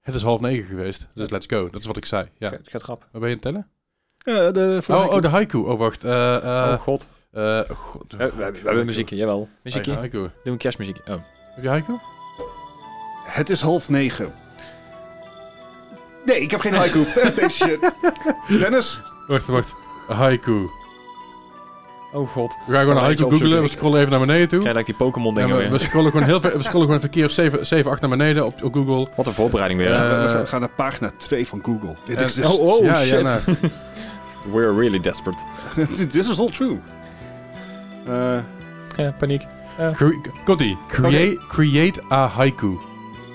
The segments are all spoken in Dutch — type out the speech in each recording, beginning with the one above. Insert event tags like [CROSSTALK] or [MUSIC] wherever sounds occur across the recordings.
Het is half negen geweest, dus let's go. Dat is wat ik zei. Ja. Het gaat grap. Waar ben je aan het tellen? Eh, de, voor Oh, oh, de haiku. Oh, wacht. Eh eh, oh, god. eh, god. Eh, we, we hebben muziekje, jawel. Muziekje. Oh, Haiku. haiku. Doe een kerstmuziekje. Oh. Heb je haiku? Het is half negen. Nee, ik heb geen haiku. Fuck deze shit. Dennis? Wacht, wacht. Haiku. Oh god. We gaan gewoon een Oh, haiku eentje googlen. opzoeken. We scrollen even naar beneden toe. Krijg ik die Pokémon dingen En we, weer. we scrollen gewoon heel ver, we scrollen gewoon een verkeer 7, 7, 8 naar beneden op, op Google. Wat een voorbereiding weer. hè? Eh, we, gaan, we gaan naar pagina 2 van Google. Dit En- exists. oh, oh. ja, Ja, shit. nou. We're really desperate. [LAUGHS] This is all true. Eh, Ja, paniek. Cre- Komt-ie. Create, create a haiku.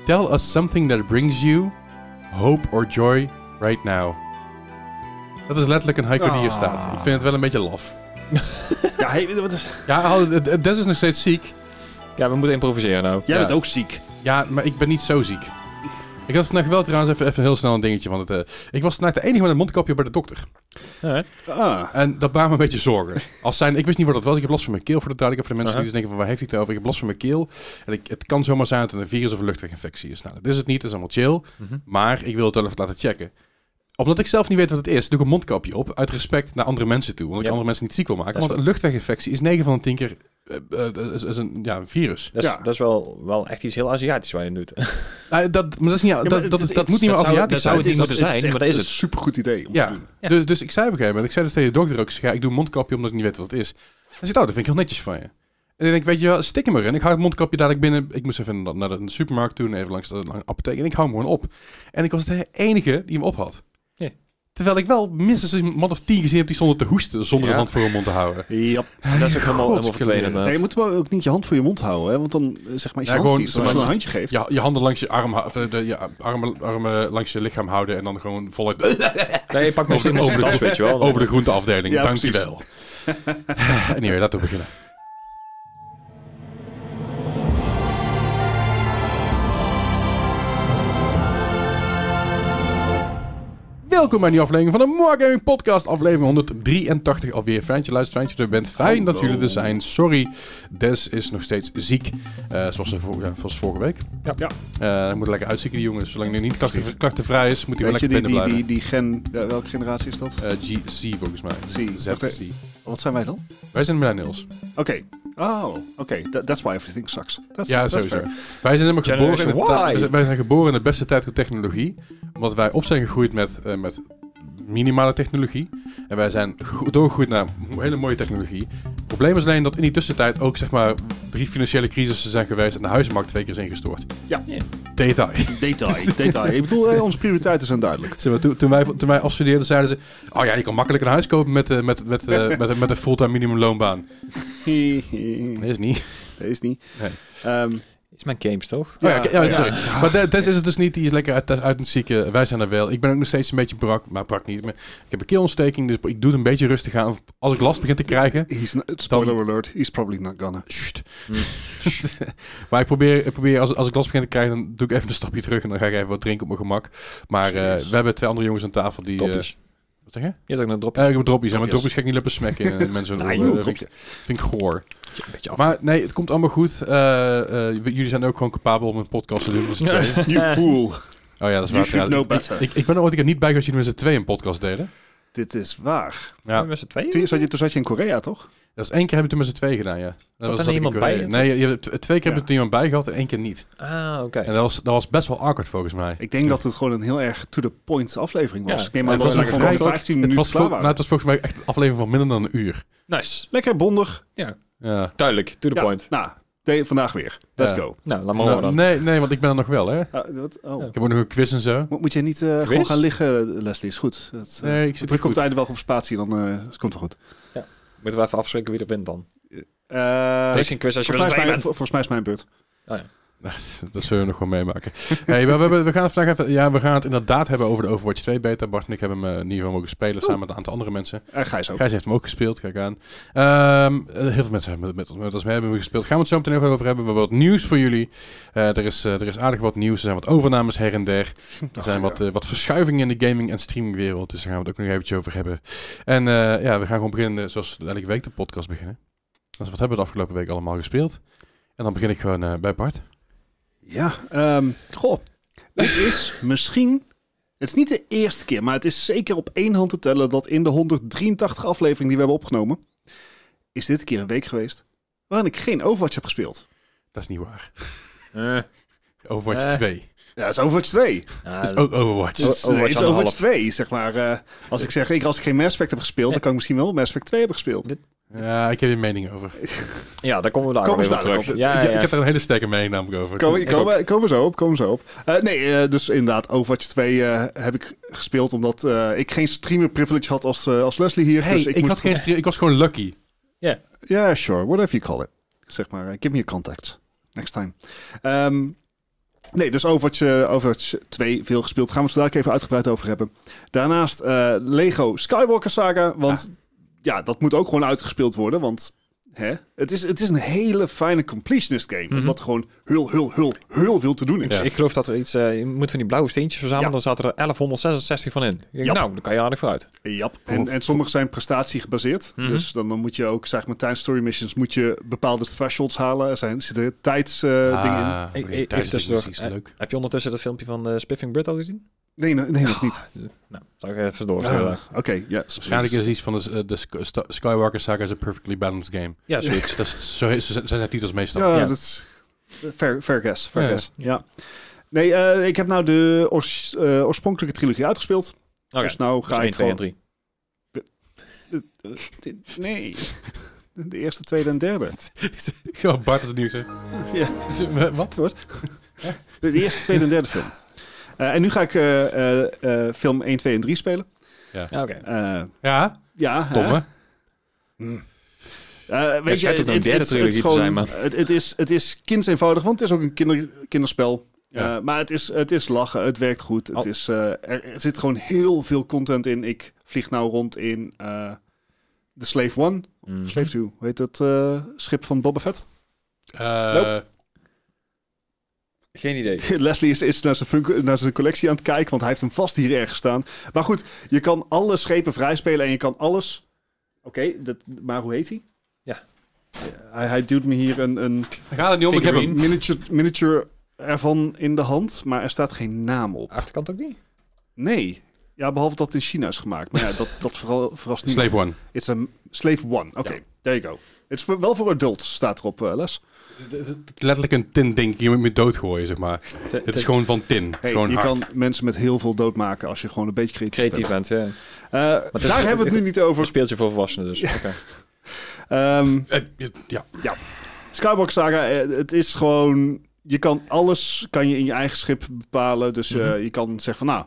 Tell us something that brings you hope or joy right now. Dat is letterlijk een haiku die hier Ah. staat. Ik vind het wel een beetje laf. ja, hey, wat is... Ja, al- het- het- Des is nog steeds ziek. Ja, we moeten improviseren nou. Jij Ja. bent ook ziek. Ja, maar ik ben niet zo ziek. Ik had vandaag wel trouwens even, even heel snel een dingetje. Want het, eh, ik was vandaag de enige met een mondkapje bij de dokter. Alright. Ah. En dat baart me een beetje zorgen. Als zijn, ik wist niet wat dat was. Ik heb last van mijn keel voor de duidelijkheid. Voor de mensen Aha. die dus denken van waar heeft hij het over? Ik heb last van mijn keel. En ik, het kan zomaar zijn dat het een virus of een luchtweginfectie is. Nou, dat is het niet. Dat is allemaal chill. Mhm. Maar ik wil het wel even laten checken. Omdat ik zelf niet weet wat het is, doe ik een mondkapje op. Uit respect naar andere mensen toe. Omdat ik Ja. andere mensen niet ziek wil maken. Dat is Want een luchtweginfectie is 9 van de 10 keer eh, eh, is, is een, ja, een virus. Dat is, Ja. dat is wel, wel echt iets heel Aziatisch waar je [LAUGHS] het doet. Nou, dat, maar dat, is niet, dat, maar het- dat, is- het- dat moet niet meer dat zou- Aziatisch zijn. dat zou het niet moeten zijn, echt maar dat is een het. supergoed idee om te Ja. doen. Ja. Dus, dus ik zei op een gegeven moment, ik zei dus tegen de dokter ook, ik zeg, ja, ik doe een mondkapje omdat ik niet weet wat het is. Hij zegt, oh, dat vind ik heel netjes van je. En ik denk, weet je wel, stik hem erin. Ik hou het mondkapje dadelijk binnen. Ik moest even naar de, naar de supermarkt toe, en even langs de, langs de apotheek. En ik hou hem gewoon op. En ik was de enige die hem op had. Ja. Terwijl ik wel minstens een man of tien gezien heb die zonder te hoesten, zonder Ja. een hand voor hun mond te houden. Yep. Maar dat is ook helemaal, helemaal Godskillen. verdwenen. eh. Nee, je inderdaad. moet wel ook niet je hand voor je mond houden, hè? Want dan eh, zeg maar, is je Ja, hand gewoon vies. Als je zo'n- een handje geeft. Ja, je handen langs je, arm, hou- of de, de- je armen, armen langs je lichaam houden en dan gewoon voluit Nee, je pakt me Over de- over over de- de weet je wel. over de groenteafdeling. Ja, [LAUGHS] Dankjewel. anyway, laten we beginnen. Welkom bij een nieuwe aflevering van de More Gaming Podcast, aflevering 183 alweer. Fijn dat je luistert, fijn dat je er bent. Fijn dat Hallo. jullie er zijn. Sorry, Des is nog steeds ziek, eh, zoals, de vor- ja, zoals vorige week. Ja. Ja. Eh, hij moet lekker uitzieken, die jongens. Zolang hij niet klachten, klachtenvrij is, moet hij wel Weet je, lekker die, binnen die, blijven. die, die gen... ja, welke generatie is dat? Eh, GC volgens mij. Zie. Wacht, ZC. Wat zijn wij dan? Wij zijn de millennials. Oké. Oh, oké. Tha- that's why everything sucks. That's, Ja, that's sowieso. fair. Wij zijn, helemaal geboren in Generation de ta- Y. wij zijn- wij zijn geboren in de beste tijd van technologie. Omdat wij op zijn gegroeid met, eh, met minimale technologie. En wij zijn gego- doorgegroeid naar mo- hele mooie technologie. Het probleem is alleen dat in die tussentijd ook zeg maar, drie financiële crisissen zijn geweest. En de huizenmarkt twee keer is ingestort. Ja. Ja. Detail. Detail, detail. Ik bedoel, eh, onze prioriteiten zijn duidelijk. [LAUGHS] Zeg maar, toen, toen, wij, toen wij afstudeerden zeiden ze... Oh ja, je kan makkelijk een huis kopen met, eh, met, met, eh, [LAUGHS] met, met een fulltime minimumloonbaan. nee, Nee, is niet. dat is niet. Nee. Ehm, Is mijn games toch? Oh ja, ja, Ja. sorry. Maar Des- Des is het dus niet. Die is lekker uit, uit het zieken. Wij zijn er wel. Ik ben ook nog steeds een beetje brak. Maar brak niet. Maar ik heb een keelontsteking, dus ik doe het een beetje rustig aan. Als ik last begin te krijgen... he's not, spoiler alert, he's probably not gonna. Sst. [LAUGHS] maar ik probeer, ik probeer als, als ik last begin te krijgen, dan doe ik even een stapje terug. En dan ga ik even wat drinken op mijn gemak. Maar eh, Serieus? we hebben twee andere jongens aan tafel die... eh, Droppies. wat zeg je? Je hebt ook een dropje. Eh, ik heb droppies. hè, Maar droppies Droppies. ga ik niet lippen smekken. En eh, mensen hun Ah, oren. joh, Nou, Dat vind, ik- kopje. vind ik goor. Een beetje af. Maar nee, het komt allemaal goed. Eh, eh, j- jullie zijn ook gewoon capabel om een podcast te doen. Dus twee. [LAUGHS] You fool. Oh ja, dat is You waar. should Ja, know ik- better. Ik, ik ben er ooit een keer niet bij geweest dat jullie met z'n tweeën een podcast deden. Dit is waar. Ja. Met z'n tweeën? Toen zat je, toen zat je in Korea, toch? Dat is één keer hebben we toen met z'n tweeën gedaan, ja. Dat er dat ik iemand in Korea- bij of- Nee, je, je hebt t- twee keer Ja. heb je er iemand bij gehad en één keer niet. Ah, oké. En dat was, dat was best wel awkward volgens mij. Ik denk dat het gewoon een heel erg to-the-point aflevering was. Ja. Ik neem aan Het dat was we een gewoon vrij- 15 Het minuten was, klaar vol- waren. nou, het was volgens mij echt een aflevering van minder dan een uur. Nice. Lekker bondig. Ja. Duidelijk. To the Ja, point. Nou, de- vandaag weer. Let's Ja. go. Nou, laat maar Nou, horen dan. nee, nee, want ik ben er nog wel, hè. Ah, wat? Oh. Ja. Ik heb ook nog een quiz en zo. Mo- Moet jij niet eh, gewoon Quiz? gaan liggen, Leslie? Is goed. Dat, eh, Nee, ik zit er druk op goed. het einde wel op spatie, dan eh, het komt het goed. Moeten we even afspreken wie er wint dan? Eh, Er is geen quiz als je met z'n volgens, mij is tweeën mijn, bent. vol- volgens mij is mijn beurt. Oh, ja. [LAUGHS] Dat zullen we nog gewoon meemaken. hey, we, we, hebben- we gaan het vandaag even... Ja, we gaan het inderdaad hebben over de Overwatch 2 beta. Bart en ik hebben hem eh, in ieder geval mogen spelen samen met een aantal andere mensen. Eh Gijs ook. Gijs heeft hem ook gespeeld, kijk aan. Ehm, eh, heel veel mensen hebben met, met, met ons mee hebben we gespeeld. Gaan we het zo meteen even over hebben. We hebben wat nieuws voor jullie. Eh, er, is, eh, er is aardig wat nieuws. Er zijn wat overnames her en der. Nou, Er zijn wat, eh, wat verschuivingen in de gaming- en streamingwereld. Dus daar gaan we het ook nog eventjes over hebben. En eh, ja, we gaan gewoon beginnen eh, zoals elke week de podcast beginnen. Dus wat hebben we de afgelopen week allemaal gespeeld? En dan begin ik gewoon eh, bij Bart. Ja, ehm, goh. Dit is misschien... Het is niet de eerste keer, maar het is zeker op één hand te tellen... dat in de 183 aflevering die we hebben opgenomen... is dit een keer een week geweest... waarin ik geen Overwatch heb gespeeld. Dat is niet waar. Eh, Overwatch Eh. 2. Ja, dat is Overwatch 2. [LAUGHS] ja, Dat is ook Overwatch. Oh, Dat is, eh, Overwatch iets anderhalf. Overwatch 2, zeg maar. eh, als ik zeg, ik, als ik geen Mass Effect heb gespeeld... dan kan ik misschien wel Mass Effect 2 hebben gespeeld. Ja, ik heb je mening over. ja, daar komen we daar Komen weer we op dadelijk terug. Ik- Ja, ja, Ik ja. heb er een hele sterke mening namelijk over. Komen Ik komen- komen we zo op, komen we zo op. Eh, nee, eh, dus inderdaad, Overwatch 2 eh, heb ik gespeeld omdat eh, ik geen streamer privilege had als, eh, als Leslie hier. Hey, dus ik, moest had geen stream, ik was gewoon lucky. Ja, sure, whatever you call it. Zeg maar, eh, give me your contacts next time. Ehm, nee, dus Overwatch, eh, Overwatch 2 veel gespeeld. Gaan we het zo dadelijk even uitgebreid over hebben. Daarnaast eh, Lego Skywalker Saga, want ja, dat moet ook gewoon uitgespeeld worden, want... Hè? Het, is, het is een hele fijne completionist game. Mhm. Omdat er gewoon heel, heel, heel, heel veel te doen is. Ja. Ik geloof dat er iets... eh, je moet van die blauwe steentjes verzamelen. Ja. Dan zaten er 1166 van in. Ik denk, Ja. Nou, dan kan je aardig vooruit. Ja, en, en sommige zijn prestatie gebaseerd. Mhm. Dus dan, dan moet je ook, zeg maar, tijdens story missions moet je bepaalde thresholds halen. Er zijn, zitten tijdsdingen in. Ah, Ik- voor ik- die ik- thuisdingen tussendoor, is eh, leuk. Heb je ondertussen dat filmpje van eh, Spiffing Brit al gezien? Nee, nee, nee, nog niet. Nou, zal ik even door. Ah, Oké, ja. Waarschijnlijk is het iets van de, eh, de Sk- Sta- Skywalker Saga is a perfectly balanced game. Ja, zoiets. Dat is, zo, zo zijn zijn titels meestal. Ja, Ja. dat is... eh, Fair, fair guess, fair Ja. guess. Ja. Nee, eh, ik heb nou de oors- eh, oorspronkelijke trilogie uitgespeeld. Oh Oké, Dus nou ga dus 1, ik 2 en gewoon... Eh, 3. Nee. De eerste, tweede en derde. [LAUGHS] Gewoon Bart is het nieuws, hè? Ja. Is- [LAUGHS] Wat? De eerste, tweede en derde film. Eh, en nu ga ik eh, eh, eh, film 1, 2 en 3 spelen. Ja, oké. Eh, Ja, ja, hè? domme. Eh, weet je, schijnt ook een derde het- het is trilogie te gewoon- zijn, man. Het, het, is, het is kindseenvoudig, want het is ook een kinder, kinderspel. Ja. Eh, maar het is, het is lachen, het werkt goed. Het Al- is, eh, er, er zit gewoon heel veel content in. Ik vlieg nou rond in eh The Slave One. Mm. Slave Two, hoe heet dat eh, schip van Boba Fett? Eh, Nope. Geen idee. [LAUGHS] Leslie is, is naar, zijn funko- naar zijn collectie aan het kijken, want hij heeft hem vast hier ergens staan. Maar goed, je kan alle schepen vrijspelen en je kan alles... Oké, dat- maar hoe heet hij? Eh, Ja. Hij, hij duwt me hier een, een Daar gaat het niet om, ik heb hem. Figurine. miniature, miniature ervan in de hand, maar er staat geen naam op. Achterkant ook niet? Nee. Ja, behalve dat het in China is gemaakt. Maar ja, dat, dat vooral, verrast niet. Slave One. It's a Slave One. Oké, Ja. there you go. Het is voor- wel voor adults, staat erop, eh, Les. Het is- het is Letterlijk een tin ding, je moet me doodgooien, zeg maar. Het is gewoon van tin. Hey, gewoon je hard. kan mensen met heel veel doodmaken als je gewoon een beetje creatief, Creatief bent, ja. bent. Eh, het is- daar hebben we het nu niet over. Speeltje voor volwassenen dus. Oké. Ehm Eh, eh, ja. Skywalker Saga, eh, het is gewoon... Je kan alles kan je in je eigen schip bepalen. Dus eh, je kan zeggen van, nou,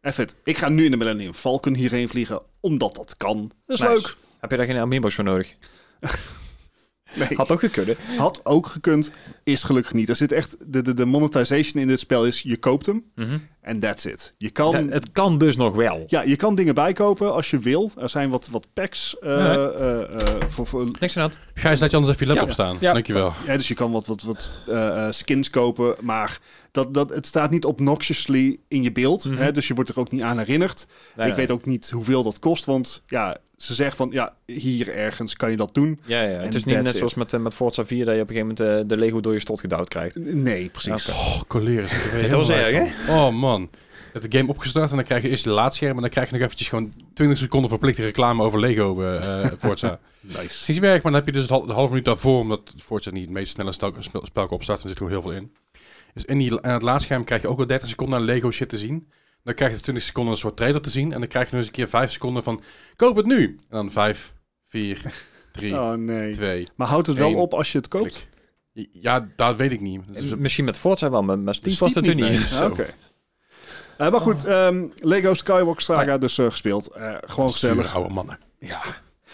eff it. Ik ga nu in de Millennium Falcon hierheen vliegen, omdat dat kan. Dat is Nice. leuk. Heb je daar geen amiibo's voor [LAUGHS] nodig? Nee, had, Had ook gekund. ook gekund, is gelukkig niet. Er zit echt, de, de, de monetization in dit spel is, je koopt hem Mhm. en that's it. Je kan, Het kan dus nog wel. ja, je kan dingen bijkopen als je wil. Er zijn wat, wat packs eh, Ja. eh, eh, voor, voor Niks aan de hand. Gijs, laat je anders even je lap Ja. opstaan. Ja. Dankjewel. Ja, dus je kan wat, wat, wat eh, eh, skins kopen, maar dat, dat, het staat niet obnoxiously in je beeld. Mhm. hè, dus je wordt er ook niet aan herinnerd. Nee, ik nee. weet ook niet hoeveel dat kost, want ja, ze zeggen van ja, hier ergens kan je dat doen. Ja, ja. En Het is niet net that's it. zoals met, eh, met Forza 4 dat je op een gegeven moment eh, de Lego door je strot gedouwd krijgt. Nee, precies. Oké. Oh, coleren. zit er [LAUGHS] weer Dit helemaal was uit erg, van. Oh man. Het game opgestart en dan krijg je eerst je laadscherm... en dan krijg je nog eventjes gewoon 20 seconden verplichte reclame over Lego eh [LAUGHS] eh, Forza. [LAUGHS] Nice. Precies werk, maar dan heb je dus het hal- de halve minuut daarvoor... omdat Forza niet het meest snelle stel- spel spel kan opstarten. Er zit gewoon heel veel in. Dus in die, aan het laadscherm krijg je ook al 30 seconden aan Lego shit te zien. Dan krijg je 20 seconden een soort trailer te zien... en dan krijg je nog eens een keer 5 seconden van... koop het nu! En dan 5, 4, 3, [LAUGHS] Oh nee. 2, Maar houdt het wel Eén. op als je het koopt? klik. Ja, dat weet ik niet. Dat is een- Dus Misschien met Forza wel, maar met Steve was dat toen Steep Dus niet. niet, Ah, Zo. Oké. Eh, maar goed, Ah. ehm, Lego Skywalker Saga dus eh, gespeeld. Eh, gewoon Zure gezellig. oude mannen. Ja.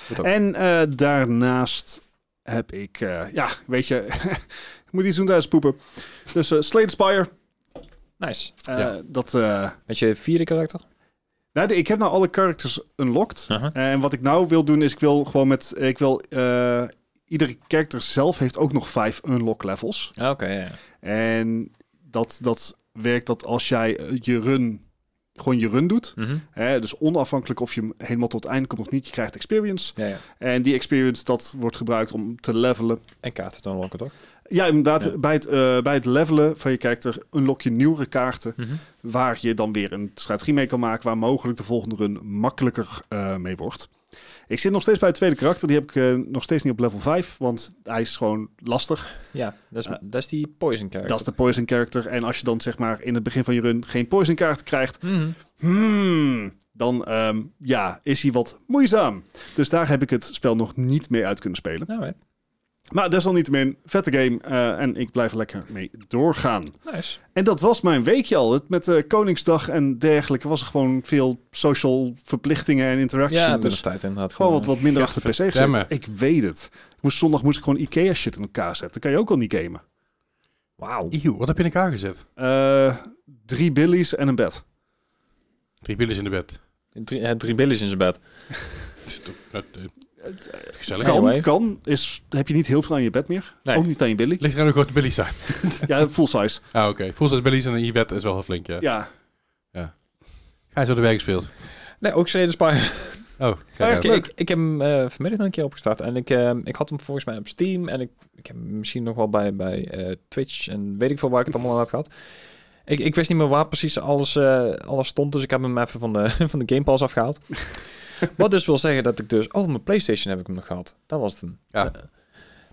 Goed ook. En eh, daarnaast heb ik, eh, ja, weet je, [LAUGHS] ik moet iets doen tijdens poepen. Dus eh Slay the Spire, Nice. eh, Ja. dat, eh, Met je vierde karakter? nou, de- ik heb nou alle characters unlocked. Uh-huh. En wat ik nou wil doen is, ik wil gewoon met, ik wil, eh, iedere character zelf heeft ook nog vijf unlock levels. Ah, Oké, ja. En dat, dat werkt dat als jij eh, je run gewoon je run doet. Mhm. Hè, dus onafhankelijk of je hem helemaal tot het einde komt of niet, je krijgt experience. ja, ja. En die experience dat wordt gebruikt om te levelen. En kaarten te unlocken, toch? Ja, inderdaad, Ja. Bij, het, eh, bij het levelen van je kijker unlock je nieuwere kaarten. Waar je dan weer een strategie mee kan maken. Waar mogelijk de volgende run makkelijker eh, mee wordt. Ik zit nog steeds bij het tweede karakter. Die heb ik eh, nog steeds niet op level 5. Want hij is gewoon lastig. Ja, dat is, Eh, Ah. dat is die poison character. Dat is de poison character. En als je dan zeg maar in het begin van je run geen poison kaarten krijgt. Mhm. hmm, dan ehm, ja, is hij wat moeizaam. Dus daar heb ik het spel nog niet mee uit kunnen spelen. Alright. Maar desalniettemin, vette game. eh, en ik blijf er lekker mee doorgaan. Nice. En dat was mijn weekje al. Het- Met eh, Koningsdag en dergelijke was er gewoon veel social verplichtingen en interaction. Ja, dus dus tijd inderdaad. gewoon wat, wat minder achter de PC gezeten. Gadverdamme. Ik weet het. Ik moest, zondag moest ik gewoon Ikea shit in elkaar zetten. Dan kan je ook al niet gamen. Wauw. Eeuw, wat heb je in elkaar gezet? Eh, drie billies en een bed. Drie billen in de bed. Drie, eh, drie billies in zijn bed. eh, eh, Gezellig. Kan, Anyway. kan. Is, heb je niet heel veel aan je bed meer. Nee. Ook niet aan je [LAUGHS] billy. Ligt er een grote billies aan? Ja, full size. Ah, oké. Full size billies en een e-bed is wel heel flink, ja. Ja. Hij is op de werk gespeeld. Nee, ook Slade Spire. Oh, Echt? kijk Ik, uit. leuk. ik, ik heb hem eh, vanmiddag nog een keer opgestart. En ik, eh, ik had hem volgens mij op Steam. En ik, ik heb hem misschien nog wel bij, bij eh, Twitch. En weet ik veel waar ik het allemaal aan heb gehad. Ik, ik wist niet meer waar precies alles, eh, alles stond. Dus ik heb hem even van de, [LAUGHS] van de Game Pass afgehaald. Wat dus wil zeggen dat ik dus... Oh, mijn Playstation heb ik hem nog gehad. Dat was het hem. Ja. Eh,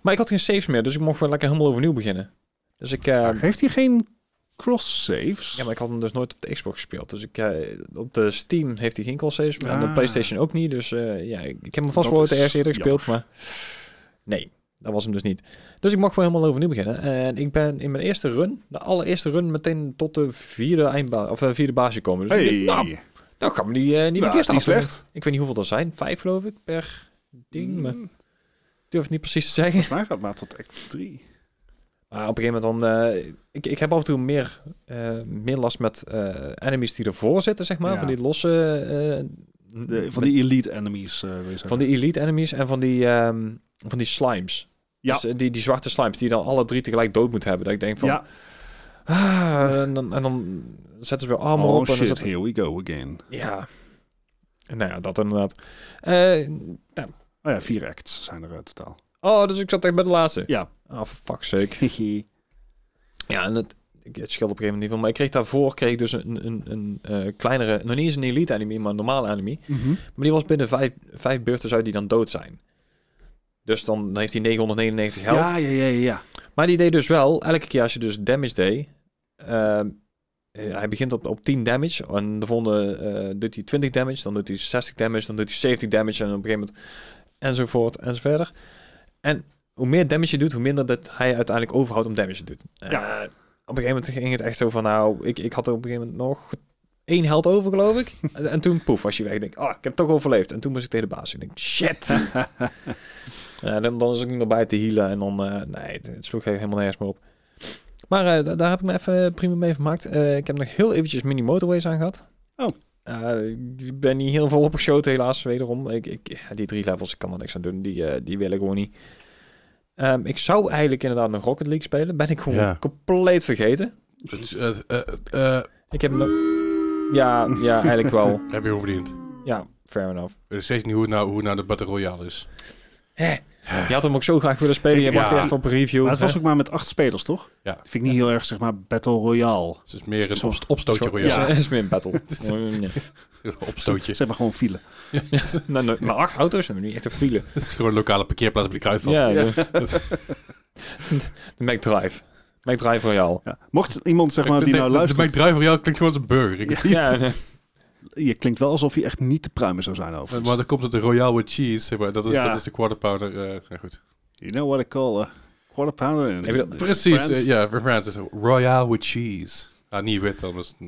maar ik had geen saves meer. Dus ik mocht wel lekker helemaal overnieuw beginnen. Dus ik... eh, Heeft hij geen cross-saves? ja, maar ik had hem dus nooit op de Xbox gespeeld. Dus ik, eh, op de Steam heeft hij geen consoles, maar en Ah. de PlayStation ook niet. Dus eh, ja, ik, ik heb hem vast Dat wel ooit is ergens eerder gespeeld, maar nee, dat was hem dus niet. Dus ik mag wel helemaal overnieuw beginnen. En ik ben in mijn eerste run, de allereerste run, meteen tot de vierde, eindba of, eh, vierde baas gekomen. Dus ik Hey. denk, nou, nou gaan we die eh, niet Nou, verkeerd is niet afdoen. slecht. Ik weet niet hoeveel er zijn, vijf geloof ik per ding, maar ik durf het niet precies te zeggen. Mm, Maar gaat maar tot act 3. Maar op een gegeven moment dan... eh, ik, ik heb af en toe meer, eh, meer last met eh, enemies die ervoor zitten, zeg maar. Ja. Van die losse... eh, De- van die elite enemies. eh, wil je zeggen. van die elite enemies en van die, ehm, van die slimes. Ja. Dus, eh, die, die zwarte slimes die dan alle drie tegelijk dood moet hebben. Dat ik denk van... ja. ah, en, dan, en dan zetten ze weer armor Oh op. En dan shit, zetten- here we go again. ja. Nou ja, dat inderdaad. Eh, nou. Oh ja, vier acts zijn er eh, [LAUGHS] totaal. Oh, dus ik zat echt bij de laatste. Ja. Oh, fuck sake. Ja, en het, ik- het scheelt op een gegeven moment niet veel. Maar ik kreeg daarvoor kreeg ik dus een, een, een eh, kleinere, nog niet eens een elite enemy, maar een normale enemy. Mhm. Maar die was binnen vijf, vijf beurten zou die dan dood zijn. Dus dan, dan heeft hij 999 health. Ja, ja, ja, ja, ja. Maar die deed dus wel, elke keer als je dus damage deed... ehm, eh, hij begint op, op 10 damage en de volgende eh, doet hij 20 damage, dan doet hij 60 damage, dan doet hij 70 damage en op een gegeven moment enzovoort enzoverder. En hoe meer damage je doet, hoe minder dat hij uiteindelijk overhoudt om damage te doen. Eh, Ja. op een gegeven moment ging het echt zo van, nou, ik, ik had er op een gegeven moment nog één held over, geloof ik. en, en toen, poef, was je weg. Ik denk, oh, ik heb toch overleefd. En toen moest ik tegen de baas. Ik denk, shit. Ja, dan, dan is ik niet meer bij te healen. En dan, eh, nee, het, het sloeg helemaal nergens meer op. Maar eh, da- daar heb ik me even prima mee vermaakt. Eh, ik heb nog heel eventjes mini motorways aan gehad. Oh. Eh, ik ben niet heel veel opgeschoten helaas, wederom. Ik, ik, ja, die drie levels, ik kan er niks aan doen. Die, eh, die wil ik gewoon niet. Ehm, ik zou eigenlijk inderdaad nog Rocket League spelen. Ben ik gewoon Ja. compleet vergeten. Het- het- eh, eh, Ik heb nog... Ja, ja, eigenlijk [LAUGHS] wel. Heb je gewoon verdiend. Ja, fair enough. Ik weet nog steeds niet hoe het nou, hoe het nou de Battle Royale is. Je had hem ook zo graag willen spelen. Je Ja. mag er echt op een review. Maar het was hè? ook maar met acht spelers, toch? Ja. Dat vind ik niet heel erg, zeg maar, Battle Royale. Dus het is meer een Zo- opst- opstootje Zo- [LAUGHS] Royale. is- is meer een [LAUGHS] battle. Ja. [LAUGHS] Een opstootje. Zeg maar gewoon file. Nou, nou, maar acht auto's hebben niet echt een file. Het is gewoon een lokale parkeerplaats bij de Kruidvat. Ja, Ja. [LAUGHS] de, de McDrive. McDrive Royale. Ja. Mocht iemand, zeg maar, Ik die denk- nou de- De luistert... McDrive Royale klinkt gewoon als een burger. Ik- Ja, nee. Je klinkt wel alsof je echt niet te pruimen zou zijn over. Maar dan komt het de Royale with cheese. Zeg maar. dat, is, Ja. dat is de quarter pounder. eh, nou goed. You know what I call a quarter pounder in Heb je dat- Precies, France? eh, ja, voor Frans is het Royale with cheese. Ah, niet wit, dan is het... Ah,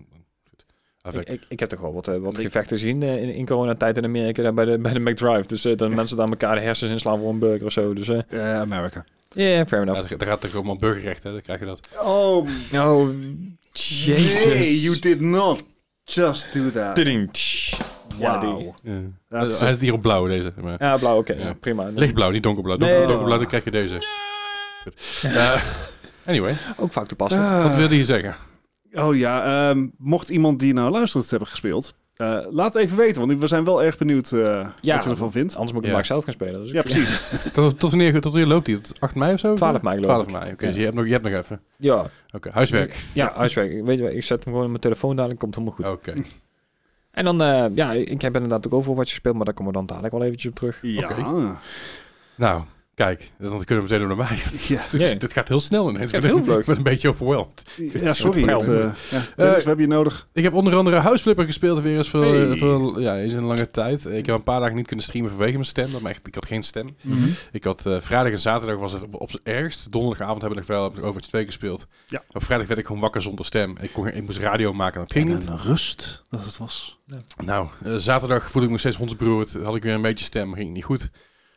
ik, Avec. [LAUGHS] ik, ik heb toch wel wat, eh, wat Ik- gevechten gezien eh, in, in coronatijd in Amerika daar bij, de, bij de McDrive. Dus eh, dat mensen daar elkaar de hersens inslaan voor een burger of zo. Dus eh, Eh, America. ja, yeah, fair Ja, enough. daar daar gaat toch allemaal burgerrecht, hè? Dan krijg je dat. Oh, Oh, jezus. did not just do that. Tuding, tsch. Ja, die. Wow. Eh, Hij is hier op blauw, deze. Maar. Ja, blauw, oké. Ja. ja, prima. Lichtblauw, niet donkerblauw. Nee, Donker- nee. donkerblauw, dan krijg je deze. Goed. Eh, anyway, Ook vaak toepasselijk. Ah. wat wilde je zeggen? Oh ja, ehm, mocht iemand die nou luistert hebben gespeeld, eh, laat even weten, want we zijn wel erg benieuwd eh, Ja. wat je ervan vindt. Anders moet ik Ja. hem maar zelf gaan spelen. Dus Ja, ik- precies. Tot, tot, wanneer, tot wanneer loopt die? Tot 8 mei of zo? 12 mei, geloof 12 ik. mei, oké. Ja. Dus je hebt nog, je hebt nog even. Ja, Oké, huiswerk. ja, huiswerk. Ik Weet je, wel, ik zet hem gewoon in mijn telefoon dadelijk, komt helemaal goed. Oké. En dan, eh, ja, ik heb inderdaad ook Overwatch gespeeld, maar daar komen we dan dadelijk wel eventjes op terug. Ja. Nou, kijk. Dan kunnen we meteen door naar mij. Ja. Dit- [LAUGHS] Nee. Dit gaat heel snel ineens. Het Ik gaat heel ben, vlug. ik ben een beetje overwhelmed. Ja, sorry. Wat Het, eh, ja, Dennis, we hebben je nodig. Ik heb onder andere Houseflipper gespeeld weer eens voor, Hey. voor ja, eens een lange tijd. Ik heb een paar dagen niet kunnen streamen vanwege mijn stem. Dat me echt, ik had geen stem. Mhm. Mm-hmm. Ik had eh, vrijdag en zaterdag was het op, op z'n ergst. Donderdagavond heb ik nog wel heb ik Overwatch 2 gespeeld. Ja. Op vrijdag werd ik gewoon wakker zonder stem. Ik, kon, ik moest radio maken en dat ging niet. En een rust dat het was. Nou, eh, zaterdag voelde ik me steeds hondsbroerd. Had ik weer een beetje stem, ging niet goed.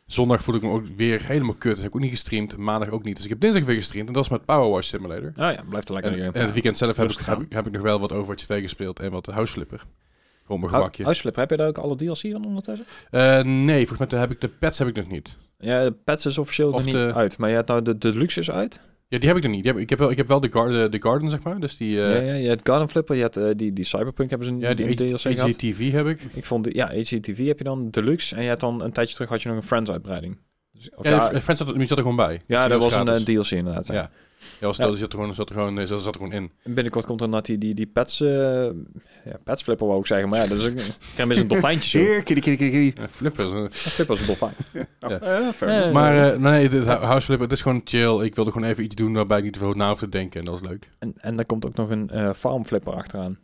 Zondag voelde ik me ook weer helemaal kut. Heb ik ook niet gestreamd. Maandag ook niet. Dus ik heb dinsdag weer gestreamd. En dat was met Power Wash Simulator. Nou ja, blijft er lekker En, in. en het weekend zelf heb ik, Rustig aan. heb, ik- heb ik nog wel wat Overwatch 2 gespeeld en wat Houseflipper. Gewoon mijn Hou- gemakje. Huisflip, heb je daar ook alle DLC van ondertussen? Eh, nee, volgens mij heb ik de pets heb ik nog niet. Ja, de patch is officieel Of nog de- niet uit. Maar je hebt nou de, de deluxe is uit. Ja, die heb ik nog niet. Die heb, ik, heb wel, ik heb wel de, gar- de, de Garden, zeg maar. Dus die, eh, ja, ja, je hebt Garden Flipper, je hebt eh, die, die Cyberpunk hebben ze een, ja, die een DLC H- gehad. HGTV heb ik. Ik vond, die- ja, HGTV heb je dan, Deluxe. En je hebt dan een tijdje terug had je nog een Friends uitbreiding. Dus, of Ja, ja, de Friends zat, er- die zat er gewoon bij. ja, Dus dat die was een gratis. eh, DLC inderdaad. ja. Ja. Ja, was, Ja. dat zat er gewoon, zat er gewoon, eh, zat, zat er gewoon in. En binnenkort komt er inderdaad die, die, die pets, eh ja, petsflipper wou ik zeggen. Maar ja, dat is ook, Krem is een dolfijntje zo. Zeer, kiddy, kiddy, kiddy. Ja, flipper. Ja, Flipper is een dolfijn. Oh, Ja. eh, fair. Eh, Maar eh, nee, dit Houseflipper, het is gewoon chill. Ik wilde gewoon even iets doen waarbij ik niet te veel na hoef te denken. En dat was leuk. en, en er komt ook nog een eh farm flipper achteraan.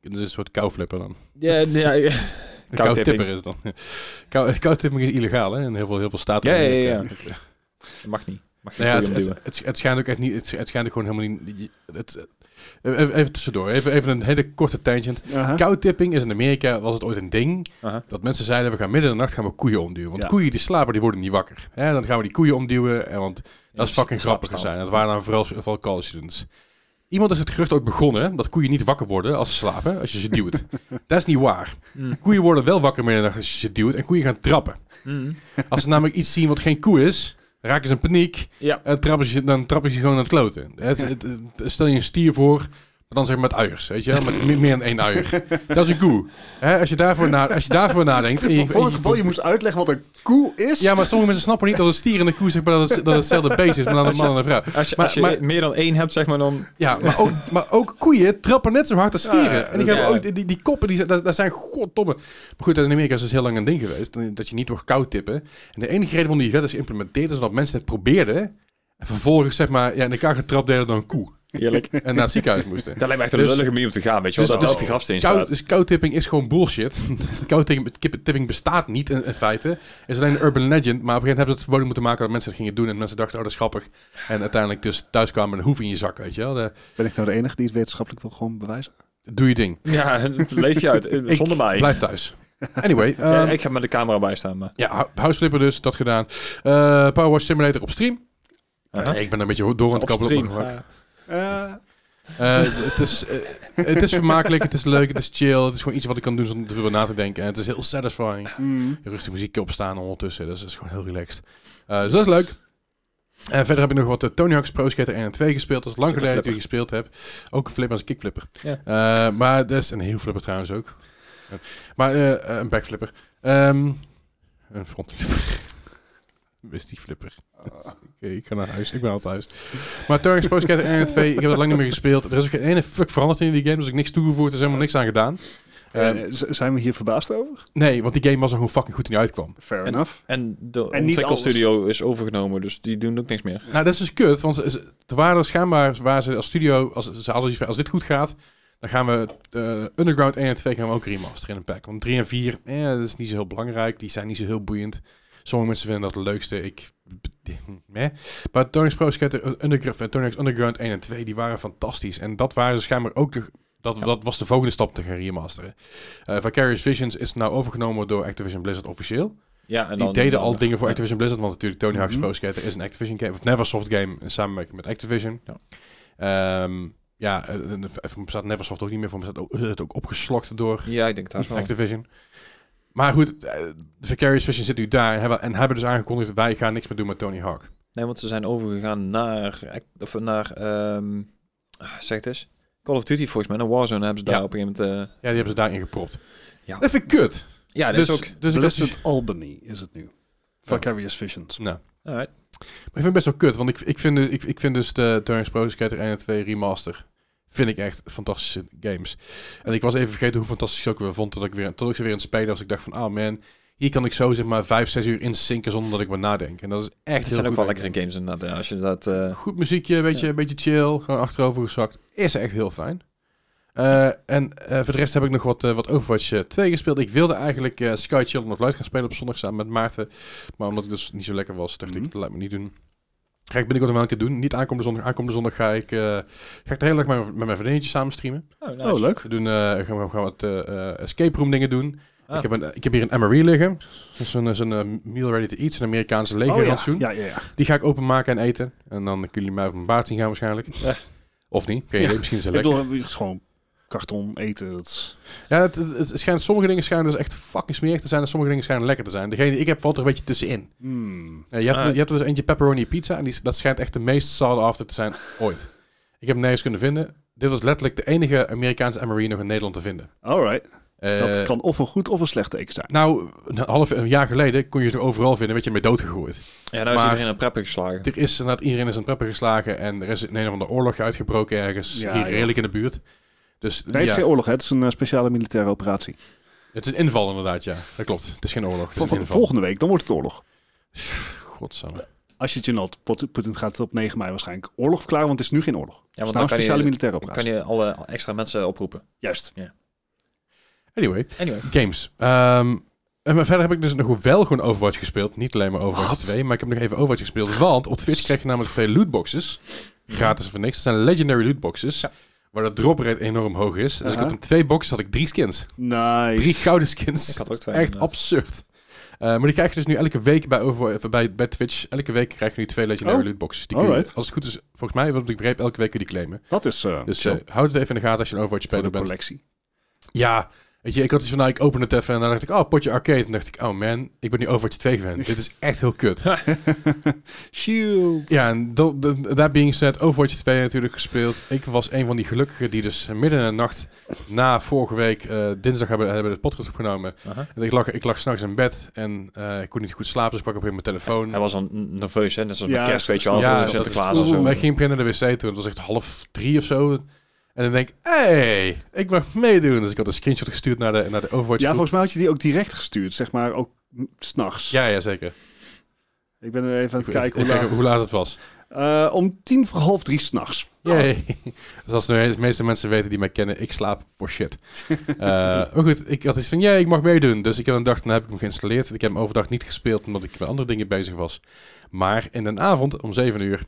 Het is een soort kouflipper dan. Ja, ja, ja. Een Koutipping. koutipper is het dan. [LAUGHS] Kou- Koutipping is illegaal, hè? In heel veel, heel veel staten. Ja, ja, ja, ja. [LAUGHS] Dat [LAUGHS] mag niet. Mag je Nou ja, niet het, voor het, je het, het schijnt ook echt niet. Het, het schijnt ook gewoon helemaal niet. je- Het, eh, even, even tussendoor, even, even een hele korte tangent. Aha. Koutipping is in Amerika was het ooit een ding Aha. dat mensen zeiden: we gaan midden in de nacht gaan we koeien omduwen. Want Ja. koeien die slapen, die worden niet wakker. Hè, dan gaan we die koeien omduwen, en want Ja, dat is fucking grappig slaapstand. zijn. Dat waren dan vooral, vooral college students. Iemand is het gerucht ooit begonnen dat koeien niet wakker worden als ze slapen, als je ze duwt. dat is niet waar. Mm. Koeien worden wel wakker midden in de nacht als je ze duwt en koeien gaan trappen. Mm. Als ze namelijk iets zien wat geen koe is, raken ze in paniek Ja. en Eh, trappen ze, dan trappen ze gewoon aan het kloten. Het, het- het- stel je een stier voor, maar dan zeg maar met uiers, weet je wel? Met me- meer dan één [LAUGHS] uier. Dat is een koe. Hè, als, je daarvoor na, als je daarvoor nadenkt... en je- Voor het en je- geval je moest uitleggen wat een koe is. ja, maar sommige mensen snappen niet dat een stier en een koe zeg maar, dat, het, dat hetzelfde beest is, maar dan een man en een vrouw. Als je, Maar- als je maar- meer dan één hebt, zeg maar, dan... Ja, maar ook, maar ook koeien trappen net zo hard als Ja, ja, stieren. En die, dat is hebben waar. ook, die, die koppen, die, zijn- dat, dat zijn goddomme... Maar goed, dat in Amerika is dat heel lang een ding geweest. Dat je niet door koud tippen. En de enige reden waarom die wet is geïmplementeerd... is omdat mensen het probeerden... en vervolgens zeg maar ja, in elkaar getrapt deden dan een koe. Eerlijk. En naar het ziekenhuis moesten. [LAUGHS] Dat lijkt me echt een Dus- lullige manier om te gaan, weet je wel. dus- dat dat dus- op je grafsteen Koud, staat. dus koutipping is gewoon bullshit. [LAUGHS] koutipping tipping bestaat niet in, in feite. Het is alleen een urban legend. Maar op een gegeven moment hebben ze het verboden moeten maken dat mensen het gingen doen. En mensen dachten, oh, dat is grappig. En uiteindelijk dus thuis kwamen met een hoef in je zak, weet je wel. De- Ben ik nou de enige die het wetenschappelijk wil gewoon bewijzen? doe je ding. Ja, [LAUGHS] het leef je uit. eh, Ik Zonder mij. Blijf thuis. Anyway, [LAUGHS] Ja, ehm, ik ga met de camera bij staan, maar... ja, hou- houseflipper dus, dat gedaan. Eh Power Wash Simulator op stream. Aha. Ik ben een beetje door aan het Op kabbelen. stream. maar- Ja. Eh, het, is, eh, het is vermakelijk, het is leuk, het is chill. Het is gewoon iets wat ik kan doen zonder erover na te denken. En het is heel satisfying. hmm. rustig muziekje opstaan ondertussen. Dus dat is gewoon heel relaxed. Eh, dus dat is leuk. En verder heb ik nog wat eh, Tony Hawk's Pro Skater 1 en 2 gespeeld. Dat is lang Ook een geleden dat ik die gespeeld heb. Ook een flipper als een kickflipper. Ja. Eh, maar dat is een heel flipper trouwens ook. Eh, Maar eh, eh, een backflipper. Ehm, een frontflipper. [LAUGHS] Wist die flipper. Ah. Oké, ik ga naar huis. Ik ben al thuis. [LAUGHS] Maar Tony Hawk's Pro Skater 1 en 2, ik heb dat lang niet meer gespeeld. Er is ook geen ene fuck veranderd in die game. Er is ook niks toegevoegd. Er is helemaal niks aan gedaan. Eh, Eh, z- zijn we hier verbaasd over? nee, want die game was er gewoon fucking goed toen die uitkwam. Fair enough. En de En niet ontwikkelstudio is overgenomen, dus die doen ook niks meer. Nou, dat is dus kut, want ze- ze- er waren schijnbaar, waar ze als studio, als, ze hadden zoiets van, als dit goed gaat, dan gaan we eh, Underground 1 en 2 gaan we ook remasteren in een pack. Want 3 en 4, eh, dat is niet zo heel belangrijk, die zijn niet zo heel boeiend. Sommige mensen vinden dat het leukste, ik... [LAUGHS] Eh. Maar Tony's Pro Skater eh, Underground, en Tony's Underground 1 en 2, die waren fantastisch. En dat waren ze schijnbaar ook de... Dat, Ja. dat was de volgende stap te gaan remasteren. Eh, Vicarious Visions is nou overgenomen door Activision Blizzard officieel. Ja, en Die dan, eh, deden dan- al dingen voor ja. Activision Blizzard, want natuurlijk Tony Hawk's Mhm. Pro Skater is een Activision game, of Neversoft game in samenwerking met Activision. Ja. Ja, ja eh, en voor me staat Neversoft ook niet meer, voor me staat ook, het ook opgeslokt door Ja, ik denk dat wel. Activision. Maar goed, eh, Vicarious Vision zit nu daar en hebben, en hebben dus aangekondigd, wij gaan niks meer doen met Tony Hawk. Nee, want ze zijn overgegaan naar, act- of naar ehm, Ah, Zeg het eens. Call of Duty volgens mij en Warzone hebben ze Ja. daar op een gegeven moment... eh, Ja, die hebben ze daarin gepropt. Ja. Dat vind ik kut. ja, dat dus, is ook... dus ik Blizzard heb- Albany is het nu. Vicarious Visions. Nou, Alright. maar ik vind het best wel kut, want ik, ik, vind, de- ik, ik vind dus de Turns Pro Skater 1 en 2 remaster vind ik echt fantastische games. En ik was even vergeten hoe fantastisch ik ze ook weer vond, tot ik, weer, tot ik ze weer in het spelen was. Ik dacht van, ah man, hier kan ik zo zeg maar 5, 6 uur inzinken zonder dat ik maar nadenk. En dat is echt Het heel zijn ook goed wel werk. lekkere games inderdaad. ja, Als je dat... eh, Goed muziekje, een beetje, een beetje chill, gewoon achterover gezakt. Is echt heel fijn. Eh, en eh, voor de rest heb ik nog wat, eh, wat Overwatch eh, 2 gespeeld. Ik wilde eigenlijk eh, Sky Children of Light gaan spelen op zondag samen met Maarten. Maar omdat ik dus niet zo lekker was, dacht Mhm. ik, dat laat me niet doen. Ga ik binnenkort nog wel een keer doen. Niet aankomende zondag. Aankomende zondag ga ik, eh, ga ik de hele dag met, met mijn vriendinnetje samen streamen. Oh, nice. Oh, leuk. We doen, eh, gaan, we gaan wat eh, eh, escape room dingen doen. Ah. Ik, heb een, ik heb hier een MRE liggen. Dat is een, zo'n, eh, meal ready to eat. Een Amerikaanse leger Oh ja. rantsoen. ja, ja, ja. Die ga ik openmaken en eten. En dan kunnen jullie mij van mijn baard zien gaan waarschijnlijk. Ja. Of niet. Geen idee, misschien is het Ik lekker. bedoel, het is gewoon karton, eten. Dat is... Ja, het, het, het schijnt, sommige dingen schijnen dus echt fucking smerig te zijn. En sommige dingen schijnen lekker te zijn. Degene die ik heb valt er een beetje tussenin. Hmm. Eh, je, hebt, Ah. je hebt dus eentje pepperoni pizza. En die, is- dat schijnt echt de meest sought after te [LAUGHS] zijn ooit. Ik heb hem nergens kunnen vinden. Dit was letterlijk de enige Amerikaanse MRE nog in Nederland te vinden. Alright. Eh, dat kan of een goed of een slecht teken zijn. Nou, een half een jaar geleden kon je ze overal vinden. Werd je mee doodgegooid. Ja, nou is Maar- iedereen een preppen geslagen. Er is inderdaad iedereen is aan preppen geslagen. En er is een of andere oorlog uitgebroken ergens. Ja, hier ja. redelijk in de buurt. Dus Nee, het ja. is geen oorlog, hè? het is een eh, speciale militaire operatie. Het is een inval inderdaad, ja. Dat klopt. Het is geen oorlog. Het is Van, een van inval. volgende week, dan wordt het oorlog. Godsamme. Als je het inhaalt, Put- Putin gaat op 9 mei waarschijnlijk oorlog verklaren, want het is nu geen oorlog. Ja, want het is nou een dan kan je- speciale militaire Dan operatie. kan je alle extra mensen oproepen. Juist. Anyway, Anyway. games. Ehm, en maar verder heb ik dus nog wel gewoon Overwatch gespeeld. Niet alleen maar Overwatch Wat? 2, maar ik heb nog even Overwatch gespeeld. Want op Twitch krijg je namelijk twee lootboxes. Gratis voor niks. Het zijn legendary lootboxes. Ja. Waar de drop rate enorm hoog is. Dus ik Aha. had in twee boxen had ik drie skins. Nice. Drie gouden skins. Ik had ook twee, Echt inderdaad. absurd. Eh, maar die krijg je dus nu elke week bij, over, eh, bij, bij Twitch. Elke week krijg je nu twee legendary Oh. lootboxes. Die kun je, Alright. als het goed is, volgens mij, wat ik begreep, elke week kun je die claimen. Dat is eh Dus chill. eh, houd het even in de gaten als je een Overwatch voor de speler bent. collectie. Ja, weet je, ik had iets van, nou, ik open het even en dan dacht ik, oh, potje arcade. En dan dacht ik, oh man, ik ben nu Overwatch 2 fan. Dit is echt heel [LAUGHS] kut. Shield. Ja, en dat dat- that being said, Overwatch 2 natuurlijk gespeeld. Ik was een van die gelukkigen die dus midden in de nacht na vorige week, eh, dinsdag hebben, hebben we de podcast opgenomen. Aha. En ik lag, ik lag s'nachts in bed en eh, ik kon niet goed slapen, dus ik pak op in mijn telefoon. Hij was al n- nerveus, hè? Net zoals bij Ja, kerst, weet je wel. dat- Ja, dat- Sinterklaas dat- en zo. Wij gingen beginnen naar de wc toen. Het was echt half drie of zo. En dan denk ik, hey, ik mag meedoen. Dus ik had een screenshot gestuurd naar de, naar de Overwatch Ja, groep. volgens mij had je die ook direct gestuurd, zeg maar, ook m, s'nachts. Ja, ja, zeker. Ik ben er even aan Ik- het ik- kijken ik hoe kijk laat. hoe laat het was. [LAUGHS] Eh, om tien voor half drie s'nachts. Yay. [LAUGHS] Zoals de me- meeste mensen weten die mij kennen, ik slaap voor shit. Eh, maar goed, ik had iets van, ja, ik mag meedoen. Dus ik heb een dag, dan heb ik hem geïnstalleerd. Ik heb hem overdag niet gespeeld, omdat ik met andere dingen bezig was. Maar in de avond, om 7 uur,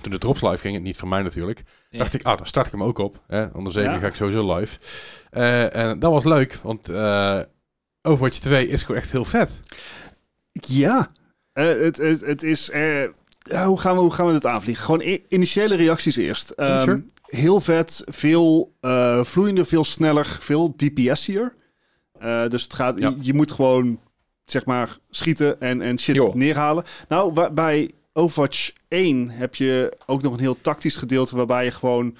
toen de drops live gingen, niet van mij natuurlijk, Ja. dacht ik, ah, dan start ik hem ook op. Hè? Om de 7 Ja. uur ga ik sowieso live. Eh, en dat was leuk, want eh, Overwatch 2 is gewoon echt heel vet. Ja. Eh, het, het, het is... eh, ja, hoe, gaan we, hoe gaan we dit aanvliegen? Gewoon i- initiële reacties eerst. Ehm, Sure. Heel vet, veel eh, vloeiender, veel sneller, veel DPS'er. Eh dus het gaat, Ja. je, je moet gewoon, zeg maar, schieten en, en shit Joh. neerhalen. Nou, wa- bij Overwatch 1 heb je ook nog een heel tactisch gedeelte... waarbij je gewoon,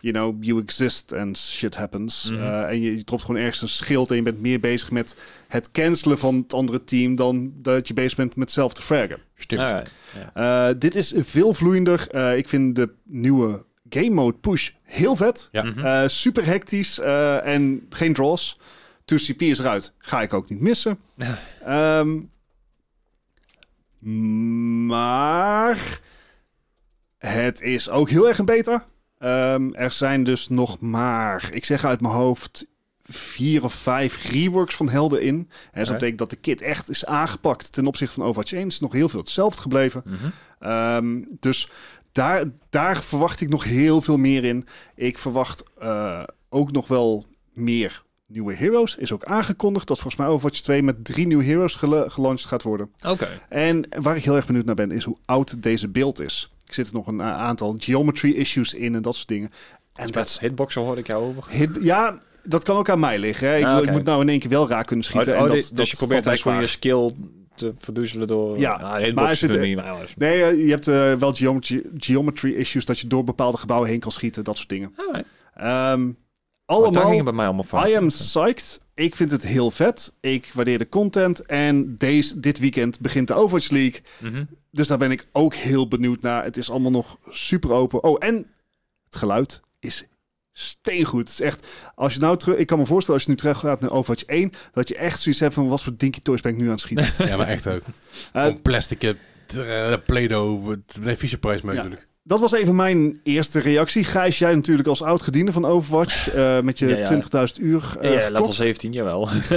you know, you exist and shit happens. Mhm. Eh, en je, je dropt gewoon ergens een schild en je bent meer bezig met het cancelen van het andere team dan dat je bezig bent met zelf te fraggen. Stimmt. Alright. Ja. Eh, dit is veel vloeiender. Eh, ik vind de nieuwe game mode push heel vet. Ja. Mhm. Eh, super hectisch eh, en geen draws. 2CP is eruit. Ga ik ook niet missen. Ehm, maar het is ook heel erg een beta. Ehm, er zijn dus nog maar, ik zeg uit mijn hoofd, vier of vijf reworks van helden in. En Oké. zo betekent dat de kit echt is aangepakt ten opzichte van Overwatch 1. Het is nog heel veel hetzelfde gebleven. Mhm. Ehm, dus daar, daar verwacht ik nog heel veel meer in. Ik verwacht eh, ook nog wel meer nieuwe heroes. Is ook aangekondigd dat volgens mij Overwatch 2 met drie nieuwe heroes gel- gelaunched gaat worden. Oké. En waar ik heel erg benieuwd naar ben, is hoe oud deze beeld is. Er zitten nog een a- aantal geometry issues in en dat soort dingen. En En dat dat hitboxen hoorde ik jou over. hit- ja, dat kan ook aan mij liggen. Hè. Ik, Ah, bedoel, ik oké. moet nou in één keer wel raar kunnen schieten. Oh, oh, en dat, dit- dus dat je probeert valt eigenlijk mij gewoon je skill te verdoezelen door... Ja, nou, hitboxen maar hij zit- doen niet, maar alles. Nee, eh, je hebt eh, wel geometry, geometry issues dat je door bepaalde gebouwen heen kan schieten, dat soort dingen. Alright. Ehm, Maar daar allemaal, ging het bij mij allemaal fout. I am psyched. Ik vind het heel vet. Ik waardeer de content. En deze, dit weekend begint de Overwatch League. Mhm. Dus daar ben ik ook heel benieuwd naar. Het is allemaal nog super open. Oh, en het geluid is steengoed. Het is echt, als je nou terug, ik kan me voorstellen als je nu terug gaat naar Overwatch 1, dat je echt zoiets hebt van wat voor dinky toys ben ik nu aan het schieten. [LAUGHS] Ja, maar echt ook. Eh, Om plastic, eh, t- eh, Play-Doh, eh, nee, Fisher Price mee Ja. natuurlijk. dat was even mijn eerste reactie. Gijs, jij natuurlijk als oud gediende van Overwatch, eh, met je Ja, ja. 20.000 uur. eh, ja, level geklopt. 17, [LAUGHS] jawel. je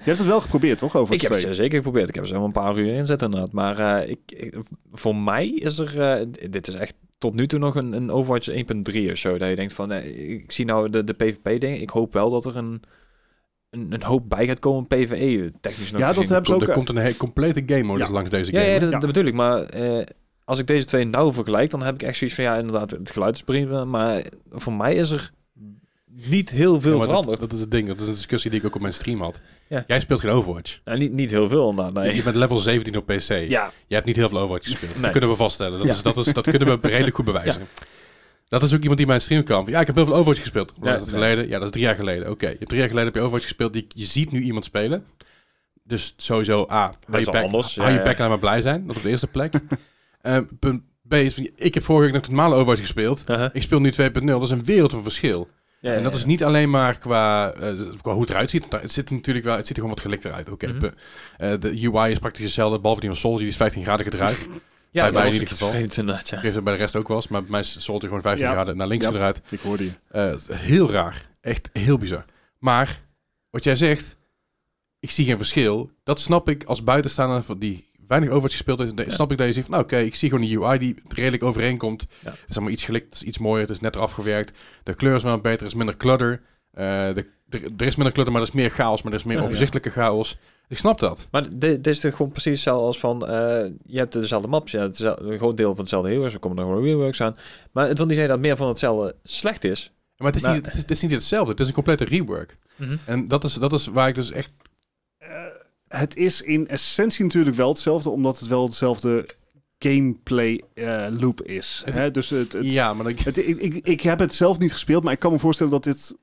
hebt het wel geprobeerd, toch? Overwatch Ik heb 2. ze zeker geprobeerd. Ik heb ze wel een paar uur inzet inderdaad. Maar eh, ik, ik- voor mij is er... eh, d- dit is echt tot nu toe nog een, een Overwatch 1.3 of zo. Dat je denkt van... eh, ik zie nou de, de PvP-dingen. Ik hoop wel dat er een, een, een hoop bij gaat komen PvE technisch nog Ja, gezien. dat hebben ze ook, Nou, er eh, komt een hele complete game modus Ja. langs deze Ja, game. ja, hè? dat, Ja. dat bedoel ik. Maar eh, als ik deze twee nauw vergelijk, dan heb ik echt zoiets van... Ja, inderdaad, het geluid is prima. Maar eh, voor mij is er niet heel veel Ja, maar dat- veranderd. Dat, is het ding. Dat is een discussie die ik ook op mijn stream had. Ja. Jij speelt geen Overwatch. Nou, niet, niet heel veel inderdaad, nee. Je bent level 17 op PC. Ja, Je hebt niet heel veel Overwatch gespeeld. Nee. Dat kunnen we vaststellen. Dat, Ja. is, dat, is, dat kunnen [LAUGHS] we redelijk goed bewijzen. Dat is ook iemand die mijn stream kwam. van, Ja, ik heb heel veel Overwatch gespeeld. Hoe lang Ja, is dat nee. geleden? Ja, dat is drie jaar geleden. Oké, je hebt drie jaar geleden heb je Overwatch gespeeld. Die, je ziet nu iemand spelen. Dus sowieso, A, hou is je al bek, anders, ja, hou je ja. bek, laat maar blij zijn. Dat op de eerste [LAUGHS] plek. Eh, punt B is, van, ik heb vorige week nog het normale Overwatch gespeeld. Uh-huh. Ik speel nu 2.0. Dat is een wereld van verschil. Ja, En dat ja, is niet alleen maar qua, eh, qua hoe het eruit ziet. Het ziet er natuurlijk wel, het ziet er gewoon wat gelikter uit. Oké, Mhm. puh. Eh, de UI is praktisch hetzelfde, behalve die van Soldier, die is 15 graden [LAUGHS] gedraaid. ja, bij mij dat was in ieder iets geval. vreemd inderdaad, ja. Ik weet dat bij de rest ook was, maar bij mij is Soldier gewoon 15 Ja. graden naar links Ja. gedraaid. Ik hoorde je. Eh, het is heel raar. Echt heel bizar. Maar wat jij zegt, ik zie geen verschil. Dat snap ik als buitenstaander van die weinig Overwatch gespeeld is. dan Snap ik dat je zegt, van, nou oké, ik zie gewoon een UI die redelijk overeenkomt. Ja. Het is allemaal iets gelikt, het is iets mooier, het is netter afgewerkt. De kleur is wel wat beter, er is minder clutter. Eh, de, er, er is minder clutter, maar er is meer chaos, maar er is meer Ja, ja. overzichtelijke chaos. Ik snap dat. Maar di- dit is toch gewoon precies hetzelfde als van... eh, je hebt dezelfde maps, ja, hetzelfde- een groot deel van hetzelfde heel erg. Er komen nog wel reworks aan. Maar het wil niet zeggen dat meer van hetzelfde slecht is. Maar het is, Maar- Mhm. niet, het is, het is niet hetzelfde, het is een complete rework. En dat is, dat is waar ik dus echt... eh, het is in essentie natuurlijk wel hetzelfde, omdat het wel hetzelfde gameplay eh, loop is. Het- hè? Dus het, het, ja, maar dat, het- ik, ik, ik heb het zelf niet gespeeld, maar ik kan me voorstellen dat dit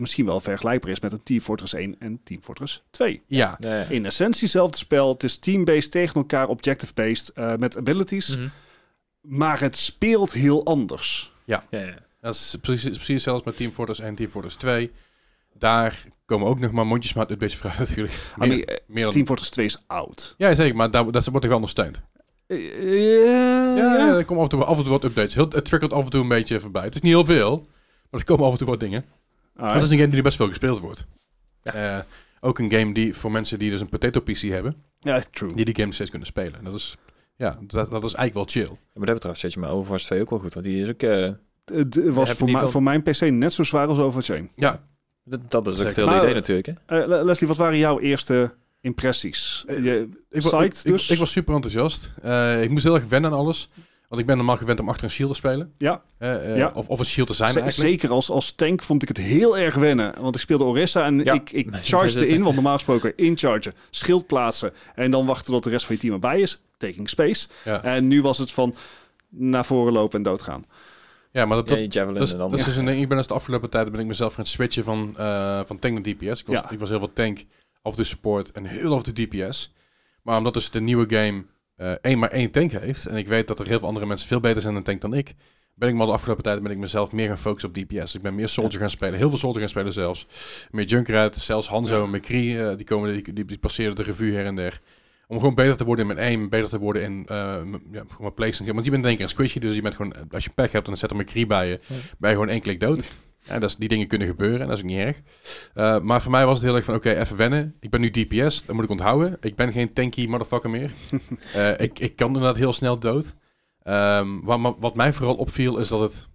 misschien wel vergelijkbaar is met een Team Fortress 1 en Team Fortress 2. ja. Ja, ja. In essentie hetzelfde spel. Het is team-based tegen elkaar, objective-based eh, met abilities. Mm. Mhm. Maar het speelt heel anders. Ja, ja. Dat is precies, precies zelfs met Team Fortress 1 Team Fortress 2. Daar komen ook nog maar mondjesmaat een beetje vooruit [LAUGHS] natuurlijk. I mean, Meer, eh, meer dan... Team Fortress 2 is oud. Ja, zeker, maar daar, dat wordt nog wel ondersteund. Eh, Ja, ja, er komen af en toe, af en toe wat updates. Heel, het trickelt af en toe een beetje voorbij. Het is niet heel veel, maar er komen af en toe wat dingen. Alright. Dat is een game die best veel gespeeld wordt. Ja. Eh, ook een game die voor mensen die dus een potato PC hebben, Ja, true. die die game nog steeds kunnen spelen. En dat is, ja, dat, dat is eigenlijk wel chill. Ja, Maar dat betreft zet je mijn Overwatch 2 ook wel goed. Want die is ook... eh, Het Heb was je voor, niet mij- veel- voor mijn PC net zo zwaar als Overwatch 1. Ja, dat, dat is ook het Zeker. hele Maar- idee natuurlijk, hè. Eh, Le- Leslie, wat waren jouw eerste impressies? Eh, Je- ik, wa- Psyched ik, ik- dus? ik was super enthousiast. Eh, ik moest heel erg wennen aan alles. Want ik ben normaal gewend om achter een shield te spelen. Ja. Eh, eh, Ja. Of, of een shield te zijn ze- eigenlijk. zeker als, als tank vond ik het heel erg wennen. Want ik speelde Orisa en Ja. ik, ik Nee, dat chargede is- in. Want normaal gesproken inchargen, schild plaatsen. En dan wachten tot de rest van je team erbij is. Taking space. Ja. En nu was het van naar voren lopen en doodgaan. Ja, maar dat, dat, ja, je javelin dat is, en dan... dat is dus een ding. Ik ben dus de afgelopen tijd ben ik mezelf gaan switchen van, eh, van tank naar DPS. Ik was, Ja. ik was heel veel tank, af en toe support en heel af en toe DPS. Maar omdat dus de nieuwe game eh, één maar één tank heeft... en ik weet dat er heel veel andere mensen veel beter zijn in tank dan ik... ben ik me al de afgelopen tijd ben ik mezelf meer gaan focussen op DPS. Ik ben meer soldier gaan spelen, heel veel soldier gaan spelen zelfs. Meer Junkrat, zelfs Hanzo en McCree, eh, die, komen, die, die, die passeren de revue her en der. Om gewoon beter te worden in mijn aim, beter te worden in eh, m- ja, gewoon mijn placing. Want je bent in één keer een squishy, dus je bent gewoon, als je pech hebt, dan zet er McCree bij je. Ja. Ben je gewoon één klik dood. Ja, dat is, die dingen kunnen gebeuren en dat is ook niet erg. Eh, maar voor mij was het heel erg van, oké, even wennen. Ik ben nu DPS, dat moet ik onthouden. Ik ben geen tanky motherfucker meer. Eh, ik, ik kan inderdaad heel snel dood. Ehm, wat, me- wat mij vooral opviel is dat het...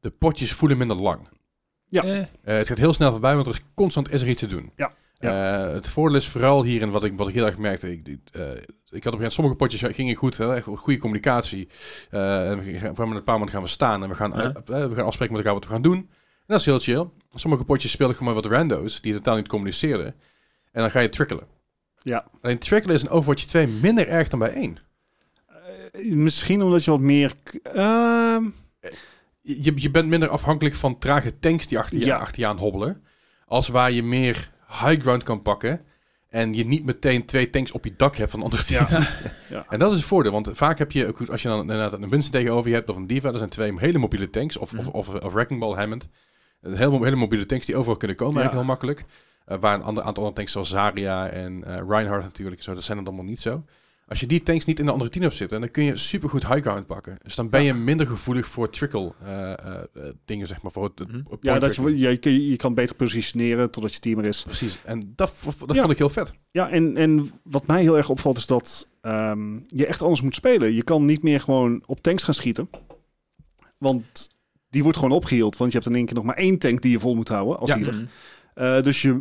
De potjes voelen minder lang. ja. Eh, Eh, het gaat heel snel voorbij, want er is constant is er iets te doen. Ja, Eh, het voordeel is vooral hierin wat ik, wat ik heel erg merkte. Ik, ik, eh, ik had op een gegeven moment sommige potjes gingen goed, hè, echt goede communicatie. Eh, en we gaan, voor een paar maanden gaan we staan en we gaan, Ja. eh, we gaan afspreken met elkaar wat we gaan doen. En dat is heel chill. Sommige potjes speel ik gewoon met wat rando's die totaal niet communiceerden. En dan ga je trickelen. Ja. Alleen trickle is in Overwatch 2 minder erg dan bij 1. Eh, Misschien omdat je wat meer... k- ehm, Je, je bent minder afhankelijk van trage tanks die achter je, Ja. achter je aan hobbelen. Als waar je meer high ground kan pakken. En je niet meteen twee tanks op je dak hebt van andere teams. [LAUGHS] Ja. En dat is het voordeel. Want vaak heb je, ook goed, als je dan inderdaad een Winston tegenover je hebt of een Diva, dat zijn twee hele mobiele tanks. Of, of, Mhm. of, of Wrecking Ball Hammond. Een Hele, hele mobiele tanks die overal kunnen komen, Ja. eigenlijk heel makkelijk. Eh, waar een ander, aantal andere tanks zoals Zarya en eh, Reinhardt natuurlijk, en zo, dat zijn het allemaal niet zo. Als je die tanks niet in de andere team hebt zitten, dan kun je supergoed high ground pakken. Dus dan ben je minder gevoelig voor trickle eh, eh, eh, dingen, zeg maar. Voor het, het Mhm. point ja, dat trickle. je, je, je- je kan beter positioneren totdat je team er is. Precies. En dat, v- dat Ja. vond ik heel vet. Ja, en, en wat mij heel erg opvalt is dat ehm, je echt anders moet spelen. Je kan niet meer gewoon op tanks gaan schieten. Want die wordt gewoon opgeheeld. Want je hebt in één keer nog maar één tank die je vol moet houden als Ja. healer. Mhm. Eh, dus je,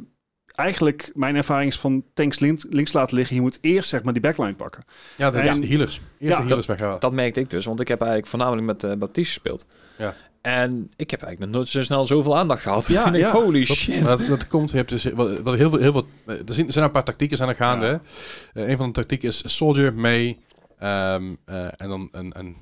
eigenlijk, mijn ervaring is van tanks lin- links laten liggen. Je moet eerst zeg maar die backline pakken. Ja, de, En- de healers. Eerst Ja, de healers weghalen. Dat merkte ik dus, want ik heb eigenlijk voornamelijk met eh Baptiste gespeeld. Ja. En ik heb eigenlijk nog nooit zo snel zoveel aandacht gehad. [LAUGHS] Ja, Ik denk, ja. Holy Dat, shit. maar dat, dat komt, je hebt dus wat, wat heel veel, heel veel, er zijn- er zijn een paar tactieken aan de gaande. Ja. hè. Eh, een van de tactieken is Soldier, May ehm, eh, en dan een, een,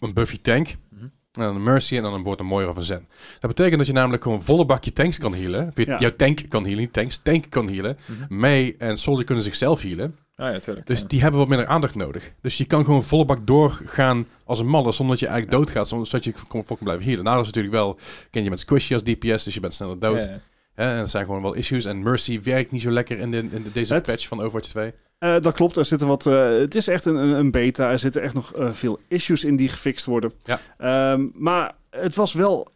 een Buffy tank. Mhm. En dan een Mercy en dan een boord een Moira of een Zen. Dat betekent dat je namelijk gewoon volle bakje tanks kan healen. Of je- Ja. Jouw tank kan healen, niet tanks, tank kan healen. Mhm. May en Soldier kunnen zichzelf healen. Ah ja, tuurlijk. Dus Ja. die hebben wat minder aandacht nodig. Dus je kan gewoon volle bak doorgaan als een malle, zonder dat je eigenlijk doodgaat, zonder zodat je kon fucking blijven healen. Nou, dat is natuurlijk wel, ken je met Squishy als DPS, dus je bent sneller dood. Ja, ja. Hè, en dat zijn gewoon wel issues. En Mercy werkt niet zo lekker in, de, in de- deze Het- patch van Overwatch 2. Eh, dat klopt, er zitten wat. eh, het is echt een, een een beta. Er zitten echt nog eh, veel issues in die gefixt worden. Ja. Ehm, maar het was wel,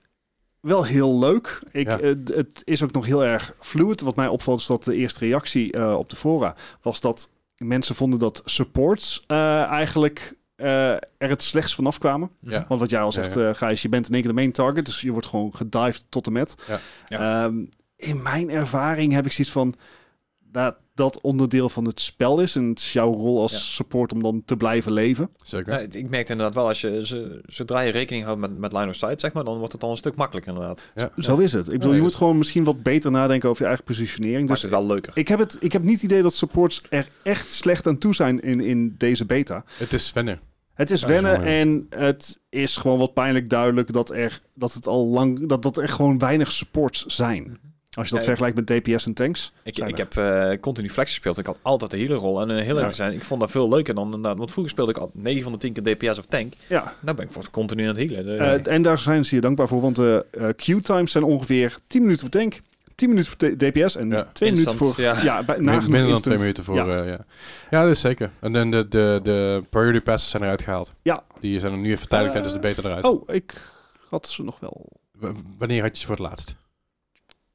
wel heel leuk. Ik, Ja. eh, d- het is ook nog heel erg fluid. Wat mij opvalt is dat de eerste reactie eh, op de fora was dat mensen vonden dat supports eh, eigenlijk eh, er het slechtst vanaf kwamen. Mhm. Ja. Want wat jij al Ja, zegt, ja. eh, Gijs, je bent in één keer de main target. Dus je wordt gewoon gedived tot en met. Ja. Ehm, in mijn ervaring heb ik zoiets van... Dat, dat onderdeel van het spel is. En het is jouw rol als Ja. support om dan te blijven leven. Zeker. Ja, ik ik merkte inderdaad wel, als je, ze, zodra je rekening houdt met, met line of sight, zeg maar, dan wordt het al een stuk makkelijker inderdaad. Maakt Zo is het. Ik bedoel, Ja, je dus- moet gewoon misschien wat beter nadenken over je eigen positionering. Dus het wel leuker. ik heb, het, ik heb niet het idee dat supports er echt slecht aan toe zijn in, in deze beta. Het is wennen. Het is Ja, wennen zo, ja. en het is gewoon wat pijnlijk duidelijk dat er, dat het al lang, dat, dat er gewoon weinig supports Mhm. zijn. Als je dat Ja, vergelijkt met DPS en tanks. Ik, Zijn ik er. heb eh, continu flex gespeeld. Ik had altijd de healerrol. En een heel Ja. erg te zijn, ik vond dat veel leuker dan inderdaad. Want vroeger speelde ik al 9 van de 10 keer DPS of tank. Ja, Nou ben ik voor continu aan het healen. Dus- Eh, en daar zijn ze je dankbaar voor, want de eh Q-times zijn ongeveer 10 minuten voor tank, 10 minuten voor D- DPS en Ja. 2 minuten Instant, voor... ja. bij, Min- nagenoeg minder dan instant. twee minuten voor. Ja. Ja, ja. ja dat is zeker. En dan de, de, de priority passes zijn eruit gehaald. Ja. Die zijn er nu even tijdelijk Eh, tijdens de beta eruit. Oh, ik had ze nog wel W- wanneer had je ze voor het laatst?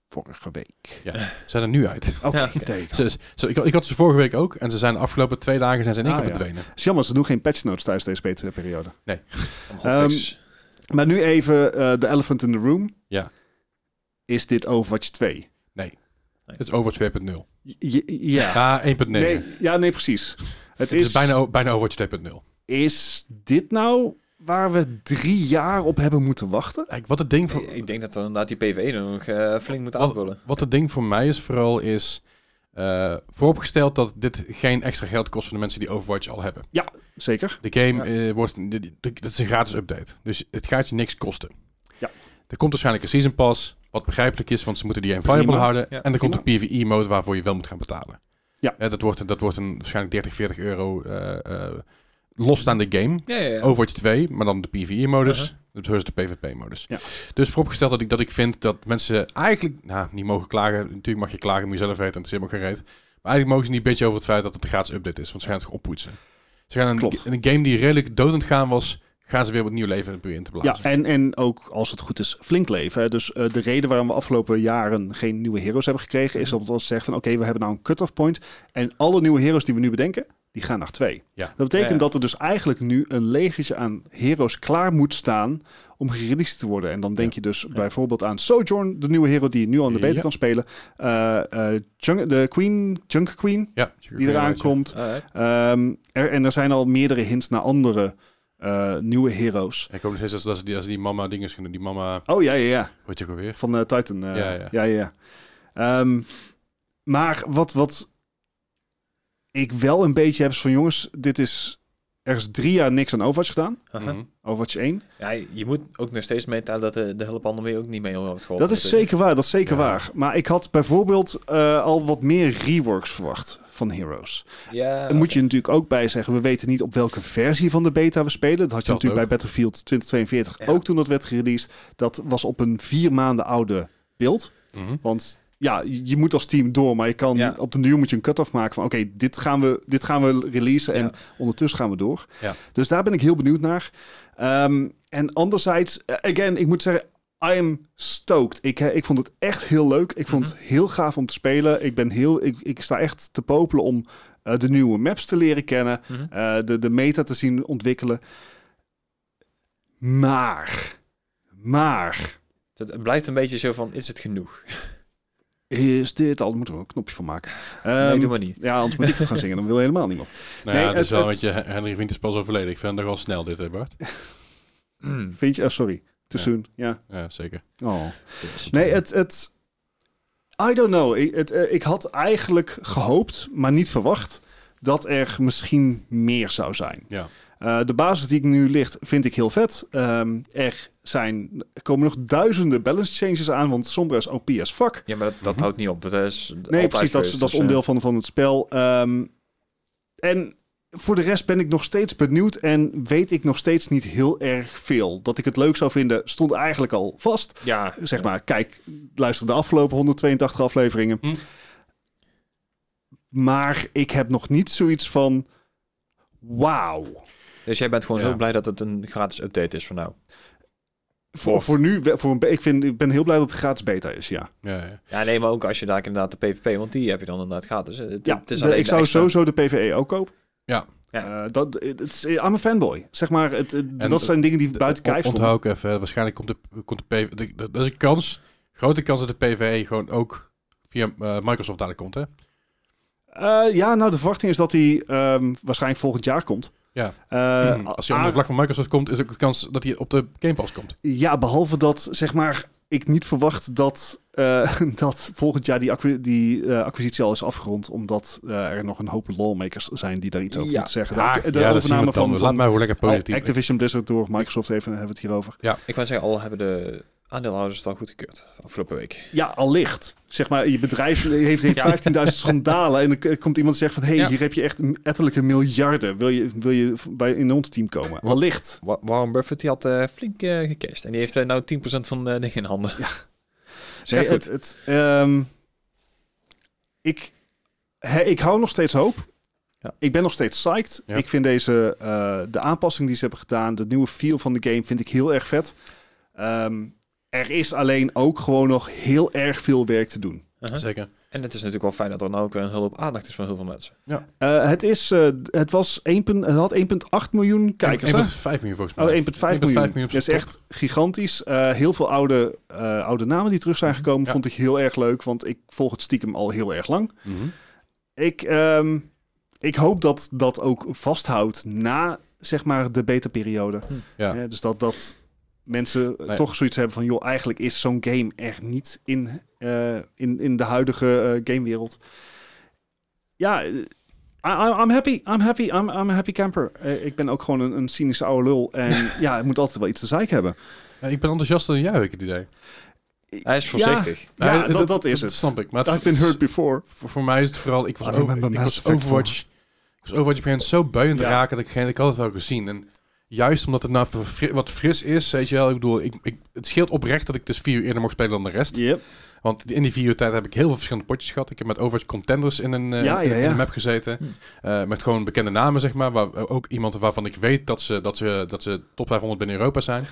vorige week. Ja. Zijn er nu uit. Oké, Ja, oké. teken. Ze, ze- ze- ik, ik had ze vorige week ook. En ze zijn de afgelopen twee dagen zijn ze in één Ah, keer ja. verdwenen. Het is jammer, ze doen geen patch notes tijdens deze beta-periode. Om hotfixes. ehm, Maar nu even eh, de elephant in the room. Ja. Is dit Overwatch 2? Het is over 2.0. J- j- ja. Ja, 1.9. nee, ja, nee, precies. Het, Het is bijna, o- bijna Overwatch 2.0. is dit nou waar we drie jaar op hebben moeten wachten? Kijk, wat het ding voor, Ik, ik denk dat er inderdaad die PvE nog eh, flink Oh. moet aanvullen. Wat het ding voor mij is vooral is... eh, vooropgesteld dat dit geen extra geld kost voor de mensen die Overwatch al hebben. Zeker. De game Ja. eh, wordt... de- de- de- Dat is een gratis update. Dus het gaat je niks kosten. Ja. Er komt waarschijnlijk een Season Pass. Wat begrijpelijk is, want ze moeten die game viable Prima. houden. Ja. en er komt een PvE-mode waarvoor je wel moet gaan betalen. Ja. Eh, dat, wordt, dat wordt een waarschijnlijk 30, 40 euro eh eh losstaande game. Ja, ja, ja. Oh. Overwatch 2, maar dan de PvE-modus. Dus de PvP-modus. Uh-huh. Ja. Dus vooropgesteld dat ik, dat ik vind dat mensen eigenlijk... Nou, niet mogen klagen. Natuurlijk mag je klagen, moet je zelf weten. En het is helemaal gereed. Maar eigenlijk mogen ze niet bitchen over het feit dat het een gratis update is. Want ze gaan het oppoetsen. Ze gaan een, Klopt. een game die redelijk dood aan het gaan was... gaan ze weer wat nieuw leven in het proberen E in te Ja, blazen. en, en ook als het goed is, flink leven. hè. Dus eh, de reden waarom we afgelopen jaren geen nieuwe heroes hebben gekregen, Mhm. is omdat we zeggen van oké, we hebben nou een cut-off point. En alle nieuwe heroes die we nu bedenken, die gaan naar twee. Ja. Dat betekent Ja, ja. dat er dus eigenlijk nu een legertje aan heroes klaar moet staan om gereleased te worden. En dan denk Ja. je dus bijvoorbeeld aan Sojourn, de nieuwe hero die je nu al in de beta Ja. kan spelen. Eh, eh, Junk- de Queen, Junk Queen, Ja, die eraan komt. Alright. Ehm, er, en er zijn al meerdere hints naar andere eh, nieuwe heroes. Ik hoop nog steeds dat ze, dat ze die, als ze die mama dinges kunnen. Die mama, Oh ja, ja, ja. weet je ook alweer. Van eh, Titan. eh, Ja, ja. ja. ja, ja. Ehm, maar wat, wat ik wel een beetje heb van jongens, dit is ergens drie jaar niks aan Overwatch gedaan. Aha. Mhm. Overwatch 1. Ja, je moet ook nog steeds meetellen dat de, de hulphandel ook niet mee op geholpen. Dus Dat is natuurlijk. zeker waar, dat is zeker Ja. waar. Maar ik had bijvoorbeeld eh, al wat meer reworks verwacht van Heroes. Ja, Daar moet je natuurlijk ook bij zeggen, we weten niet op welke versie van de beta we spelen. Dat had je Dat natuurlijk ook. bij Battlefield 2042 Ja. ook toen dat werd gereleased. Dat was op een vier maanden oude beeld. Mhm. Want ja, je moet als team door, maar je kan Ja. op de duur moet je een cut-off maken van oké, dit gaan we dit gaan we releasen en Ja. ondertussen gaan we door. Ja. Dus daar ben ik heel benieuwd naar. Ehm, en anderzijds, eh, again, ik moet zeggen, I am stoked. Ik, eh, ik vond het echt heel leuk. Ik vond Mhm. het heel gaaf om te spelen. Ik ben heel, ik, ik sta echt te popelen om eh, de nieuwe maps te leren kennen, Mhm. eh, de, de meta te zien ontwikkelen. Maar, maar, Het het blijft een beetje zo van, is het genoeg? is dit al? Daar moeten we een knopje van maken. nee, Ehm, doen we niet. ja, anders moet ik het gaan zingen. Dan wil helemaal niemand. Nou Nee, ja, het is het- wel een beetje... Henry Vriend is pas overleden. Ik vind het nogal snel dit, hè Bart? Mm. Vind je? Oh, sorry. Te Ja. soon. Ja. Ja, zeker. Oh. Nee, het... het I don't know. Ik, het, eh, ik had eigenlijk gehoopt, maar niet verwacht... dat er misschien meer zou zijn. Ja. Eh, de basis die ik nu ligt, vind ik heel vet. Ehm, er, zijn, er komen nog duizenden balance changes aan... want Sombra is OP as fuck. Ja, maar dat, dat Mhm. houdt niet op. Dat is Nee, altijd precies. Dat, is- geweest, dat is dus, eh, onderdeel van, van het spel. Ehm, en voor de rest ben ik nog steeds benieuwd en weet ik nog steeds niet heel erg veel. Dat ik het leuk zou vinden stond eigenlijk al vast. Ja, Zeg maar, kijk, luister de afgelopen 182 afleveringen. Hm. Maar ik heb nog niet zoiets van... Wauw. Dus jij bent gewoon Ja. heel blij dat het een gratis update is voor nou. Voor, voor nu, voor een, be- ik, vind, ik ben heel blij dat het gratis beta is, ja. Ja, ja. Ja, nee, maar ook als je daar inderdaad de PvP, want die heb je dan inderdaad gratis. Eh, Het, ja het is de- alleen ik de zou extra- sowieso de PvE ook kopen. Ja. Ja. Eh, dat, het is, I'm a fanboy. Zeg maar, het, het- En dat zijn dingen die buiten On- kijf stonden. Onthoud ik even. hè. Waarschijnlijk komt de, komt de PV... de- de- Dat is een kans. Grote kans dat de PVE gewoon ook via eh, Microsoft dadelijk komt, hè? Eh, ja, nou, de verwachting is dat hij ehm, waarschijnlijk volgend jaar komt. Ja. Eh, Hm. Als hij onder de a- vlag van Microsoft komt, is ook de kans dat hij op de Game Pass komt. Ja, behalve dat, zeg maar, ik niet verwacht dat, eh, [LAUGHS] dat volgend jaar die, acqui- die eh, acquisitie al is afgerond. Omdat eh, er nog een hoop lolmakers zijn die daar iets over Ja. moeten zeggen. Ah, de de ja, dat zien we overname dan van, weer. Laat van mij gewoon lekker positief. Activision Blizzard door Microsoft, even hebben we het hierover. Ik wou zeggen, al hebben de aandeelhouders het al goedgekeurd afgelopen week. Ja, allicht. Zeg maar, je bedrijf heeft, heeft Ja. 15.000 [LAUGHS] schandalen. En dan k- komt iemand zeggen van, hé, hey, Ja. hier heb je echt etterlijke miljarden. Wil je, wil je v- bij, in ons team komen? Allicht. Wa- Warren Buffett die had eh, flink eh gecashed. En die heeft eh, nou 10% van eh dingen in handen. Ja. Nee, goed. het, het, ehm, ik, hè, ik hou nog steeds hoop. Ja. Ik ben nog steeds psyched. Ja. Ik vind deze, eh, de aanpassing die ze hebben gedaan, de nieuwe feel van de game, vind ik heel erg vet. Ehm, er is alleen ook gewoon nog heel erg veel werk te doen. [LAUGHS] Uh-huh. Zeker. En het is natuurlijk wel fijn dat er nou ook een hulp aandacht is van heel veel mensen. Eh, het, is, eh, het, was 1, punt- het had 1,8 miljoen kijkers. hè? 1,5 miljoen volgens mij. Oh, 1,5 miljoen. miljoen op Dat is zijn echt gigantisch. Eh, heel veel oude, eh, oude namen die terug zijn gekomen, Mhm. Ja. vond ik heel erg leuk. Want ik volg het stiekem al heel erg lang. Mhm. Ik, ehm, ik hoop dat dat ook vasthoudt na zeg maar, de beta-periode. Hm. Ja. Hè, dus dat, dat mensen Nee. toch zoiets hebben van... joh, eigenlijk is zo'n game er niet in, eh, in, in de huidige eh, gamewereld. Ja, eh, I, I- I'm happy. I'm happy. I'm, I'm a happy camper. Eh, ik ben ook gewoon een, een cynische oude lul. En [LAUGHS] ja, het moet altijd wel iets te zeiken hebben. Ja, ik ben enthousiaster dan jij, heb ik het idee. Hij is Ja. voorzichtig. Ja, Nee, dat- dat is het. snap ik. Maar het, I've been hurt before. Voor, voor mij is het vooral... Ik was, I over- remember ik Mass was Effect Overwatch... Ik was Overwatch op een gegeven moment zo buiend Ja. raken... dat ik, geen, ik had het wel gezien. En juist omdat het nou fri- wat fris is, weet je wel... Ik bedoel, ik, ik, het scheelt oprecht dat ik dus vier uur eerder mocht spelen dan de rest. Yep. Want in die vier uur tijd heb ik heel veel verschillende potjes gehad. Ik heb met Overwatch Contenders in een, eh, Ja, in- ja, in ja. Hm. een map gezeten. Eh, met gewoon bekende namen, zeg maar. Waar, ook iemand waarvan ik weet dat ze, dat ze, dat ze top 500 binnen Europa [LAUGHS] zijn.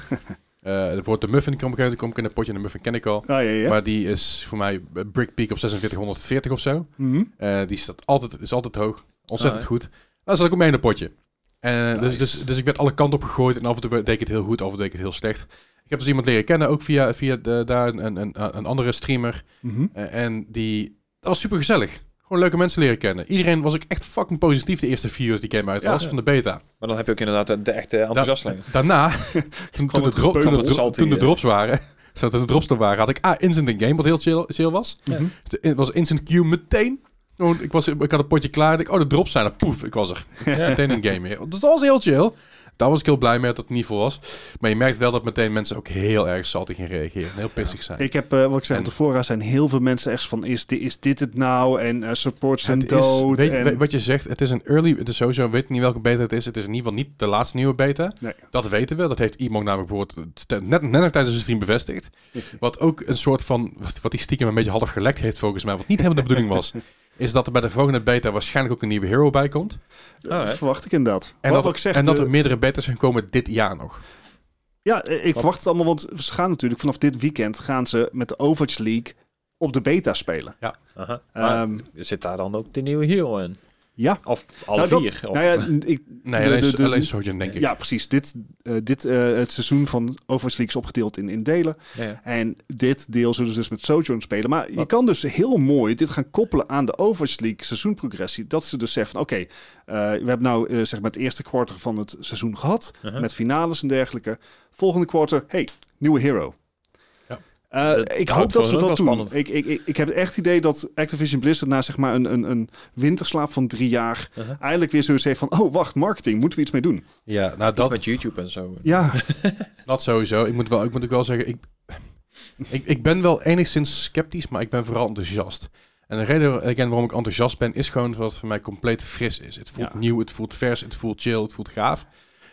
Eh bijvoorbeeld de Muffin kom ik, uit- kom ik in een potje. En de Muffin ken ik al. Ah, ja, ja. Maar die is voor mij eh, Brick Peak op 4640 of zo. Mhm. Eh, die staat altijd, is altijd hoog. Ontzettend Ah, goed. Daar zat ik ook mee in een potje. Eh, dus, Nice. dus, dus ik werd alle kanten op gegooid. En af en toe deed ik het heel goed, af en toe deed ik het heel slecht. Ik heb dus iemand leren kennen, ook via, via de- daar een, een, een andere streamer. Mhm. Eh, en die... Dat was super gezellig. Gewoon leuke mensen leren kennen. Iedereen was ook echt fucking positief de eerste vier uur dat die game uit Ja. was van de beta. Maar dan heb je ook inderdaad eh, de, de echte enthousiasteling. [LAUGHS] Daarna, toen, toen, de, het drop- toen, gepeunel. de dro- Salty, toen de eh. drops waren... [LAUGHS] ah, Toen de drops er waren, had ik A, Instant in Game, wat heel chill, chill was. Ja. Dus de- Het was Instant Q meteen. Oh, ik, was, ik had een potje klaar. Ik Dacht, oh, de drops zijn er. Poef, ik was er. [LAUGHS] Meteen een game weer. Dus dat was heel chill. Daar was ik heel blij mee dat het niet vol was. Maar je merkt wel dat meteen mensen ook heel erg saltig in reageren. en Heel pissig zijn. Ik heb, eh, wat ik zei, En- op de fora zijn heel veel mensen echt van, is, di- is dit het nou? En eh, supports zijn Het is- dood. weet je- en- weet- wat je zegt, het is een early... Het is sowieso, weet niet welke beta het is. Het is in ieder geval niet de laatste nieuwe beta. Nee. Dat weten we. Dat heeft iemand namelijk bijvoorbeeld t- net, net nog tijdens de stream [LAUGHS] bevestigd. Wat ook een soort van... Wat, wat die stiekem een beetje half gelekt heeft volgens mij. Wat niet helemaal de bedoeling [LAUGHS] was. Is dat er bij de volgende beta waarschijnlijk ook een nieuwe hero bij komt. Oh, dat hè. verwacht ik inderdaad. En, wat dat, ik zeg, en dat de- er meerdere betas gaan komen dit jaar nog. Ja, eh, ik verwacht het allemaal, want ze gaan natuurlijk vanaf dit weekend gaan ze met de Overwatch League op de beta spelen. Aha. Uh-huh. Maar Ehm, zit daar dan ook de nieuwe hero in? ja. Of alle Nou, dat- vier? of, Nou ja, n- ik, Nee, de- alleen, de- de- alleen Sojourn, denk ik. ja, precies. Dit, eh, dit, eh, het seizoen van Overwatch League is opgedeeld in, in delen. Ja, ja. En dit deel zullen ze dus met Sojourn spelen. Maar je Wat? kan dus heel mooi dit gaan koppelen aan de Overwatch League seizoenprogressie. Dat ze dus zeggen van oké, eh, we hebben nou eh, zeg maar het eerste kwartier van het seizoen gehad. Aha. Met finales en dergelijke. Volgende kwartier, hey, nieuwe hero. Ja. Eh, Dat ik hoop houdt dat voor ze hun wel dat doen. spannend. Ik, ik, ik, ik heb echt het idee dat Activision Blizzard na zeg maar een, een, een winterslaap van drie jaar... Aha. eindelijk weer zoiets heeft van... oh, wacht, marketing, moeten we iets mee doen? Ja, nou Dat dat, met YouTube en zo. Ja, [LAUGHS] dat sowieso. Ik moet, wel, ik moet ook wel zeggen, ik, ik, ik ben wel enigszins sceptisch, maar ik ben vooral enthousiast. En de reden again, waarom ik enthousiast ben, is gewoon dat het voor mij compleet fris is. Het voelt Ja. nieuw, het voelt vers, het voelt chill, het voelt gaaf.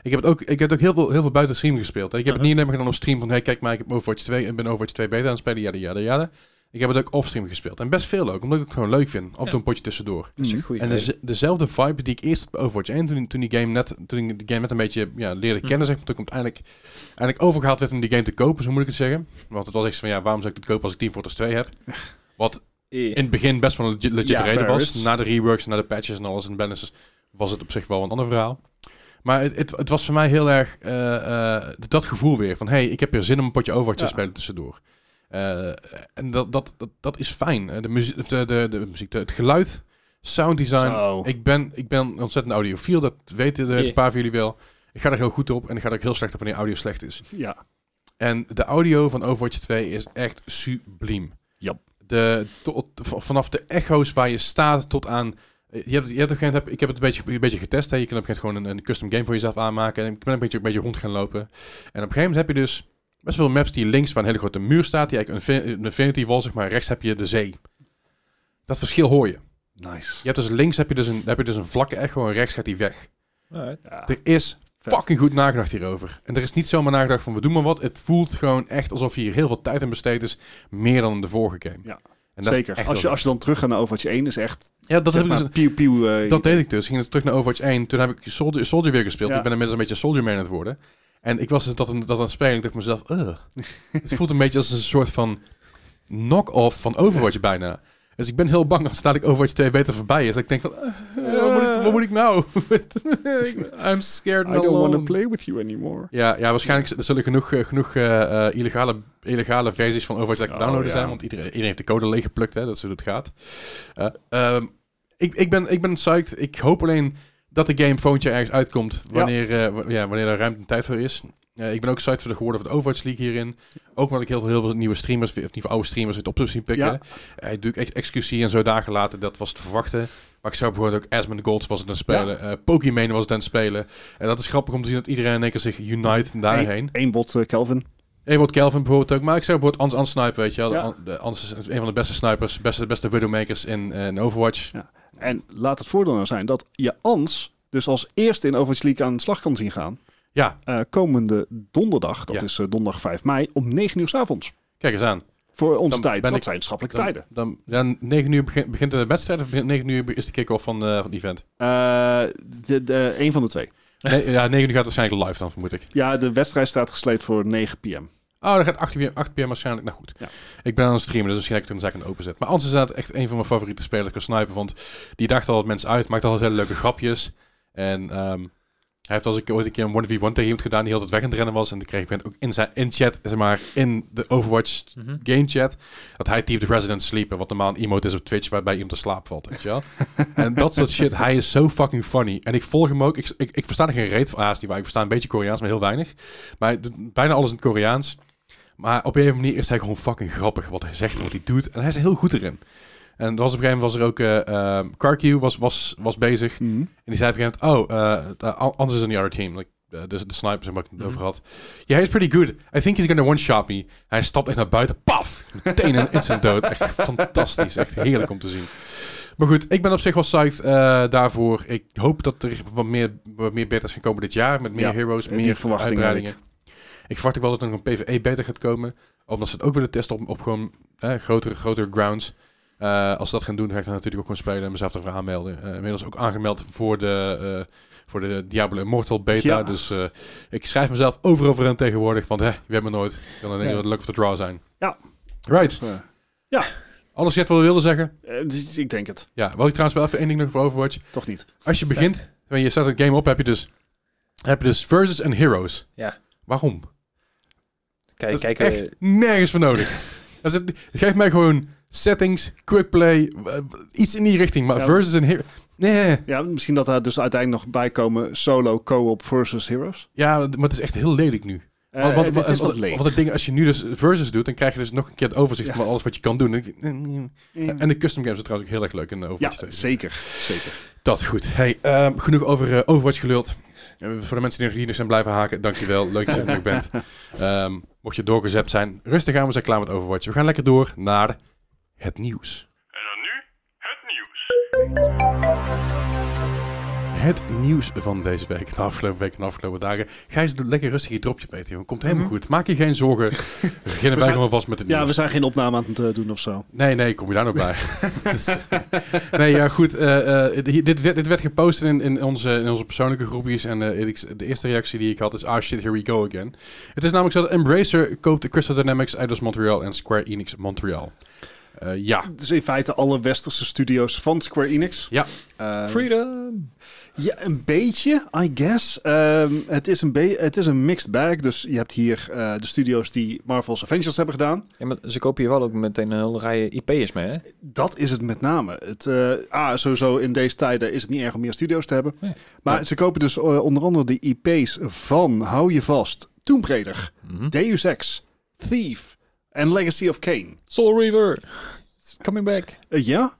Ik heb het ook, ik heb het ook heel, veel, heel veel buiten stream gespeeld. hè. Ik heb het niet alleen maar gedaan op stream van... hey, kijk maar, ik heb Overwatch 2 en ben Overwatch 2 beta aan het spelen, jada, jada, jada. Ik heb het ook off-stream gespeeld. En best veel ook, omdat ik het gewoon leuk vind. Af en toe een potje tussendoor. Dat is een Mhm. goede Mm. En dus- de, dezelfde vibe die ik eerst had bij Overwatch 1, toen, toen, die game net, toen ik de game net een beetje ja, Hm. leerde kennen, zeg maar, toen ik hem uiteindelijk, uiteindelijk overgehaald werd om die game te kopen, zo moet ik het zeggen. Want het was echt zo van, ja, waarom zou ik het kopen als ik Team Fortress 2 heb? Wat in het begin best wel een legit, legit Eh. Ja, reden fair was. is. Na de reworks, na de patches en alles en balances, was het op zich wel een ander verhaal. Maar het, het, het was voor mij heel erg eh, eh, dat gevoel weer. Van, hey, ik heb hier zin om een potje Overwatch Ja. te spelen tussendoor. Eh, en dat, dat, dat, dat is fijn. Eh, De muziek, of de, de, de muziek de- het geluid, sound design. Zo. Ik ben, ik ben ontzettend audiofiel, dat weten de, Yeah. een paar van jullie wel. Ik ga er heel goed op en ik ga er ook heel slecht op wanneer audio slecht is. ja. En de audio van Overwatch 2 is echt subliem. Yep. De, tot, v- vanaf de echo's waar je staat tot aan... eh, Je hebt, je hebt op een gegeven moment, heb- ik heb het een beetje, een beetje getest. Hè. Je kan op een gegeven moment gewoon een, een custom game voor jezelf aanmaken. En ik ben een beetje, een beetje rond gaan lopen. En op een gegeven moment heb je dus best veel maps die links waar een hele grote muur staat. Die eigenlijk een infin- een infinity wall, zeg maar. Rechts heb je de zee. Dat verschil hoor je. Nice. Je hebt dus links heb je dus een, heb je dus een vlakke echo en rechts gaat die weg. Alright. Ja. Er is Vet. fucking goed nagedacht hierover. En er is niet zomaar nagedacht van we doen maar wat. Het voelt gewoon echt alsof hier heel veel tijd aan besteed is. Meer dan in de vorige game. Ja, En dat is Zeker. echt Als je, heel als je dan teruggaat naar Overwatch 1, is echt... vet. ja, dat, zeg heb ik dus, maar, pieuw, pieuw, eh, dat deed ik dus. Ik ging terug naar Overwatch 1. Toen heb ik Soldier, Soldier weer gespeeld. Ja. Ik ben inmiddels een beetje een Soldier Man aan het worden. En ik was dus dat, aan- dat aan het spelen. Ik dacht mezelf, [LAUGHS] "Ugh." het voelt een beetje als een soort van knock-off van Overwatch bijna. Dus ik ben heel bang als dadelijk Overwatch 2 beter voorbij is. Dat ik denk van, "Eh, wat, moet ik, wat moet ik nou? [LAUGHS] I'm scared and I don't alone. want to play with you anymore. Ja, ja waarschijnlijk z- er zullen genoeg, eh, genoeg eh, eh, illegale, illegale versies van Overwatch Lekker Oh, downloaden ja. zijn. Want iedereen, iedereen heeft de code leeggeplukt, hè, dat is hoe het gaat. Eh, ehm, ik, ik, ben, ik ben psyched. Ik hoop alleen dat de game volgend jaar ergens uitkomt. Wanneer, eh, wa- ja, wanneer er ruimte en tijd voor is. Eh, ik ben ook psyched voor de geworden van de Overwatch League hierin. Ook omdat ik heel veel, heel veel nieuwe streamers, weer- of niet oude streamers, het op te zien pikken. Ja. Eh, natuurlijk ex- XQC en zo dagen later, dat was te verwachten. Maar ik zou bijvoorbeeld ook Asmund Golds was het aan het spelen. eh Pokimane was het aan het spelen. En dat is grappig om te zien dat iedereen in één keer zich unite daarheen. Eén bot, eh, Kelvin. Eén wordt Kelvin bijvoorbeeld ook. Maar ik zou bijvoorbeeld Ans Ans snipen, weet je wel. Ja. An- de Ans is een van de beste snipers, beste, beste widowmakers in, eh, in Overwatch. En laat het voordeel nou zijn dat je Ans dus als eerste in Overwatch League aan de slag kan zien gaan. Ja. Eh, komende donderdag, dat Ja. is eh, donderdag 5 mei, om 9 uur s avonds. Kijk eens aan. Voor onze Dan tijd, ben dat ik- zijn schappelijke Dan, tijden. dan, ja, 9 uur begint, begint de wedstrijd of begint 9 uur be- is de kick-off van, eh, van het event? Eh de, de, een van de twee. Nee, ja, 9 uur gaat waarschijnlijk live dan, vermoed ik. Ja, de wedstrijd staat gesleept voor 9 pm. Oh, dan gaat 8 pm, 8 pm waarschijnlijk. Nou goed. Ja. Ik ben aan het streamen, dus misschien heb ik het in de zaak aan openzet. Maar Ans is inderdaad echt een van mijn favoriete spelers qua snipen. Want die dacht altijd mensen uit, maakte altijd hele leuke grapjes. En ehm, hij heeft als ik ooit een keer een 1v1 tegen iemand gedaan die heel het weg aan het rennen was. En die kreeg ik ook in zijn in chat, zeg maar, in de Overwatch Mhm. game chat. Dat hij typt Resident Sleeper, wat normaal een emote is op Twitch waarbij iemand te slaap valt. Weet je wel? en dat soort shit. Hij is zo fucking funny. En ik volg hem ook. Ik, ik, ik versta er geen reet van. Ah, is niet waar. Ik versta een beetje Koreaans, maar heel weinig. Maar hij doet bijna alles in het Koreaans. Maar op een of andere manier is hij gewoon fucking grappig wat hij zegt en wat hij doet. En hij is er heel goed erin. En er was op een gegeven moment was er ook... eh ehm Karkyu was, was, was bezig. Mhm. En die zei op een gegeven moment, oh, uh, uh, anders is on the other team. Like, uh, de, de sniper, zeg maar, Mhm. waar ik het over had. Yeah, he's pretty good. I think he's gonna one-shot me. Hij stapt echt naar buiten. Paf! Meteen een instant dood. Echt fantastisch. Echt heerlijk om te zien. Maar goed, ik ben op zich wel psyched eh, daarvoor. Ik hoop dat er wat meer, wat meer betas gaan komen dit jaar. Met meer Ja, heroes, die meer verwachting uitbreidingen. Ik verwacht ook wel dat er nog een PvE beta gaat komen. Omdat ze het ook willen testen op, op gewoon eh, grotere, grotere grounds. Eh, als ze dat gaan doen, ga ik dan natuurlijk ook gewoon spelen en mezelf ervoor aanmelden. Eh, inmiddels ook aangemeld voor de, eh, voor de Diablo Immortal beta. Ja. Dus eh, ik schrijf mezelf overal voor aan tegenwoordig. Want hè, we hebben nooit. Ik kan alleen Ja. wat luck of the draw zijn. Ja. Right. Dus, eh, Alles zegt wat we wilden zeggen. eh, dus ik denk het. Ja, wil ik trouwens wel even één ding nog voor Overwatch. Toch niet. Als je begint, en je start het game op, heb je dus, heb je dus versus en heroes. Ja. Waarom? Kijk, Dat is kijk, echt eh, nergens voor [LAUGHS] nodig. Dat is het- geef mij gewoon settings, quick play, w- w- iets in die richting. Maar Ja. versus en hero... Nee, Ja, misschien dat daar dus uiteindelijk nog bij komen solo co-op versus heroes. ja, maar het is echt heel lelijk nu. Eh, want, want, het, want- het is want- wat leeg. want het ding, als je nu dus versus doet, dan krijg je dus nog een keer het overzicht Ja. van alles wat je kan doen. En de custom games zijn trouwens ook heel erg leuk in de ja, Overwatch 2. zeker. zeker. Dat goed. Hey, ehm, genoeg over eh, Overwatch geluld. Eh, voor de mensen die nog hier nog zijn blijven haken, dankjewel. Leuk dat je er nog bent. Ehm, mocht je doorgezept zijn, rustig aan. We zijn klaar met Overwatch. We gaan lekker door naar het nieuws. En dan nu het nieuws. Het nieuws van deze week en de afgelopen week en de afgelopen dagen. Gijs, doe lekker rustig je dropje, Peter. jongen. Komt helemaal goed. Maak je geen zorgen. We beginnen bij Mhm. zijn- gewoon vast met het Ja, nieuws. we zijn geen opname aan het eh, doen of zo. Nee, nee, kom je daar nog bij? [LAUGHS] Dus, nee, ja, goed. eh, eh, hier- dit, werd, dit werd gepost in, in, onze, in onze persoonlijke groepjes. En eh, ik- de eerste reactie die ik had is... Ah, shit, here we go again. Het is namelijk zo dat Embracer koopt Crystal Dynamics, Eidos Montreal en Square Enix Montreal. Eh, ja, Dus in feite alle westerse studio's van Square Enix. Ja. Eh, freedom. Ja, een beetje, I guess. Ehm, het, is een be- het is een mixed bag. Dus je hebt hier eh, de studio's die Marvel's Avengers hebben gedaan. Ja, maar ze kopen hier wel ook meteen een hele rij IP's mee, hè? Dat is het met name. Het, eh ah, sowieso in deze tijden is het niet erg om meer studio's te hebben. Nee. Maar Ja. ze kopen dus eh, onder andere de IP's van, hou je vast, Tomb Raider, Mhm. Deus Ex, Thief en Legacy of Kane. Soul Reaver, it's coming back. Eh, ja,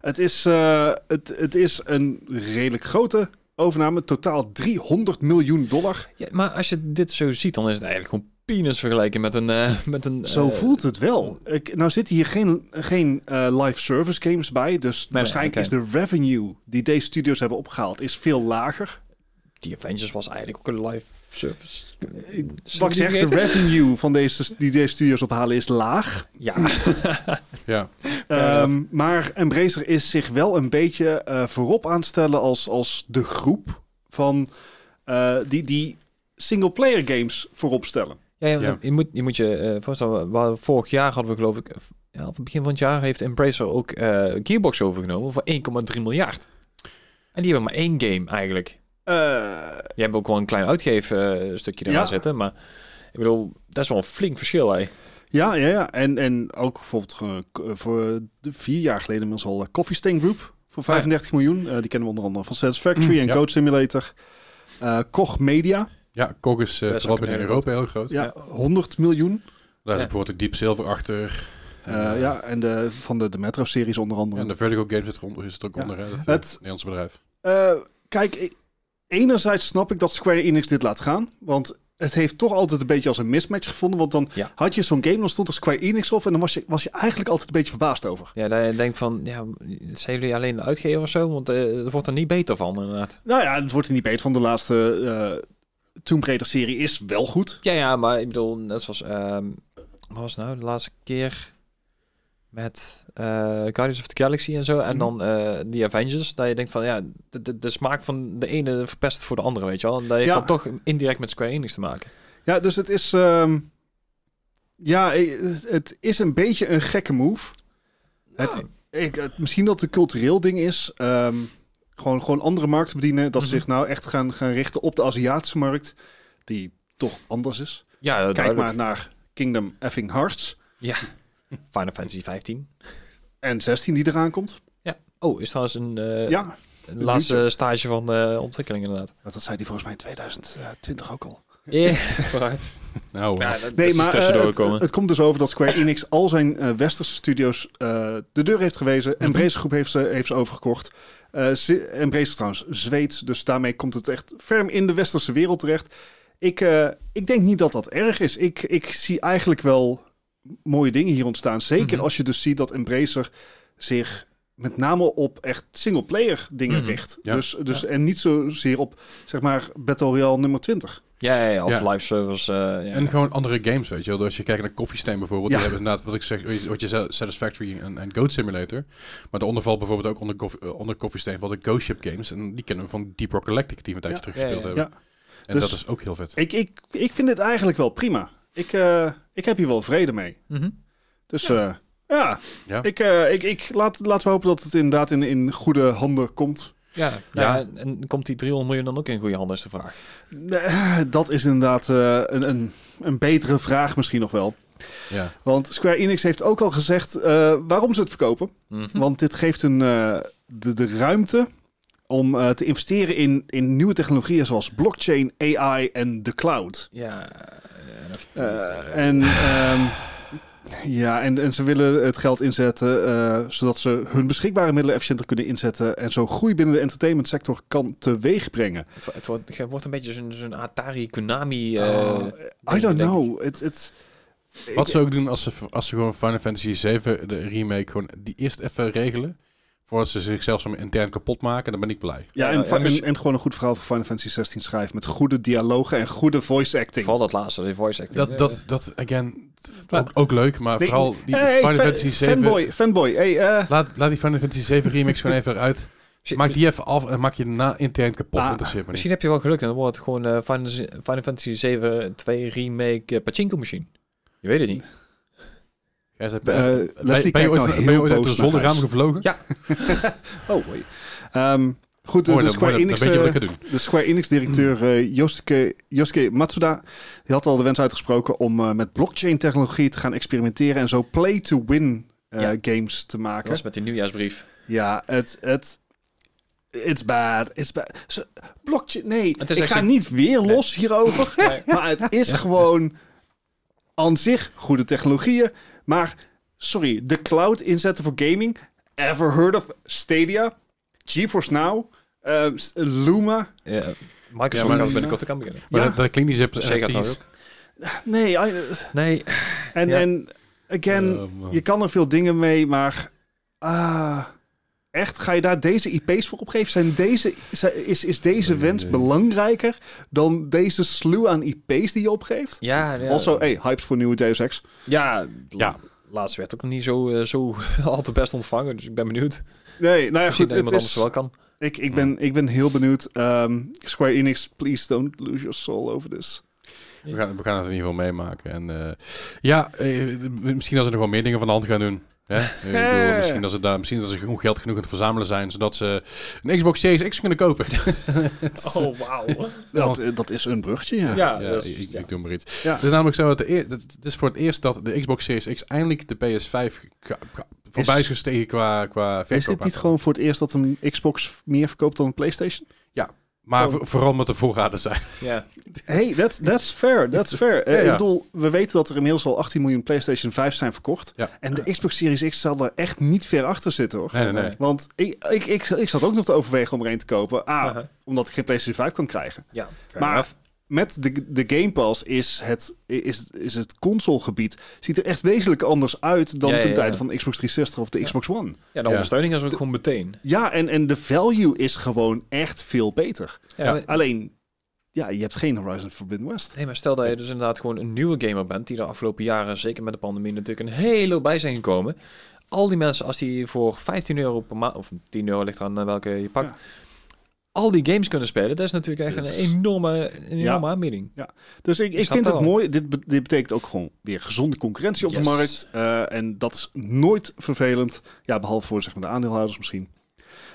het is, eh, het, het is een redelijk grote overname. Totaal 300 miljoen dollar. Ja, maar als je dit zo ziet, dan is het eigenlijk gewoon penis vergelijken met een... eh, met een Zo eh, voelt het wel. Ik, nou zitten hier geen, geen eh, live service games bij. Dus waarschijnlijk oké. is de revenue die deze studios hebben opgehaald is veel lager. Die Avengers was eigenlijk ook een live service. Wat ik zeg, de revenue van deze, die deze studios ophalen is laag. Ja, ja. enough. Ehm, maar Embracer is zich wel een beetje eh, voorop aanstellen als, als de groep van eh, die, die single-player games voorop stellen. ja, ja, Ja. Je, moet, je moet je eh, voorstellen, waar- vorig jaar hadden we geloof ik... eh, Ja, of begin van het jaar heeft Embracer ook eh, Gearbox overgenomen voor 1,3 miljard. En die hebben maar één game eigenlijk. Eh, Je hebt ook wel een klein uitgeef eh, stukje eraan Ja. zitten, maar ik bedoel, dat is wel een flink verschil, hè. ja, ja, ja. En, en ook bijvoorbeeld eh, k- voor de vier jaar geleden inmiddels al eh, Coffee Stain Group voor 35 miljoen. Eh, die kennen we onder andere van Satisfactory en Ah, Mm, ja. Code Simulator. Eh Koch Media, Ja, Kog is eh, Dat is vooral ook een binnen hele Europa heel groot. ja, Ja. 100 miljoen. Daar is Ja. bijvoorbeeld ook Deep Silver achter. Eh, En, eh, ja, en de, van de, de Metro-series onder andere. En de Vertigo Games zit er onder- is het ook Ja. onder. Hè, dat, eh, Het- Nederlandse bedrijf. Eh, kijk, ik- enerzijds snap ik dat Square Enix dit laat gaan. Want het heeft toch altijd een beetje als een mismatch gevonden. Want dan Ja. had je zo'n game, dan stond er Square Enix op. En dan was je, was je eigenlijk altijd een beetje verbaasd over. Ja, daar denk ik van, ja, zijn jullie alleen de uitgever of zo? Want eh het wordt er niet beter van, inderdaad. Nou ja, het wordt er niet beter van. De laatste eh Tomb Raider-serie is wel goed. Ja, ja, maar ik bedoel, net zoals, ehm, wat was het nou de laatste keer met eh, Guardians of the Galaxy en zo, en Mhm. dan eh die Avengers, dat je denkt van, ja, de, de, de smaak van de ene verpest het voor de andere, weet je wel? En dat heeft Ja. dan toch indirect met Square Enix te maken. Ja, dus het is... ehm, ja, eh, het- het is een beetje een gekke move. Het, Nou. ik, het- misschien dat het een cultureel ding is. ehm, gewoon, gewoon andere markten bedienen. Dat ze Mhm. zich nou echt gaan, gaan richten op de Aziatische markt. Die toch anders is. Ja, Kijk duidelijk. maar naar Kingdom Effing Hearts. Final Fantasy 15. En 16 die eraan komt. Oh, is trouwens een eh, ja, Een laatste stage van eh ontwikkeling inderdaad. dat zei hij volgens mij in 2020 ook al. Ja, [LAUGHS] vooruit. Nou, Ja, dat Nee, is maar eh, tussendoor het, komen. het komt dus over dat Square Enix al zijn eh, westerse studios eh, de deur heeft gewezen. Mhm. Embrace Groep heeft ze, heeft ze overgekocht. Eh, ze- Embrace is trouwens Zweeds, dus daarmee komt het echt ferm in de westerse wereld terecht. Ik, eh, ik denk niet dat dat erg is. Ik, ik zie eigenlijk wel mooie dingen hier ontstaan. Zeker Mhm. als je dus ziet dat Embracer zich met name op echt single-player dingen Mhm. richt. Ja. Dus, dus, En niet zozeer op, zeg maar, Battle Royale nummer 20. ja, ja, ja, of Ja. live service. eh, ja. En gewoon andere games, weet je wel. Dus als je kijkt naar Coffee Stain bijvoorbeeld, Ja. die hebben inderdaad, wat ik zeg, wat je zei, Satisfactory en, en Goat Simulator. Maar daaronder valt bijvoorbeeld ook onder, Goff- eh, onder Coffee Stain wel de Ghost Ship games. En die kennen we van Deep Rock Galactic, die we een tijdje Ja. terug gespeeld Ja, ja, ja. hebben. En Dus- dat is ook heel vet. Ik, ik, ik vind dit eigenlijk wel prima. Ik, eh, ik heb hier wel vrede mee. Mhm. Dus ja, ja. Ja. Ik, eh, ik, ik laat, laten we hopen dat het inderdaad in, in goede handen komt. Ja, Ja. ja. en- en komt die 300 miljoen dan ook in goede handen, is de vraag. Eh, Dat is inderdaad eh, een, een, een betere vraag misschien nog wel. Ja. Want Square Enix heeft ook al gezegd eh, waarom ze het verkopen. Mhm. Want dit geeft hun eh, de, de ruimte om eh, te investeren in, in nieuwe technologieën zoals blockchain, AI en de cloud. Ja, eh, NFT's, Eh, eh. en ehm, ja, en, en ze willen het geld inzetten eh, zodat ze hun beschikbare middelen efficiënter kunnen inzetten en zo groei binnen de entertainmentsector kan teweegbrengen. Het, wo- het wordt, het wordt een beetje zo'n zo'n Atari Konami. eh, Eh, I denk- don't denk- know. Het het Wat ik- ze ook doen als ze, als ze gewoon Final Fantasy 7 de remake, gewoon die eerst even regelen. Voordat ze zichzelf zo intern kapot maken, dan ben ik blij. ja, en, Ja, ja, dus- en, en gewoon een goed verhaal van Final Fantasy 16 schrijven met goede dialogen en goede voice acting. Vooral dat laatste, die voice acting. Dat, dat, dat again, t- [LAUGHS] Maar- ook, ook leuk, maar Nee, vooral die Hey, Final fan- Fantasy 7. Fanboy, fanboy. Hey, eh, Laat, laat die Final Fantasy 7 remix gewoon even eruit. Misschien- Maak die even af en maak je daarna intern kapot. Ah, interesseert me niet. Misschien heb je wel geluk en dan wordt het gewoon eh, Final, Final Fantasy 7 2 remake eh, pachinko machine. Je weet het niet. Jij zei- eh, ben- Leslie ben je kijkt ooit- nou ben je heel ooit uit boos een naar zonneraam huis. gevlogen? Ja, Oh, wait. Ehm, goed, Mooi, de dan- mooi, dan- Square Enix... dan weet je wat eh, ik ga doen. De Square Enix-directeur eh Yosuke, Yosuke Matsuda die had al de wens uitgesproken om eh, met blockchain-technologie te gaan experimenteren en zo play-to-win eh, Ja. games te dat maken. was met die nieuwjaarsbrief. Ja, het... het It's bad, it's bad. Zo- Blockchain, nee, Het is ik echt ga een- niet weer los hierover. [LAUGHS] Nee. Maar het is gewoon aan zich goede technologieën. Maar, sorry, de cloud inzetten voor gaming. Ever heard of Stadia? GeForce Now? eh, S- Luma? Ja, Eh, Ja, Microsoft ja, maar- gaat er binnenkort ook aan beginnen. Maar ja. dat, dat klinkt niet zo Sega NFT's. trouwens Nee, I- Nee, en, Ja. Eh, en again, Oh, man. je kan er veel dingen mee, maar ah, echt, ga je daar deze IP's voor opgeven? Zijn deze, zijn- is, is deze Nee, wens nee. belangrijker dan deze slew aan IP's die je opgeeft? ja, ja. Also, hey, hypes voor nieuwe Deus Ex. ja, Ja. ja. Laatst werd ook nog niet zo, eh, zo [LAUGHS] al te best ontvangen, dus ik ben benieuwd. Nee, nou ja, Misschien dat goed, het iemand anders is, wel Mm. kan. ik, ik, ben, ik ben heel benieuwd. Ehm, Square Enix, please don't lose your soul over this. We gaan, we gaan het in ieder geval meemaken. En eh, ja, eh, misschien dat ze nog wel meer dingen van de hand gaan doen. Hè? Ik bedoel, misschien, dat ze daar, misschien dat ze genoeg geld genoeg aan het verzamelen zijn, zodat ze een Xbox Series X kunnen kopen. Oh, wauw. Dat, eh, dat is een bruggetje, ja. [LAUGHS] Oh. Ja, dus- Ja, dat is- ik, ik- ja. ik doe maar iets. Ja. Het is namelijk zo dat de eer- dat- het is voor het eerst dat de Xbox Series X eindelijk de PS5 ge- ge- voorbij is gestegen qua, qua Is dit niet gewoon voor het eerst dat een Xbox meer verkoopt dan een PlayStation? Maar Oh. vo- vooral met de voorraden zijn. ja. Hey, that's, that's fair, [LAUGHS] that's fair. Eh, Ja, ja. Ik bedoel, we weten dat er inmiddels al 18 miljoen PlayStation 5 zijn verkocht. Ja. En de Xbox Series X zal daar echt niet ver achter zitten, hoor. Nee, nee, nee. Want ik, ik, ik, ik zat ook nog te overwegen om er een te kopen. A, Aha. omdat ik geen PlayStation 5 kan krijgen. ja. Maar met de, de Game Pass is het, is, is het consolegebied... ziet er echt wezenlijk anders uit dan Ja, ja, ten ja. tijde van de Xbox 360 of de Xbox One. ja, de Ja. ondersteuning is ook gewoon meteen. Ja, en, en de value is gewoon echt veel beter. Ja. Ja, maar- Alleen, ja, je hebt geen Horizon Forbidden West. Nee, maar stel dat je dus inderdaad gewoon een nieuwe gamer bent, die de afgelopen jaren, zeker met de pandemie, natuurlijk een hele hoop bij zijn gekomen. Al die mensen, als die voor 15 euro per maand, of 10 euro ligt eraan eh, welke je pakt, Ja. al die games kunnen spelen, dat is natuurlijk echt Dus- een enorme, een enorme aanbieding. Dus ik, ik snap vind dat het wel. mooi. Dit, be- dit betekent ook gewoon weer gezonde concurrentie op Yes. de markt. Eh, en dat is nooit vervelend. Ja, behalve voor zeg maar, de aandeelhouders misschien.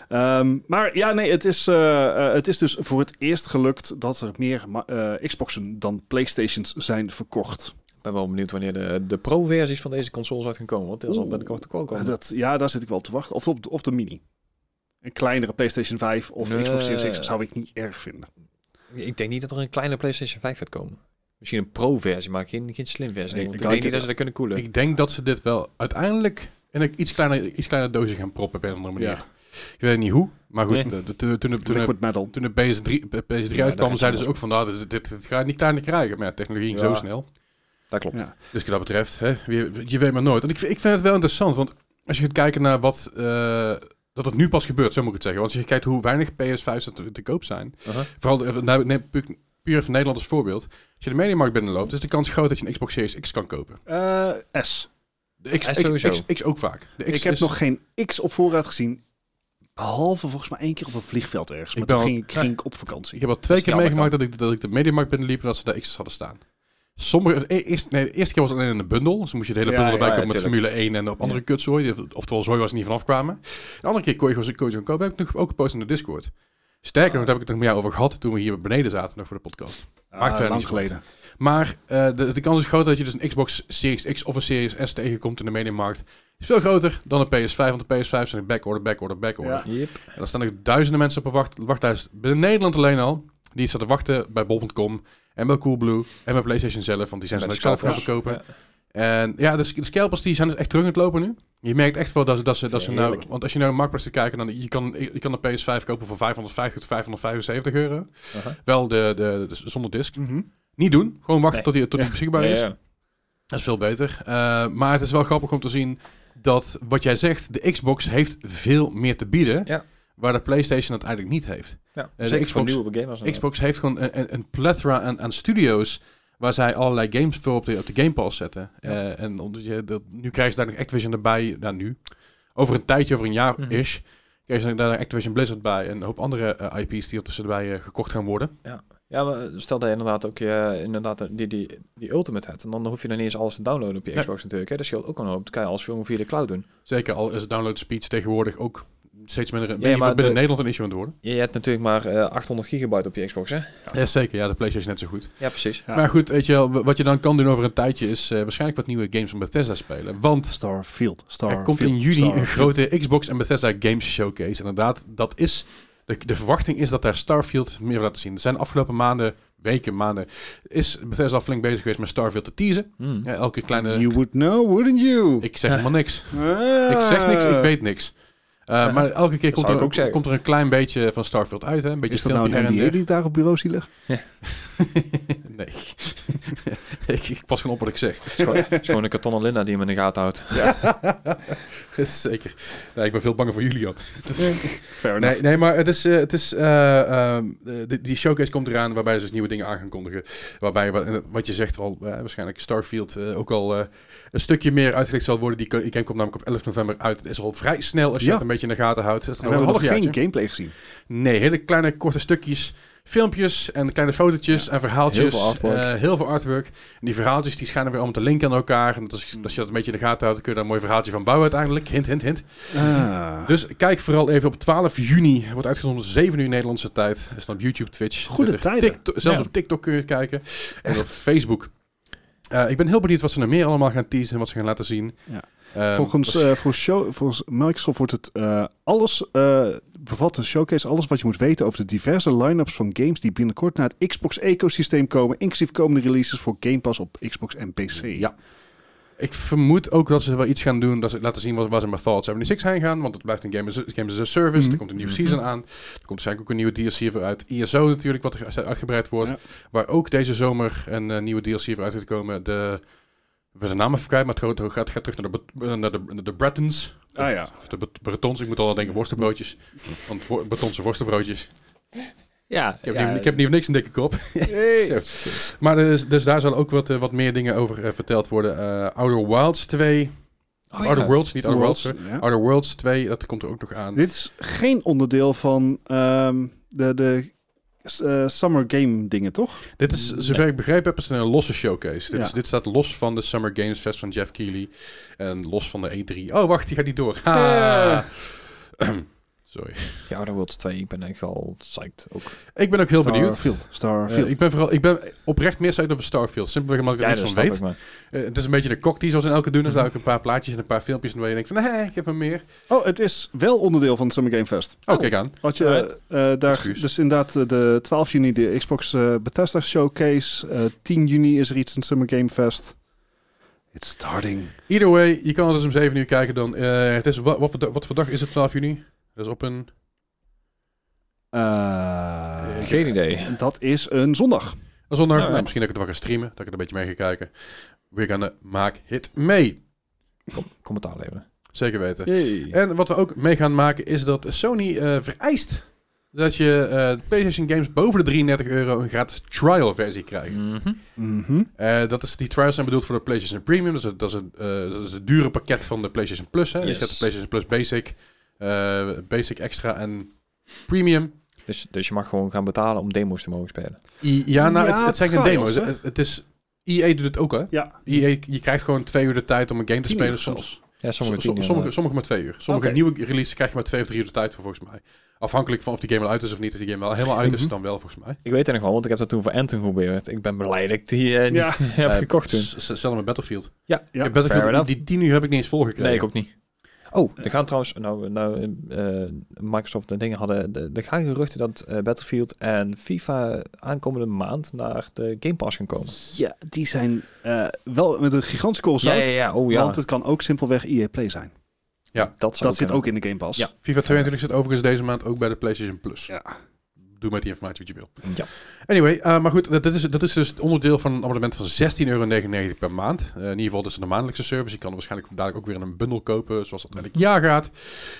Ehm, maar ja, nee, het is, eh, eh, het is dus voor het eerst gelukt dat er meer ma- eh, Xboxen dan Playstations zijn verkocht. Ik ben wel benieuwd wanneer de, de pro-versies van deze consoles uit gaan komen, want dat zal Oeh. binnenkort ook wel komen. Dat, ja, daar zit ik wel op te wachten. Of, op de- of de Mini. Een kleinere PlayStation 5 of Nee. Xbox Series X zou ik niet erg vinden. Ik Ik denk niet dat er een kleine PlayStation 5 gaat komen. Misschien een pro-versie, maar geen, geen slim versie. want Ik- ik ik, denk denk het- niet dat ze dat kunnen [LAUGHS] koelen. Ik denk dat ze dit wel uiteindelijk in een iets kleiner, iets kleiner dozen gaan proppen op een andere manier. Ja. Ik weet niet hoe, maar goed, Nee. de- de- toen, toen, de- toen, de- Liquid Metal. toen de PS3, eh, PS3 Ja, dat uitkwam, gaat zeiden ze wel. ook van, nou, dit, dit, dit ga je niet kleiner krijgen. Maar ja, technologie ging Ja. zo snel. Dat klopt. Ja. Dus wat dat betreft, hè, je, je weet maar nooit. En ik, vind- ik vind het wel interessant, want als je gaat kijken naar wat... eh, dat het nu pas gebeurt, zo moet ik het zeggen. Want als je kijkt hoe weinig PS5's er te, te koop zijn. Aha. Vooral, eh, nou, neem puur puur even Nederland als voorbeeld. Als je de mediamarkt binnenloopt, is de kans groot dat je een Xbox Series X kan kopen. Eh, S. De X, Ja, X- sowieso. X, X ook vaak. De X ik heb is- nog geen X op voorraad gezien. Behalve volgens mij één keer op een vliegveld ergens. Maar Ik ben toen al- ging, ik- ging ik op vakantie. Ik heb al twee Snel keer meegemaakt dat ik, dat ik de mediamarkt binnenliep en dat ze daar X's hadden staan. Sommige, e- eerst, nee, de eerste keer was het alleen in de bundel. Dus dan moest je de hele Ja, bundel ja, erbij ja, komen met Formule tuurlijk. 1 en op andere kutzooi. die- Oftewel zooi waar ze niet vanaf kwamen. De andere keer kon je gewoon kon je zo'n kopen. Heb ik nog ook gepost in de Discord. Sterker nog, daar heb ik het nog met jou over gehad toen we hier beneden zaten nog voor de podcast. Ah, maakt verder lang niet geleden. Maar eh, de, de kans is groot dat je dus een Xbox Series X of een Series S tegenkomt in de mediamarkt. Is veel groter dan een PS5, want de PS5 zijn een backorder, backorder, backorder. Ja. Yep. En daar staan er duizenden mensen op een wacht, wachtlijst. Binnen Nederland alleen al. Die staan te wachten bij bol.com en bij Coolblue en bij PlayStation zelf. Want die zijn ze Bij ook de zelf gaan scalpers. verkopen. En ja, de, sc- de scalpers die zijn dus echt terug aan het lopen nu. Je merkt echt wel dat ze, dat ze, dat ze nou... Heerlijk. Want als je naar de marktprijs gaat kijken, dan je kan, je kan een PS5 kopen voor 550 tot 575 euro. Aha. Wel de, de, de- zonder disc. Mhm. Niet doen. Gewoon wachten Nee. tot die, tot die beschikbaar Ja, is. ja. Dat is veel beter. Eh, maar het is wel grappig om te zien dat wat jij zegt, de Xbox heeft veel meer te bieden. Ja. Waar de PlayStation dat eigenlijk niet heeft. Ja, de zeker voor Xbox- nieuwe gamers. inderdaad. Xbox heeft gewoon een, een- een plethora aan, aan studio's waar zij allerlei games voor op de, op de Game Pass zetten. Ja. Eh, en omdat je dat, nu krijg je daar nog Activision erbij. Nou, nu. Over een tijdje, over een jaar Mhm. is. Krijg je daar nog Activision Blizzard bij. En een hoop andere eh, IP's die er tussenbij eh, gekocht gaan worden. Ja, maar eh, stel dat je inderdaad ook je, eh, inderdaad die, die, die Ultimate hebt. En dan hoef je dan niet eens alles te downloaden op je Nee. Xbox natuurlijk. Hè. Dat scheelt ook een hoop. Dat kan je alles veel meer via de cloud doen. Zeker al is download speeds tegenwoordig ook steeds minder. Ja, maar binnen de- Nederland een issue aan het worden. Je, je hebt natuurlijk maar eh, 800 gigabyte op je Xbox, hè? Ja. zeker. Ja, de PlayStation net zo goed. Ja, precies. Ja. Maar goed, weet je wel, wat je dan kan doen over een tijdje is eh, waarschijnlijk wat nieuwe games van Bethesda spelen. Want Starfield. Starfield. er komt in juni een Starfield. grote Xbox en Bethesda Games Showcase. Inderdaad, dat is. De, de verwachting is dat daar Starfield meer van laten zien. Er zijn de afgelopen maanden, weken, maanden. Is Bethesda al flink bezig geweest met Starfield te teasen? Hmm. Ja, elke kleine. You would know, wouldn't you? Ik zeg helemaal niks. Ah. Ik zeg niks, ik weet niks. Eh, Ja, maar elke keer komt zou ik er, ook zeggen. komt er een klein beetje van Starfield uit. Hè? Een beetje Is dat nou filmpje een her en NDA der. die ik daar op bureau zie liggen? [LAUGHS] nee. ik, ik pas gewoon op wat ik zeg. [LAUGHS] Het is gewoon- het is gewoon een kartonnen Linda die hem in de gaten houdt. Zeker. Nee, ik ben veel banger voor jullie, joh. [LAUGHS] Fair Nee, nee maar het is, eh, het is eh, ehm, eh, die- die showcase komt eraan waarbij ze dus nieuwe dingen aan gaan kondigen. Waarbij, wa- en wat je zegt, al, eh, waarschijnlijk Starfield eh, ook al eh, een stukje meer uitgelegd zal worden. Die, ko- die game komt namelijk op 11 november uit. Het is al vrij snel als je Ja. dat een beetje in de gaten houdt. Het is We nog wel hebben een nog geen halfjaartje. gameplay gezien. Nee, hele kleine korte stukjes. Filmpjes en kleine fotootjes en verhaaltjes. Heel veel artwork. Eh, heel veel artwork. En die verhaaltjes die schijnen weer allemaal te linken aan elkaar. En dat is- als je dat een beetje in de gaten houdt, dan kun je daar een mooi verhaaltje van bouwen uiteindelijk. Hint, hint, hint. Ah. Dus kijk vooral even op 12 juni. Wordt uitgezonden om 7 uur Nederlandse tijd. Is dan op YouTube, Twitch, Goede tijden. TikTok- zelfs Ja. op TikTok kun je het kijken. En op Facebook. Eh, ik ben heel benieuwd wat ze nog meer allemaal gaan teasen en wat ze gaan laten zien. Ja. Ehm, Volgens, dat is- eh, volgens, show, volgens Microsoft wordt het eh, alles, eh, bevat een showcase alles wat je moet weten over de diverse line-ups van games die binnenkort naar het Xbox-ecosysteem komen, inclusief komende releases voor Game Pass op Xbox en PC. Ja. ik vermoed ook dat ze wel iets gaan doen. Dat ze laten zien wat, waar ze met Fallout 76 heen gaan. Want het blijft een Game as, game as a Service. Mhm. Er komt een nieuwe Mhm. season aan. Er komt waarschijnlijk ook een nieuwe DLC voor uit. ISO E natuurlijk, wat er ge- uitgebreid wordt. Ja. Waar ook deze zomer een eh, nieuwe DLC voor uit gaat komen. De... We zijn de naam even kwijt, maar het gaat- het gaat, gaat terug naar de, Bet- naar de, naar de Bretons. Ah ja. Of de bet- Bretons, ik moet al aan denken worstenbroodjes. Want wo- Bretonse worstenbroodjes. Ja, Ik heb, niet, ik heb niet voor niks een dikke kop. [LAUGHS] Zo. Maar dus, dus daar zal ook wat, eh, wat meer dingen over eh, verteld worden. Eh Outer Wilds 2. Oh, ja. Outer Worlds, niet Outer Worlds. Worlds, sorry. ja. Outer Worlds 2, dat komt er ook nog aan. Dit is geen onderdeel van ehm, de, de eh, Summer Game dingen, toch? Dit is, zover ik begrepen heb, is het een losse showcase. Dit, Ja. is, dit staat los van de Summer Games Fest van Jeff E Keighley. En los van de E3. Oh, wacht, die gaat niet door. Ha. Ja. Ehm, [CLEARS THROAT] Sorry. Ja, Outer Worlds 2, ik ben echt al psyched ook. Ik ben ook heel benieuwd. Starfield. Eh, Starfield. ik ben vooral, ik ben oprecht meer psyched over Starfield. Simpelweg omdat ik er Ja, dat niks van snap weet. ik, maar. Eh, het is een beetje de cocktail zoals in elke doen. Er staan ook een paar plaatjes en een paar filmpjes en waar je denkt van, nee, ik heb er meer. oh, het is wel onderdeel van het Summer Game Fest. Oh, kijk aan. Had je Alright. eh, eh, daar Excuus. dus inderdaad eh, de 12 juni de Xbox eh, Bethesda Showcase. Eh, 10 juni is er iets in het Summer Game Fest. It's starting. Either way, je kan als om 7 uur kijken dan. eh, het is, wat, wat, voor dag- wat voor dag is het 12 juni? Dat is op een... Eh, Ik- Geen idee. dat is een zondag. Een zondag. Alright. Nou, misschien dat ik het wel ga streamen. Dat ik er een beetje mee ga kijken. We're gonna maak het mee. Commentaar leveren. Zeker weten. Yay. En wat we ook mee gaan maken is dat Sony eh, vereist dat je eh, PlayStation games boven de 33 euro een gratis trial versie krijgt. Mm. Mhm. Mhm. Eh, dat is, die trials zijn bedoeld voor de PlayStation Premium. Dat is, het- dat is, het, eh, dat is het dure pakket van de PlayStation Plus. Hè? Dus Yes. je hebt de PlayStation Plus Basic, eh, Basic Extra en Premium. Dus, dus je mag gewoon gaan betalen om demo's te mogen spelen. I- ja, nou, Ja, het, het het zijn geen trials, demo's. hè? Het, het is... EA doet het ook, hè? Ja. EA, je krijgt gewoon twee uur de tijd om een game te Tien spelen. uur Soms, zelfs. Ja, sommige eh, sommige, tien sommige, sommige, sommige maar twee uur. Sommige Oké. nieuwe releases krijg je maar twee of drie uur de tijd voor, volgens mij. Afhankelijk van of die game al uit is of niet. Als die game wel helemaal uit is, Mhm. dan wel, volgens mij. Ik weet het nog wel, want ik heb dat toen voor Anthem geprobeerd. Ik ben blij dat ik die eh, niet Ja. [LAUGHS] heb Eh, gekocht toen. s- s- Hetzelfde met Battlefield. Ja. Ik heb Fair Battlefield, enough. die tien uur heb ik niet eens volgekregen. Nee, ik ook niet. Oh, er gaan trouwens, nou, nou eh, Microsoft en dingen hadden, de- er gaan geruchten dat eh, Battlefield en FIFA aankomende maand naar de Game Pass gaan komen. Ja, die zijn eh, wel met een gigantische call uit. oh Want het kan ook simpelweg EA Play zijn. dat zou dat zit kunnen. ook in de Game Pass. Ja. FIFA 22 zit overigens deze maand ook bij de PlayStation Plus. Ja. Doe met die informatie wat je wil. Ja. Anyway, eh, maar goed, dat, dat is, dat is dus het onderdeel van een abonnement van 16,99 euro per maand. Eh, in ieder geval, dat is de maandelijkse service. Je kan er waarschijnlijk dadelijk ook weer in een bundel kopen, zoals dat elk jaar gaat.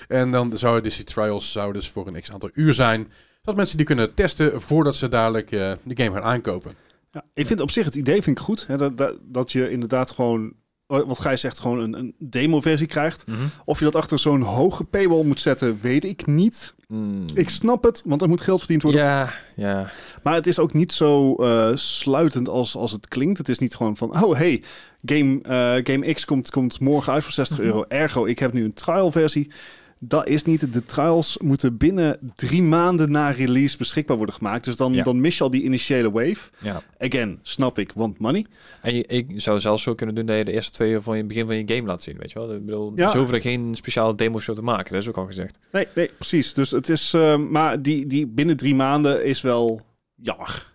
En dan zou dus die trials zou dus voor een x aantal uur zijn. Dat mensen die kunnen testen voordat ze dadelijk eh, de game gaan aankopen. Ja, ik vind op zich het idee vind ik goed. Hè, dat, dat, dat je inderdaad gewoon, eh, wat Gij zegt, gewoon een, een demo-versie krijgt. Mhm. Of je dat achter zo'n hoge paywall moet zetten, weet ik niet. Mm. Ik snap het, want er moet geld verdiend worden. Ja, ja. Maar het is ook niet zo eh, sluitend als, als het klinkt. Het is niet gewoon van, oh hey, game, eh, game X komt, komt morgen uit voor 60 Mhm. euro. Ergo, ik heb nu een trial-versie. Dat is niet. het. De trials moeten binnen drie maanden na release beschikbaar worden gemaakt. Dus dan, Ja. dan mis je al die initiële wave. ja. Again, snap ik, want money. En je, ik zou zelfs zo kunnen doen dat je de eerste twee uur van je begin van je game laat zien, weet je wel. Ik bedoel, Ja. ze hoeven er geen speciale demo's voor te maken, dat is ook al gezegd. Nee, nee, precies. Dus het is, eh, maar die, die binnen drie maanden is wel jammer.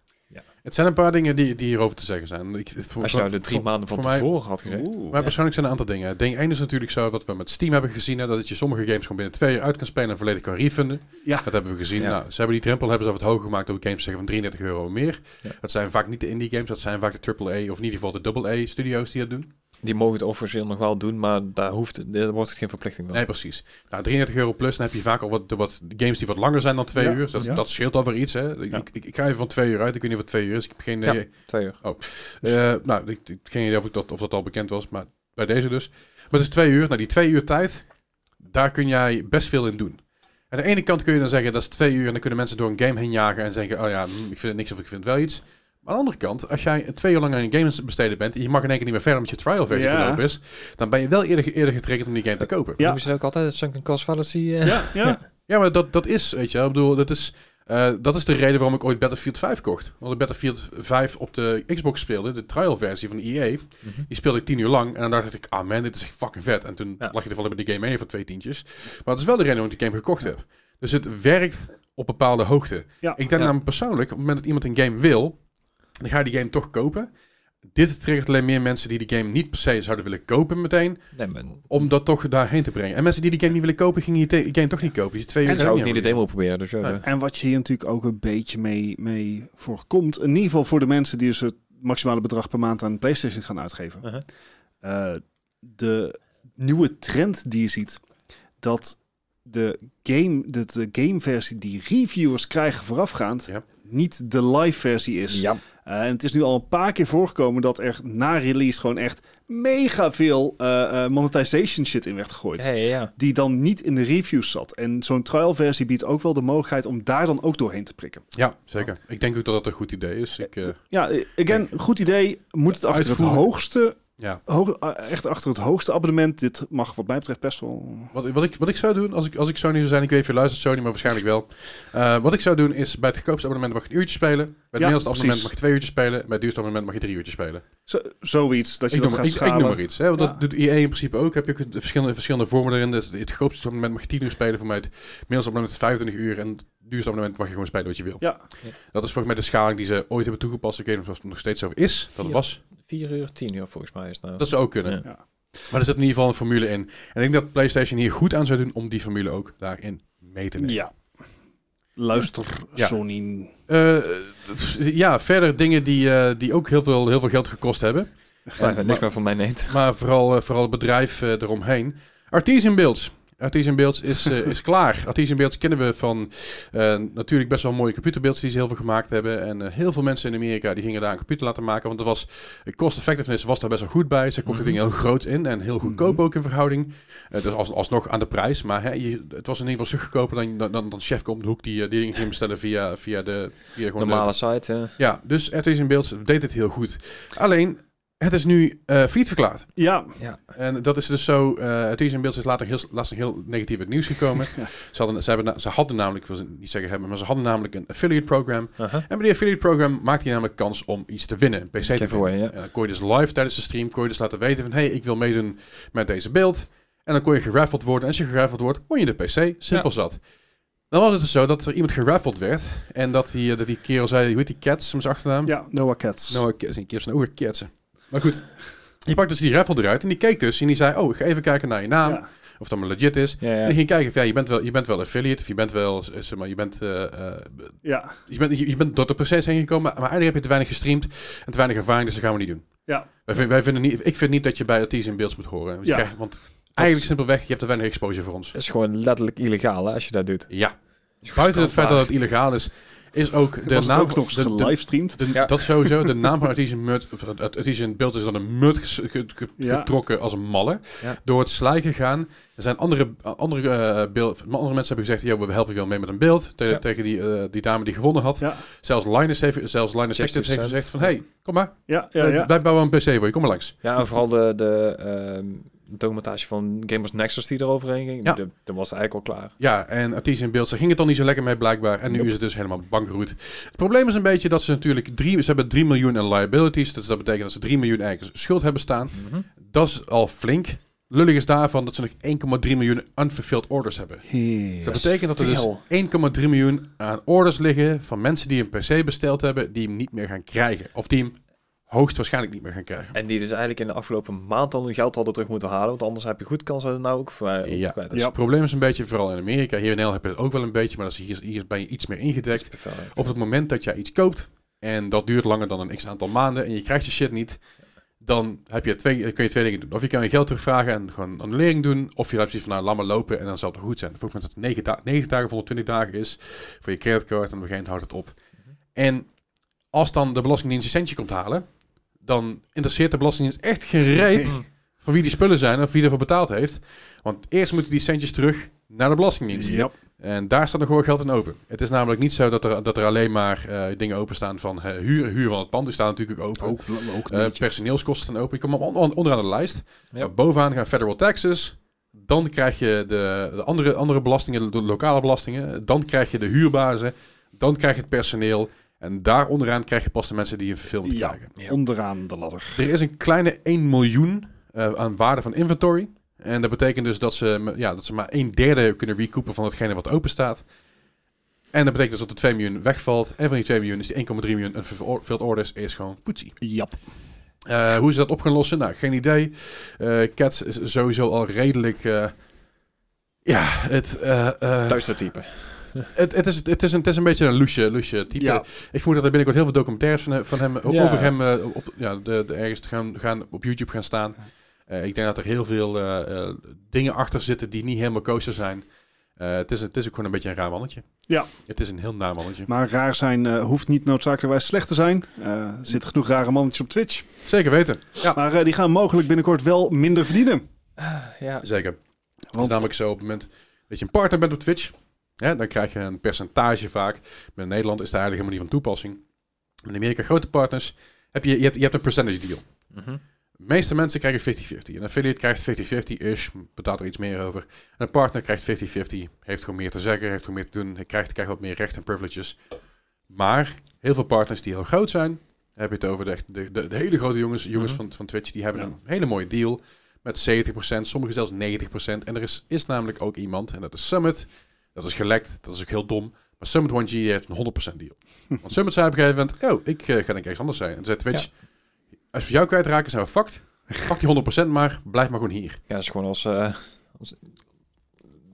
Het zijn een paar dingen die, die hierover te zeggen zijn. Ik, voor, Als je nou de drie maanden van voor mij- tevoren had gezegd. Maar persoonlijk zijn er een aantal dingen. Ding 1 is natuurlijk zo, wat we met Steam hebben gezien, hè, dat je sommige games gewoon binnen twee uur uit kan spelen en volledig kan refunden. Ja. Dat hebben we gezien. Ja. Nou, ze hebben die drempel hebben ze wat hoger gemaakt door games te zeggen van 33 euro of meer. Ja. Dat zijn vaak niet de indie games, dat zijn vaak de AAA of in ieder geval de AA studio's die dat doen. Die mogen het officieel nog wel doen, maar daar, hoeft, daar wordt het geen verplichting van. Nee, precies. Nou, 33 euro plus, dan heb je vaak al wat, de wat games die wat langer zijn dan twee Ja, uur. Dat, ja. dat scheelt alweer iets. Hè. Ik- Ja. Ik, ik, ik ga even van twee uur uit. Ik weet niet wat twee uur is. Ik heb geen Ja. idee. Twee uur. Eh, nou, ik, ik geen idee of, ik dat, of dat al bekend was, maar bij deze dus. Maar het is twee uur. Nou, die twee uur tijd, daar kun jij best veel in doen. Aan de ene kant kun je dan zeggen, dat is twee uur... en dan kunnen mensen door een game heen jagen en zeggen... oh ja, hm, ik vind het niks of ik vind wel iets. Maar aan de andere kant, als jij twee uur lang aan een game aan het besteden bent... en je mag in één keer niet meer verder omdat je trial versie Ja. verlopen is... dan ben je wel eerder, eerder getriggerd om die game te kopen. Ja. Ja. Noemen ze dat ook altijd, sunken cost fallacy? eh? Ja, ja. Ja, maar dat, dat is, weet je wel, ik bedoel, dat is, eh, dat is de reden waarom ik ooit Battlefield 5 kocht. Want ik Battlefield 5 op de Xbox speelde, de trial versie van EA, Mhm. die speelde ik tien uur lang. En dan dacht ik, ah man, dit is echt fucking vet. En toen Ja. lag je er bij de game heen voor twee tientjes. Maar het is wel de reden waarom ik die game gekocht heb. Dus het werkt op bepaalde hoogte. Ja. Ik denk Ja. namelijk persoonlijk, op het moment dat iemand een game wil, dan ga je die game toch kopen. Dit triggert alleen meer mensen die die game niet per se zouden willen kopen meteen, Nee, maar om dat toch daarheen te brengen. En mensen die die game niet willen kopen, gingen die te- game toch niet kopen. Die twee uur en zijn zou ook ik niet de aan demo proberen, dus ja. Nee. eh, En wat je hier natuurlijk ook een beetje mee, mee voorkomt, in ieder geval voor de mensen die dus het maximale bedrag per maand aan PlayStation gaan uitgeven. Uh-huh. Eh, de nieuwe trend die je ziet, dat de game, de, de gameversie die reviewers krijgen voorafgaand, Ja. niet de live versie is. Ja, Uh, en het is nu al een paar keer voorgekomen dat er na release gewoon echt mega veel eh, eh, monetization shit in werd gegooid. ja, ja, ja. Die dan niet in de reviews zat. En zo'n trial versie biedt ook wel de mogelijkheid om daar dan ook doorheen te prikken. Ja, zeker. Ik denk ook dat dat een goed idee is. Ik, eh, Ja, eh, again, goed idee. Moet het achter het Uitvoeren. hoogste Ja. Hoog- eh, echt achter het hoogste abonnement. Dit mag wat mij betreft best wel... Wat, wat, ik, wat ik zou doen, als ik, als ik Sony zou zijn, ik weet of je luistert Sony, maar waarschijnlijk wel. Eh, wat ik zou doen is, bij het goedkoopste abonnement mag je een uurtje spelen. Bij het middelste abonnement precies. mag je twee uurtjes spelen. Bij het duurste abonnement mag je drie uurtjes spelen. Zo, zoiets, dat je ik, dat noem, gaat maar- ik, ik noem schalen. maar iets. Hè? Want Ja. Dat doet EA in principe ook. Heb je kunt verschillende, verschillende vormen erin. Dus het goedkoopste abonnement mag je 10 uur spelen. Voor mij het middelste abonnement is 25 uur. En het duurste abonnement mag je gewoon spelen wat je wil. Ja. Ja. Dat is volgens mij de schaling die ze ooit hebben toegepast. Ik weet niet of het nog steeds zo is. Dat het Vier. was. 4 uur, 10 uur volgens mij is het nou. Dat zou ook kunnen. Ja. Ja. Maar er zit in ieder geval een formule in. En ik denk dat PlayStation hier goed aan zou doen om die formule ook daarin mee te nemen. ja. Luister, Ja. Sony. Eh, pff, ja, verder dingen die, eh, die ook heel veel, heel veel geld gekost hebben. Ja, niks meer van mij neemt. Maar vooral, eh, vooral het bedrijf eh, eromheen. Artisan Builds. Artisan Builds is, eh, is klaar. Artisan Builds kennen we van eh, natuurlijk best wel mooie computerbeelds die ze heel veel gemaakt hebben. En eh, heel veel mensen in Amerika die gingen daar een computer laten maken. Want er was eh, cost effectiveness was daar best wel goed bij. Ze kochten dingen heel groot in en heel goedkoop ook in verhouding. Eh, dus als, alsnog aan de prijs. Maar hè, je- het was in ieder geval stuk goedkoper dan, dan, dan, dan Chef komt de hoek die eh, die dingen ging bestellen via, via de via gewoon de, [LAUGHS] Normale site, eh. hè. ja, dus het is in beeld deed het heel goed. Alleen, het is nu eh failliet verklaard. Ja, En dat is dus zo. eh het is in beeld is later heel, laatst heel negatief in het nieuws gekomen. ze, hadden, ze, hebben, na- ze hadden namelijk, ik wil niet zeggen hebben, maar ze hadden namelijk een affiliate program. Aha. En bij die affiliate program maakte je namelijk kans om iets te winnen. Een PC te winnen. Giveaway, ja. En dan kon je dus live tijdens de stream kon je dus laten weten van... hé, hey, ik wil meedoen met deze beeld. En dan kon je geraffeld worden. En als je geraffeld wordt, won je de PC. Simpel zat. Dan was het dus zo dat er iemand geraffeld werd. En dat die, eh, dat die kerel zei, hoe heet die Cats, zijn achternaam? ja, Noah Cats. Nou, ik zijn kips en ook ketsen. Maar goed, je pakt dus die raffle eruit en die keek dus en die zei, oh, ik ga even kijken naar je naam, Ja. of dat maar legit is. Ja, En ja. die ging kijken of ja, je bent wel, je bent wel affiliate, of je bent wel, eh, zeg maar, je bent, eh, eh, ja, je bent, je, je bent door de proces heen gekomen, maar eigenlijk heb je te weinig gestreamd en te weinig ervaring, dus dat gaan we niet doen. ja, Wij, vin- wij vinden niet, ik vind niet dat je bij Artis in beeld moet horen. Want, je Ja. krijgt- want eigenlijk simpelweg, je hebt te weinig exposure voor ons. Dat is gewoon letterlijk illegaal hè, als je dat doet. Ja. Buiten het feit dat het illegaal is, is ook de was het naam... ook nog eens de- de- gelivestreamd? De- Ja. Dat sowieso. De naam van Artisan Mut, of het- het Artisan Beeld is dan een mut ges- ge- ge- Ja. getrokken als een malle. Ja. Door het slijk gegaan. Er zijn andere, andere, eh, beeld, andere mensen hebben gezegd, "Yo, we helpen je wel mee met een beeld. Te- Ja. Tegen die, eh, die dame die gewonnen had. Ja, Zelfs Linus heeft, zelfs Linus Just Tech Tips heeft Cent. gezegd van, hey, kom maar. ja, ja. Eh, ja. Wij bouwen een PC voor je, kom maar langs. Ja, en vooral de, de ehm, documentatie van Gamers Nexus die eroverheen ging. Ja. de- Toen was het eigenlijk al klaar. Ja, en Artisan Beeld, daar ging het dan niet zo lekker mee blijkbaar. En nu Nope. is het dus helemaal bankroet. Het probleem is een beetje dat ze natuurlijk drie, ze hebben 3 miljoen aan liabilities. Dus dat betekent dat ze 3 miljoen eigenlijk schuld hebben staan. Dat is al flink. Lullig is daarvan dat ze nog 1,3 miljoen unfulfilled orders hebben. Dus dat betekent dat er dus 1,3 miljoen aan orders liggen van mensen die een PC besteld hebben, die hem niet meer gaan krijgen. Of die hem hoogstwaarschijnlijk niet meer gaan krijgen. En die dus eigenlijk in de afgelopen maand al hun geld hadden terug moeten halen. Want anders heb je goed kans dat het nou ook voor mij Ja. kwijt is. Het probleem is een beetje, vooral in Amerika, hier in Nederland heb je het ook wel een beetje, maar dat is hier, hier is bij je iets meer ingedekt. Perfect. Op het moment dat jij iets koopt en dat duurt langer dan een x aantal maanden en je krijgt je shit niet, dan heb je twee, dan kun je twee dingen doen. Of je kan je geld terugvragen en gewoon een annulering doen, of je hebt zoiets van nou, laat maar lopen en dan zal het wel goed zijn. Volgens mij dat het 9, da- 9 dagen of 120 dagen is voor je creditcard en op een gegeven moment houdt het op. En als dan de Belastingdienst een centje komt halen, dan interesseert de Belastingdienst echt gereed van wie die spullen zijn of wie ervoor betaald heeft. Want eerst moeten die centjes terug naar de Belastingdienst. Ja. En daar staat nog gewoon geld in open. Het is namelijk niet zo dat er, dat er alleen maar eh, dingen openstaan van eh, huur, huur van het pand. Die staan natuurlijk ook open. Ook, ook Eh, personeelskosten staan open. Je komt on- on- onderaan de lijst. Ja. Maar bovenaan gaan federal taxes. Dan krijg je de, de andere, andere belastingen, de lokale belastingen. Dan krijg je de huurbazen. Dan krijg je het personeel. En daar onderaan krijg je pas de mensen die een verfilming Ja. krijgen. onderaan de ladder. Er is een kleine 1 miljoen eh, aan waarde van inventory. En dat betekent dus dat ze, me- ja, dat ze maar een derde kunnen recoupen van hetgene wat open staat. En dat betekent dus dat de 2 miljoen wegvalt. En van die 2 miljoen is die 1,3 miljoen unfulfilled orders is gewoon foetsie. Ja. Eh, hoe ze dat op gaan lossen? Nou, geen idee. Eh Cats is sowieso al redelijk... eh, ja, het, eh, eh, Duister type. het, het, is, het, is een, het is een beetje een loesje, loesje type. Ja. Ik vermoed dat er binnenkort heel veel documentaires van, van hem, Ja. over hem eh, op, ja, de, de ergens te gaan, gaan, op YouTube gaan staan. Eh, ik denk dat er heel veel eh, eh, dingen achter zitten die niet helemaal kosher zijn. Eh, het, is, het is ook gewoon een beetje een raar mannetje. Ja. Het is een heel naar mannetje. Maar raar zijn eh, hoeft niet noodzakelijkerwijs slecht te zijn. Eh er zitten genoeg rare mannetjes op Twitch. Zeker weten. Ja, Maar eh, die gaan mogelijk binnenkort wel minder verdienen. Ja. zeker. Het Want- is namelijk zo op het moment dat je een partner bent op Twitch, hè, dan krijg je een percentage vaak. Maar in Nederland is daar eigenlijk helemaal niet van toepassing. Maar in Amerika grote partners heb je, je, hebt, je hebt een percentage deal. De meeste mensen krijgen 50-50. Een affiliate krijgt 50-50-ish, betaalt er iets meer over. En een partner krijgt 50-50, heeft gewoon meer te zeggen, heeft gewoon meer te doen. Hij krijgt, krijgt wat meer recht en privileges. Maar heel veel partners die heel groot zijn, heb je het over de, echt- de, de, de hele grote jongens, jongens Mhm. van, van Twitch, die hebben een hele mooie deal met 70%, sommigen zelfs 90%. En er is, is namelijk ook iemand, en dat is Summit. Dat is gelekt, dat is ook heel dom. Maar Summit 1G die heeft een 100% deal. Want Summit zei op een gegeven moment, oh, ik eh, ga denk ik ergens anders zijn. En toen zei Twitch, als we jou kwijtraken, zijn we fucked. Pak die 100% maar, blijf maar gewoon hier. Ja, dat is gewoon als, eh, als...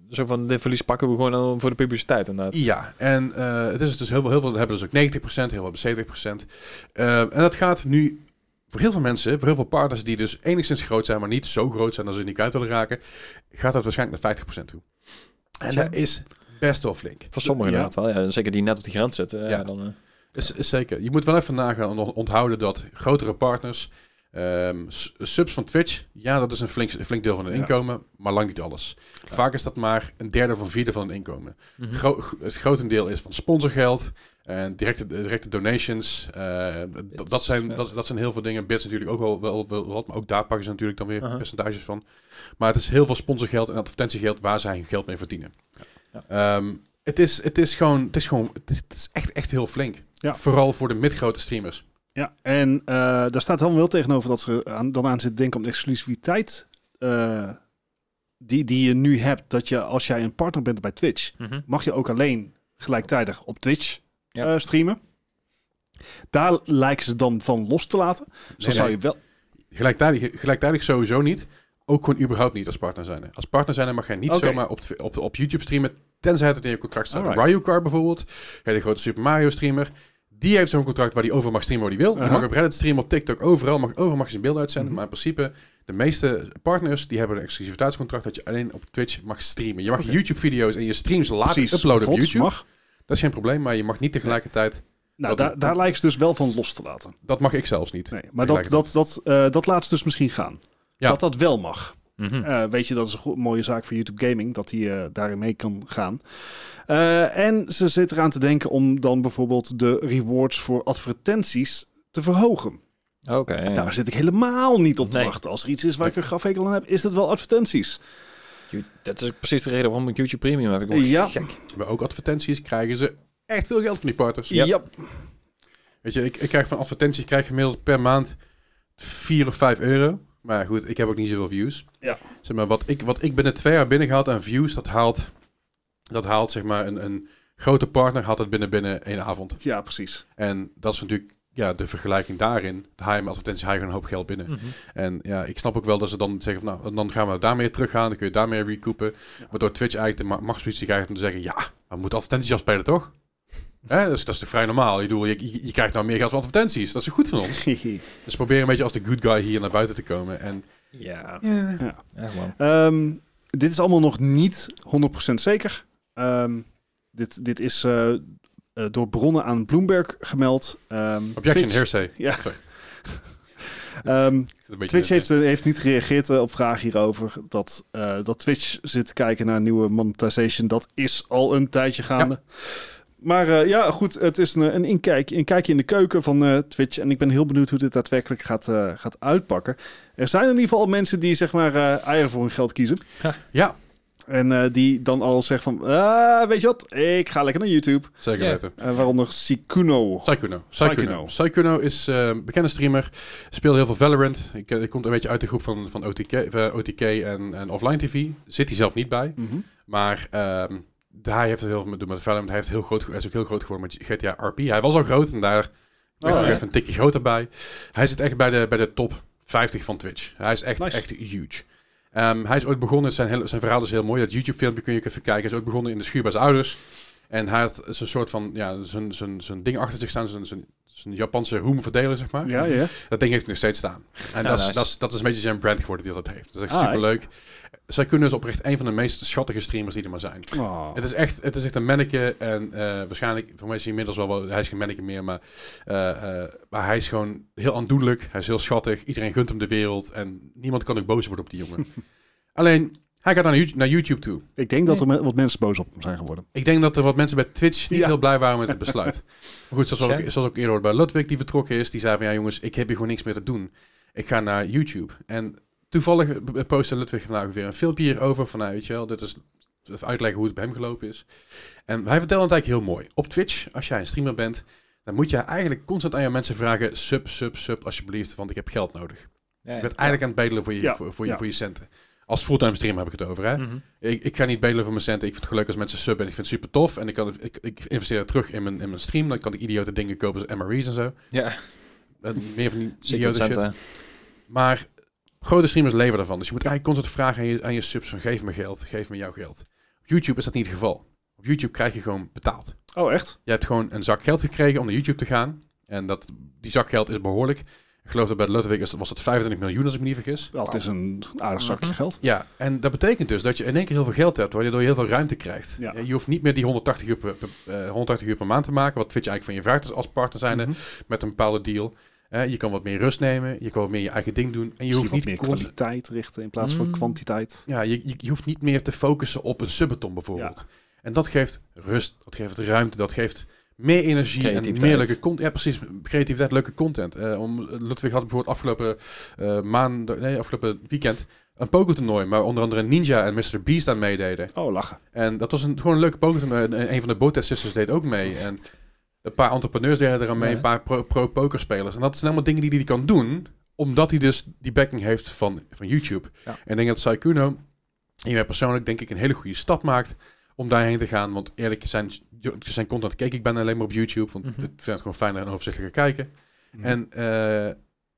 Zo van, de verlies pakken we gewoon dan voor de publiciteit inderdaad. Ja, en eh, het is dus heel veel, heel veel hebben dus ook 90%, heel veel hebben 70%. Eh, en dat gaat nu voor heel veel mensen, voor heel veel partners die dus enigszins groot zijn, maar niet zo groot zijn dat ze het niet kwijt willen raken, gaat dat waarschijnlijk naar 50% toe. En Zo. dat is best wel flink. Voor sommigen Ja. inderdaad wel. Ja. Zeker die net op de grens zitten. eh, Ja. Dan, eh, Is, is zeker. Je moet wel even nagaan en on- onthouden dat grotere partners, ehm, s- subs van Twitch, ja, dat is een flink, een flink deel van hun Ja. inkomen, maar lang niet alles. Vaak is dat maar een derde of een vierde van hun inkomen. Mhm. Gro- g- het grotendeel is van sponsorgeld en directe, directe donations. eh, d- Bits, dat, zijn, ja. dat, dat zijn heel veel dingen. Bits natuurlijk ook wel, wel, wel wat, maar ook daar pakken ze natuurlijk dan weer Aha. percentages van. Maar het is heel veel sponsorgeld en advertentiegeld waar zij hun geld mee verdienen. Ehm, het, is, het is gewoon, het is, gewoon het, is, het is echt, echt heel flink. Ja. Vooral voor de midgrote streamers. Ja, en eh, daar staat dan wel tegenover dat ze aan, dan aan zitten denken om de exclusiviteit eh, die, die je nu hebt. Dat je als jij een partner bent bij Twitch, Mhm. mag je ook alleen gelijktijdig op Twitch Ja. eh, streamen. Daar lijken ze dan van los te laten. Zo nee. zou je wel. Gelijktijdig, gelijktijdig sowieso niet. Ook gewoon überhaupt niet als partner zijn. Als partner zijn mag jij niet Oké. zomaar op, tw- op, op YouTube streamen, tenzij het in je contract staat. Alright. Ryukar bijvoorbeeld, ja, de grote Super Mario streamer, die heeft zo'n contract waar hij over mag streamen waar hij wil. Aha. Die mag op Reddit streamen, op TikTok, overal mag, overal mag hij zijn beeld uitzenden. Mm-hmm. Maar in principe, de meeste partners die hebben een exclusiviteitscontract dat je alleen op Twitch mag streamen. Je mag je YouTube-video's en je streams later Precies, uploaden op VODs YouTube. Mag. Dat is geen probleem, maar je mag niet tegelijkertijd. Nou, Dat- daar, daar lijken ze dus wel van los te laten. Dat mag ik zelfs niet. Nee, maar dat, dat, dat, eh, dat laat ze dus misschien gaan. Ja. Dat dat wel mag. Mhm. Eh, weet je, dat is een goe- mooie zaak voor YouTube Gaming, dat hij eh, daarin mee kan gaan. Eh, en ze zit eraan te denken om dan bijvoorbeeld de rewards voor advertenties te verhogen. eh, Oké, ja, ja. Nou. Daar zit ik helemaal niet op te Nee. wachten. Als er iets is waar ik een grafhekel aan heb, is dat wel advertenties. You- Dat is precies de reden waarom ik YouTube Premium heb. Ik word Ja. gek. Maar ook advertenties krijgen ze echt veel geld van die partners. Ja. Weet je, ik, ik krijg van advertenties ik krijg gemiddeld per maand 4 of 5 euro. Maar goed, ik heb ook niet zoveel views. Ja. Zeg maar, wat ik, wat ik binnen twee jaar binnengehaald aan views, dat haalt, dat haalt zeg maar een, een grote partner haalt het binnen binnen één avond. ja, precies. En dat is natuurlijk ja, de vergelijking daarin. De HM advertenties haaien een hoop geld binnen. En ja, ik snap ook wel dat ze dan zeggen van nou, dan gaan we daarmee teruggaan, dan kun je daarmee recoupen. Waardoor Twitch eigenlijk de ma- machtspositie krijgt om te zeggen, ja, maar we moeten advertenties afspelen toch? Hè? Dus dat is toch vrij normaal. Ik bedoel, je, je, je krijgt nou meer geld van advertenties. Dat is goed van ons. Dus probeer een beetje als de good guy hier naar buiten te komen. En Ja, ja, echt man. Ehm, dit is allemaal nog niet 100% zeker. Ehm, dit, dit is eh, eh, door bronnen aan Bloomberg gemeld. Ehm, objection, Twitch- hearsay. Ik Ja. Sorry. Ehm, zit een beetje- Twitch heeft, eh, heeft niet gereageerd eh, op vragen hierover. Dat, eh, dat Twitch zit te kijken naar nieuwe monetization. Dat is al een tijdje gaande. Maar eh, ja, goed, het is een, een, inkijk, een kijkje in de keuken van eh, Twitch. En ik ben heel benieuwd hoe dit daadwerkelijk gaat, eh, gaat uitpakken. Er zijn in ieder geval al mensen die zeg maar eh, eieren voor hun geld kiezen. Ja, En eh, die dan al zeggen van, "Ah, weet je wat, ik ga lekker naar YouTube. zeker Ja. weten. Eh, waaronder Sikuno. Psychono. Psychono. Psychono. Psychono is eh, een bekende streamer. Speelt heel veel Valorant. Ik, eh, komt een beetje uit de groep van, van OTK, eh, OTK en, en Offline TV. Zit hij zelf niet bij. Mhm. Maar ehm, hij heeft het heel veel met doen met Valorant. Hij, heeft heel groot, ge- hij is ook heel groot geworden met GTA RP. Hij was al groot en daar werd hij Oh, nog ja. even een tikje groter bij. Hij zit echt bij de, bij de top 50 van Twitch. Hij is echt, Nice. echt huge. Ehm, hij is ooit begonnen, zijn, hele- zijn verhaal is heel mooi. Dat YouTube-filmpje kun je ook even kijken. Hij is ooit begonnen in de schuur bij zijn ouders. En hij had zijn soort van, ja, zijn, zijn, zijn ding achter zich staan. Zijn, zijn, zijn Japanse roem verdelen, zeg maar. Ja, ja. Dat ding heeft hij nog steeds staan. En Ja, dat, is, nice. dat, is, dat is een beetje zijn brand geworden die dat heeft. Dat is echt Ah, superleuk. Zij kunnen dus oprecht een van de meest schattige streamers die er maar zijn. Oh. Het is echt, het is echt een manneke en eh, waarschijnlijk, voor mij is hij inmiddels wel, wel hij is geen manneke meer, maar, eh, eh, maar hij is gewoon heel aandoenlijk, hij is heel schattig, iedereen gunt hem de wereld en niemand kan ook boos worden op die jongen. Alleen, hij gaat naar YouTube, naar YouTube toe. Ik denk dat er me- wat mensen boos op hem zijn geworden. Ik denk dat er wat mensen bij Twitch niet Ja. heel blij waren met het besluit. maar goed, zoals we Ja. ook, zoals ook eerder hoorde bij Ludwig, die vertrokken is, die zei van ja jongens, ik heb hier gewoon niks meer te doen. Ik ga naar YouTube. En toevallig b- b- postte Ludwig vandaag weer een filmpje hierover. Van, nou, weet je wel, dit is even uitleggen hoe het bij hem gelopen is. En hij vertelde het eigenlijk heel mooi. Op Twitch, als jij een streamer bent, dan moet je eigenlijk constant aan je mensen vragen... Sub, sub, sub, alsjeblieft, want ik heb geld nodig. Je bent eigenlijk aan het bedelen voor je, Ja, voor, voor je, ja. voor je centen. Als fulltime streamer heb ik het over, hè? Mhm. Ik, ik ga niet bedelen voor mijn centen. Ik vind het leuk als mensen subben. en Ik vind het super tof. En ik, kan, ik, ik investeer het terug in mijn, in mijn stream. Dan kan ik idiote dingen kopen als MRE's en zo. Ja, En meer van die zeker. idiote shit. Maar grote streamers leven daarvan. Dus je moet eigenlijk constant vragen aan je, aan je subs van geef me geld, geef me jouw geld. Op YouTube is dat niet het geval. Op YouTube krijg je gewoon betaald. Oh, echt? Je hebt gewoon een zak geld gekregen om naar YouTube te gaan. En dat, die zak geld is behoorlijk. Ik geloof dat bij Ludwig is- was dat 25 miljoen als ik me niet vergis. Dat is een aardig zakje geld. Ja, en dat betekent dus dat je in één keer heel veel geld hebt, waardoor je heel veel ruimte krijgt. Ja. Je hoeft niet meer die 180 uur per, per- eh, 180 uur per maand te maken, wat Twitch eigenlijk van je vraagt dus als- als partner zijn Mhm. met een bepaalde deal. Eh, je kan wat meer rust nemen, je kan wat meer je eigen ding doen. En je Je hoeft, hoeft niet meer constant- kwaliteit richten in plaats van Mm. kwantiteit. ja, je, je, je hoeft niet meer te focussen op een subbeton bijvoorbeeld. En dat geeft rust, dat geeft ruimte, dat geeft meer energie en Creativiteit. meer leuke content. Ja, precies. Creativiteit, leuke content. Eh, om, Ludwig had bijvoorbeeld afgelopen eh, maand, nee, afgelopen weekend een pokertoernooi, maar onder andere Ninja en Mr. Beast aan meededen. Oh, lachen. En dat was een, gewoon een leuke pokertoernooi. En Een van de Botas Sisters deed ook mee. En een paar entrepreneurs deden eraan mee, Ja. een paar pro- pro-pokerspelers. en dat zijn allemaal dingen die hij kan doen, omdat hij dus die backing heeft van, van YouTube. Ja. En ik denk dat Saikuno hiermee persoonlijk denk ik een hele goede stap maakt om daarheen te gaan. Want eerlijk, zijn, zijn content keek ik bijna alleen maar op YouTube, want Mhm. ik vind het gewoon fijner en overzichtelijker kijken. En eh,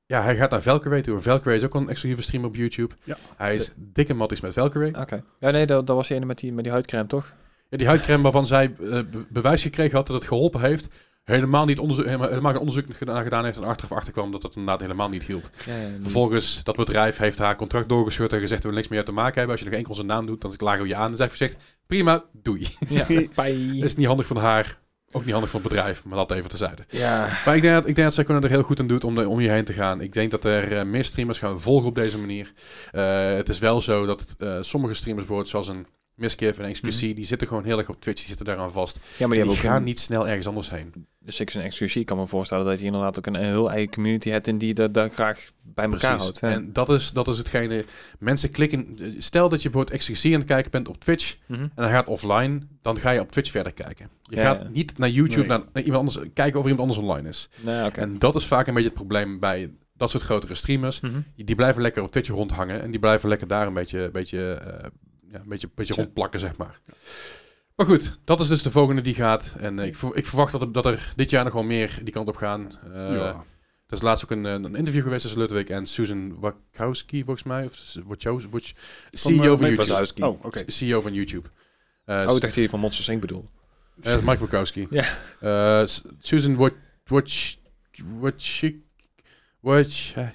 ja, hij gaat naar Valkyrie toe. En Valkyrie is ook al een exclusieve stream op YouTube. Ja. Hij is dikke matties met Valkyrie. eh, Oké. Ja, nee, dat, dat was die ene met die, met die huidcrème, toch? Ja, die huidcrème waarvan zij eh, be- bewijs gekregen had dat het geholpen heeft. Helemaal, niet onderzoek, helemaal, helemaal geen onderzoek gedaan gedaan heeft en achteraf achterkwam dat het inderdaad helemaal niet hielp. Ja, ja, die- Vervolgens, dat bedrijf heeft haar contract doorgeschud en gezegd, we willen niks meer te maken hebben. Als je nog enkel zijn naam doet, dan klagen we je aan. En zij heeft gezegd, prima, doei. [LAUGHS] Ja, Dat is niet handig van haar, ook niet handig van het bedrijf, maar dat even tezijde. Ja. Maar ik denk dat, ik denk dat zij kunnen er heel goed aan doet om, de- om je heen te gaan. Ik denk dat er eh, meer streamers gaan volgen op deze manier. Eh, het is wel zo dat eh, sommige streamers, bijvoorbeeld zoals een Miskiff en XQC, die zitten gewoon heel erg op Twitch, die zitten daaraan vast. ja, Mhm. maar die hebben Die ook gaan een- niet snel ergens anders heen. Dus ik een exclusie. Ik kan me voorstellen dat je inderdaad ook een heel eigen community hebt en die dat daar graag bij elkaar houdt. Ja. En dat is, dat is hetgene... Mensen klikken... Stel dat je bijvoorbeeld XQC aan het kijken bent op Twitch... Mhm. en dan gaat offline, dan ga je op Twitch verder kijken. Je Ja, gaat ja. niet naar YouTube, Nee. naar, naar iemand anders, kijken of er iemand anders online is. Nou, oké. En dat is vaak een beetje het probleem bij dat soort grotere streamers. Mhm. Die blijven lekker op Twitch rondhangen... en die blijven lekker daar een beetje, een beetje, eh, ja, een beetje, een beetje Ja. rondplakken, zeg maar. Maar goed, dat is dus de volgende die gaat. En eh, ik, ver- ik verwacht dat er, dat er dit jaar nog wel meer die kant op gaan. Eh, ja. Er is laatst ook een, eh, een interview geweest tussen Ludwig en Susan Wachowski, volgens mij. Of S- Wachowski, Wach- CEO E van YouTube. Wachowski. Oh, oké. CEO van YouTube. Eh, Oh, s- ik dacht dat je van Monsters Inc. bedoelde. eh, dat is Mike Wachowski. Ja. Eh, s- Susan Wach... Wach... Wach... Wach... eh,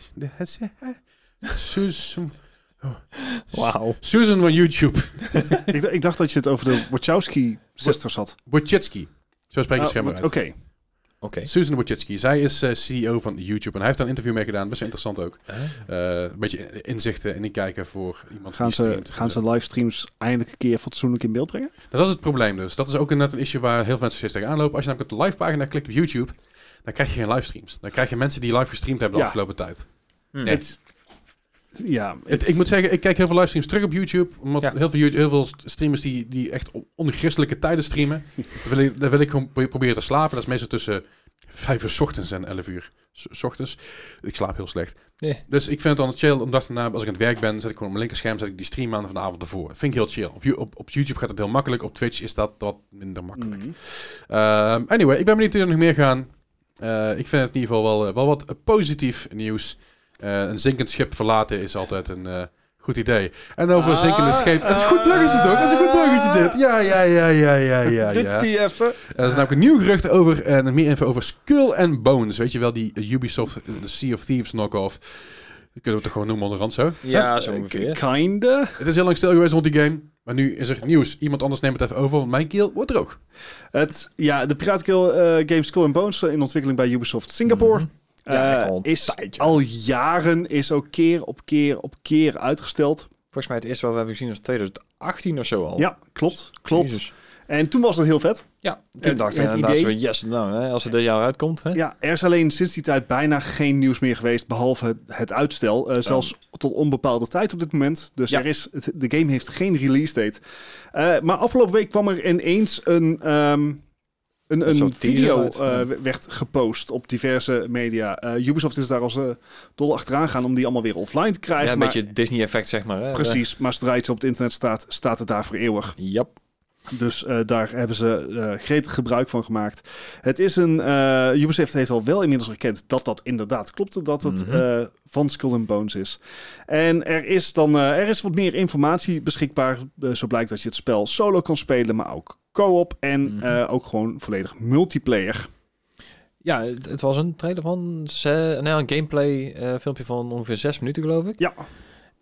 Susan... oh. Wauw. Susan van YouTube. ik, d- ik dacht dat je het over de Wachowski-sisters had. Wachitsky. Zo spreek je het Ah, scherm maar uit. Oké. Oké. Susan Wojcicki, zij is eh, CEO van YouTube en hij heeft daar een interview mee gedaan, best interessant ook. Ah. Eh, een beetje inzichten en inkijken voor iemand Gaan die ze, streamt. gaan ze livestreams eindelijk een keer fatsoenlijk in beeld brengen? Nou, dat is het probleem dus. Dat is ook inderdaad een issue waar heel veel mensen steeds tegenaan lopen. Als je namelijk op de live pagina klikt op YouTube, dan krijg je geen livestreams. Dan krijg je mensen die live gestreamd hebben de Ja. afgelopen tijd. Hm. Nee. Ja. Het, ik moet zeggen, ik kijk heel veel livestreams terug op YouTube. Omdat Ja. heel, veel, YouTube- heel veel streamers die, die echt op onchristelijke tijden streamen, daar wil, ik, daar wil ik gewoon pro- proberen te slapen. Dat is meestal tussen vijf uur 's ochtends en 11 uur s- 's ochtends. Ik slaap heel slecht. Nee. Dus ik vind het dan chill om dag daarna, als ik aan het werk ben, zet ik gewoon op mijn linkerscherm, zet ik die stream aan van de avond ervoor. Vind ik heel chill. Op, You- op, op YouTube gaat het heel makkelijk, op Twitch is dat wat minder makkelijk. Mhm. Ehm, anyway, ik ben benieuwd hoe er nog meer gaan. Eh, ik vind het in ieder geval wel, eh, wel wat eh, positief nieuws. Eh, een zinkend schip verlaten is altijd een eh, goed idee. En over een zinkende Ah, schip... Het is een goed bruggetje toch? Het is een goed bruggetje dit. Ja, ja, ja, ja, ja, ja, [LAUGHS] ja. die even. Eh, er is namelijk een nieuw gerucht over... eh, en meer info over Skull and Bones. Weet je wel, die eh, Ubisoft eh, de Sea of Thieves knock-off. Dat kunnen we het toch gewoon noemen onderhand zo? Ja, Eh, zo ongeveer. Kinda. Het is heel lang stil geweest rond die game. Maar nu is er nieuws. Iemand anders neemt het even over, want mijn keel wordt droog. Het, ja, de Piratenkill eh game Skull and Bones eh, in ontwikkeling bij Ubisoft Singapore. Mhm. Ja, echt Eh, al een is al jaren is ook keer op keer op keer uitgesteld. Volgens mij het eerste wat we hebben gezien was 2018 of zo al. Ja, klopt, klopt. Oh. Jezus. En toen was dat heel vet. Ja, toen Het- dacht ik het inderdaad idee- zo, yes, nou, hè, als het dit jaar uitkomt. Hè? Ja, er is alleen sinds die tijd bijna geen nieuws meer geweest, behalve het, het uitstel. Eh, zelfs tot onbepaalde tijd op dit moment. Dus Ja. er is, het- de game heeft geen release date. Eh, maar afgelopen week kwam er ineens een, ehm, een, een, soort teaser video uit, eh, ja. w- werd gepost op diverse media. Eh, Ubisoft is daar als eh dol achteraan gaan om die allemaal weer offline Ja, te krijgen. een maar, beetje Disney-effect, zeg maar. Hè? Eh, Precies, maar zodra iets op het internet staat, staat het daar voor eeuwig. Ja, Dus eh, daar hebben ze eh, gretig gebruik van gemaakt. Het is een. eh, Ubisoft heeft al wel inmiddels erkend dat dat inderdaad klopt. Dat het Mhm. eh, van Skull and Bones is. En er is dan. eh, er is wat meer informatie beschikbaar. Eh, zo blijkt dat je het spel solo kan spelen, maar ook co-op. En Mhm. eh, ook gewoon volledig multiplayer. ja het, het was een trailer van ze, nou, een gameplay eh, filmpje van ongeveer zes minuten, geloof ik. Ja.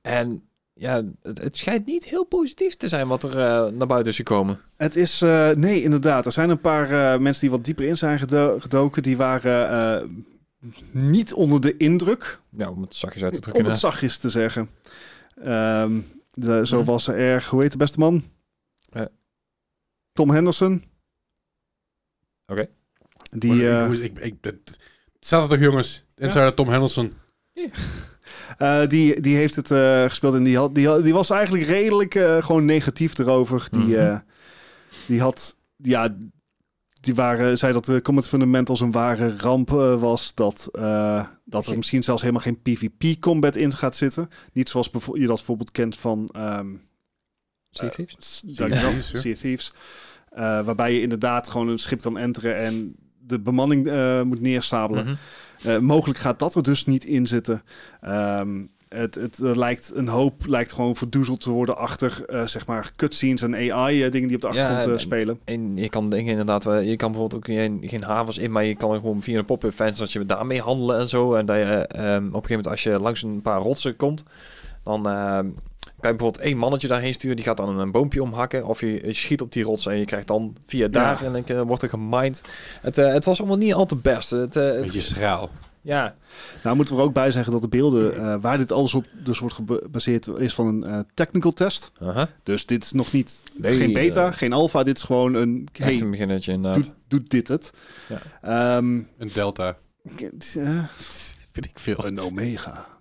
En ja, het, het schijnt niet heel positief te zijn wat er eh, naar buiten is gekomen. Het is, eh, nee, inderdaad. Er zijn een paar eh, mensen die wat dieper in zijn gedo- gedoken. Die waren eh, niet onder de indruk Ja, Nou, om het zachtjes uit te drukken. Om het hè. zachtjes te zeggen. Ehm, de, zo Mhm. was er erg. Hoe heet de beste man? Eh. Tom Henderson. Oké. Die, eh, ik, ik, ik, het staat er toch, jongens? En zou dat Tom Henderson. eh, die, die heeft het eh, gespeeld en die, had, die, had- die was eigenlijk redelijk eh, gewoon negatief erover. Die, Mhm. eh, die had, ja, die waren, zei dat de Comet Fundamentals een ware ramp eh, was. Dat, eh, dat er misschien zelfs helemaal geen PvP-combat in gaat zitten. Niet zoals bevo- je dat bijvoorbeeld kent van... ehm, Sea of Thieves? Sea of Thieves, ja. Sea of Thieves. Eh, waarbij je inderdaad gewoon een schip kan enteren en de bemanning eh, moet neersabelen. Mhm. Eh, mogelijk gaat dat er dus niet in zitten. Ehm, het, het eh, lijkt een hoop lijkt gewoon verdoezeld te worden achter eh, zeg maar cutscenes en AI eh, dingen die op de Ja, achtergrond eh, en- spelen. En je kan dingen inderdaad, wel- je kan bijvoorbeeld ook geen, geen havens in, maar je kan er gewoon via een pop-up fans dat je daarmee handelen en zo. En dat je ehm, op een gegeven moment als je langs een paar rotsen komt, dan ehm, kan je bijvoorbeeld één mannetje daarheen sturen, die gaat dan een boompje omhakken. Of je, je schiet op die rots en je krijgt dan via daar en dan eh, wordt er gemind. Het, eh, het was allemaal niet al te best. Het, eh, het- Beetje schraal. ja, Nou moeten we er ook bij zeggen dat de beelden Mhm. eh, waar dit alles op dus wordt gebaseerd is van een eh, technical test. Aha. Dus dit is nog niet Nee, geen beta, eh, geen alfa. Dit is gewoon een echt hey, een beginnetje doet inderdaad. doet dit het. Ja. Ehm, Een [LAUGHS] delta. ik- eh, Vind ik veel. Een omega.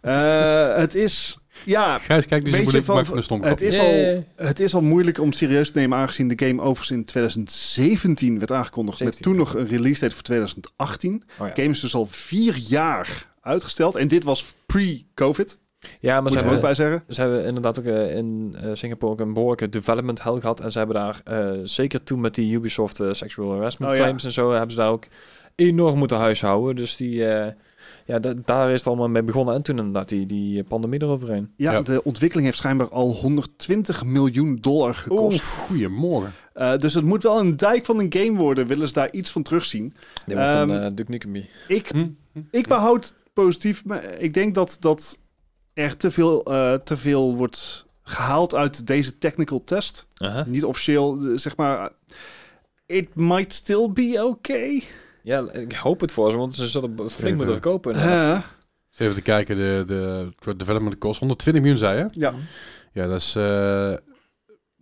Eh, het is... Ja, Gijs, kijk, die is Beetje moeilijk van- gemaakt van een stom het grapje. is, Ja, ja, al, ja. het is al moeilijk om het serieus te nemen... aangezien de game overigens in 2017 werd aangekondigd... met 17, toen nog een release date voor 2018. Oh ja. De game is dus al vier jaar uitgesteld. En dit was pre-covid, ja, maar ze moeten we hebben, ook bij zeggen. Ze hebben inderdaad ook eh, in eh, Singapore ook een behoorlijke development hell gehad. En ze hebben daar, eh, zeker toen met die Ubisoft eh, sexual harassment Oh, ja. claims en zo, hebben ze daar ook enorm moeten huishouden. Dus die, eh, ja, da- daar is het allemaal mee begonnen. En toen inderdaad die, die eh, pandemie eroverheen. Ja, Ja. de ontwikkeling heeft schijnbaar al 120 miljoen dollar gekost. Oeh, goedemorgen. Eh, dus het moet wel een dijk van een game worden. Willen ze daar iets van terugzien? Dit wordt een, een Duke Nukem. Ik Hm? Ik behoud het positief. Maar ik denk dat, dat er te veel, eh, te veel wordt gehaald uit deze technical test. Niet officieel, eh, zeg maar. It might still be okay. Ja, ik hoop het voor ze, want ze zullen b- flink Even. moeten verkopen. [LAUGHS] inderdaad. Eh, Eens even te kijken, de, de qua development cost. 120 miljoen, zei je? ja, Ja, dat is... eh,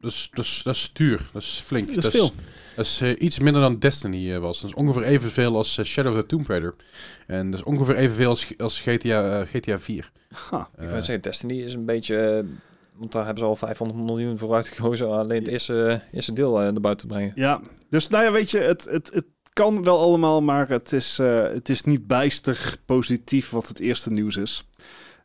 dat is, dat, is, dat is duur. Dat is flink. dat is veel. Dat is eh, iets minder dan Destiny eh, was. Dat is ongeveer evenveel als eh, Shadow of the Tomb Raider. En dat is ongeveer evenveel als, als GTA, eh, GTA 4. Ha. Ik Eh, wou zeggen, Destiny is een beetje... eh, want daar hebben ze al 500 miljoen voor uitgekozen. om Alleen het eerste, eerste deel eh, naar buiten te brengen. Ja, dus nou ja, weet je, het, het, het kan wel allemaal, maar het is, eh, het is niet bijster positief wat het eerste nieuws is.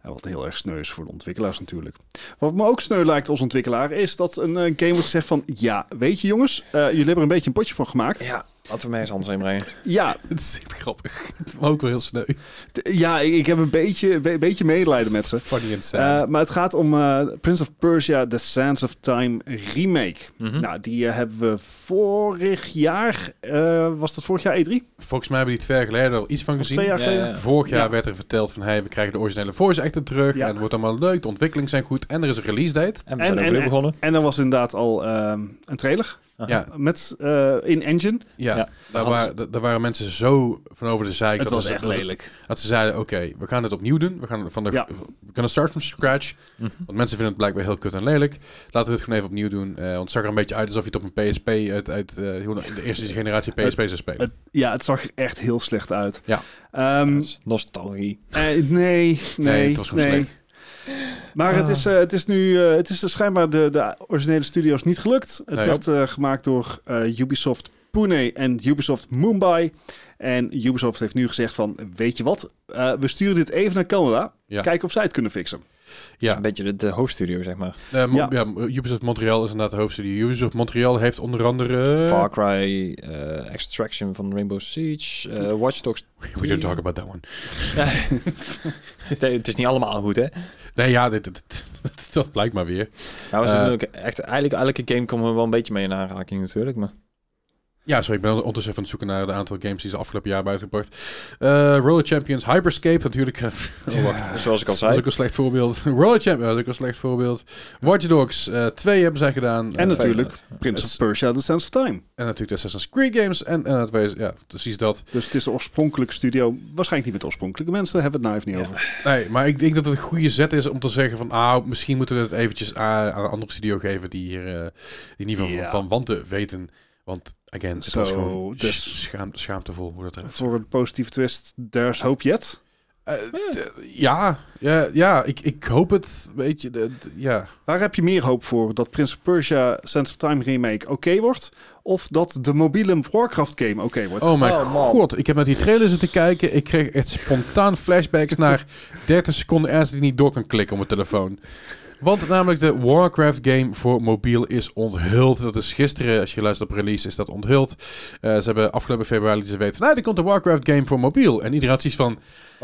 En wat heel erg sneu is voor de ontwikkelaars natuurlijk. Wat me ook sneu lijkt als ontwikkelaar is dat een eh, game wordt gezegd van... Ja, weet je jongens, eh, jullie hebben er een beetje een potje van gemaakt. Ja, laten we mij eens anders heen brengen. Ja, [LAUGHS] Het is echt grappig. Maar ook wel heel sneu. d- ja ik, ik heb een beetje, een be- beetje medelijden met ze. Funny and sad. Eh, maar het gaat om eh, Prince of Persia The Sands of Time remake. Mhm. Nou, die eh, hebben we vorig jaar... eh, was dat vorig jaar E3? Volgens mij hebben we die twee jaar geleden al iets van Of gezien. twee jaar Ja, geleden? ja. Vorig jaar Ja. werd er verteld van... Hey, we krijgen de originele voice actor terug. Ja. En het wordt allemaal leuk. De ontwikkelingen zijn goed. En er is een release date. En we En- zijn en- overnieuw en- begonnen. En er was inderdaad al ehm, een trailer. Ja, Met, eh, in Engine. ja, Ja. Daar, Hadden waren, daar- daar waren mensen zo van over de zeik. Het dat was ze- echt dat- lelijk. Dat ze zeiden, oké, we gaan het opnieuw doen. We gaan van de, Ja. we kunnen start from scratch. Want mensen vinden het blijkbaar heel kut en lelijk. Laten we het gewoon even opnieuw doen. Eh, want het zag er een beetje uit alsof je het op een PSP uit, uit eh, hoe- de eerste generatie PSP zou spelen. Het, ja, het zag er echt heel slecht uit. Ja. Ehm, Nostalgie. eh, nee, nee, Nee, het was gewoon nee. slecht. Maar het, is, eh, het is nu, eh, het is dus schijnbaar de, de originele studio's niet gelukt. Het Nee. werd eh, gemaakt door eh, Ubisoft Pune en Ubisoft Mumbai. En Ubisoft heeft nu gezegd van, weet je wat, eh, we sturen dit even naar Canada. Ja. Kijken of zij het kunnen fixen. Ja. Een beetje de, de hoofdstudio, zeg maar. Eh, Mo- Ja. ja, Ubisoft Montreal is inderdaad de hoofdstudie. Ubisoft Montreal heeft onder andere... Far Cry, eh, Extraction van Rainbow Siege, eh, Watch [LAUGHS] Dogs. We don't talk about that one. Nee, het is niet allemaal goed, hè? Nee, ja, dit, dit- [LAUGHS] dit- dat blijkt maar weer. Nou, Eh, ze doen ook echt, eigenlijk elke game komen we wel een beetje mee in aanraking natuurlijk, maar... Ja, sorry, ik ben ondertussen even aan het zoeken naar de aantal games die ze afgelopen jaar hebben uitgebracht. Eh, Roller Champions, Hyperscape natuurlijk. [LAUGHS] oh, wacht. Zoals ik al Dat zei. is ook een slecht voorbeeld. [LAUGHS] Roller Champions, dat is ook een slecht voorbeeld. Watch Dogs 2 hebben zij gedaan. En Eh, natuurlijk Prince is- of Persia, The Sands of Time. En natuurlijk de Assassin's Creed games. En, en het wees- ja, precies dat. Dus het is een oorspronkelijke studio. Waarschijnlijk niet met oorspronkelijke mensen, daar hebben we het nou even niet over. Nee, maar ik denk dat het een goede zet is om te zeggen van... Ah, misschien moeten we het eventjes aan, aan een andere studio geven die hier eh, die in ieder geval Ja. van, van wanten weten. Want, again, het was Zo, gewoon sch- dus- schaam, schaamtevol hoe dat eruit zag. Voor een positieve twist, there's hope yet. Eh, d- ja, ja, ja ik, ik hoop het. Weet je, de- de- ja. Waar heb je meer hoop voor? Dat Prince of Persia Sands of Time remake oké wordt? Of dat de mobiele Warcraft game oké wordt? Oh mijn Oh, man. god, ik heb naar die trailer zitten kijken. Ik kreeg echt spontaan flashbacks naar 30 seconden ergens die ik niet door kan klikken op mijn telefoon. Want namelijk de Warcraft game voor mobiel is onthuld. Dat is gisteren, als je luistert op release, is dat onthuld. Eh, ze hebben afgelopen februari lieten ze weten, nou, er komt een Warcraft game voor mobiel. En iedereen had zoiets van,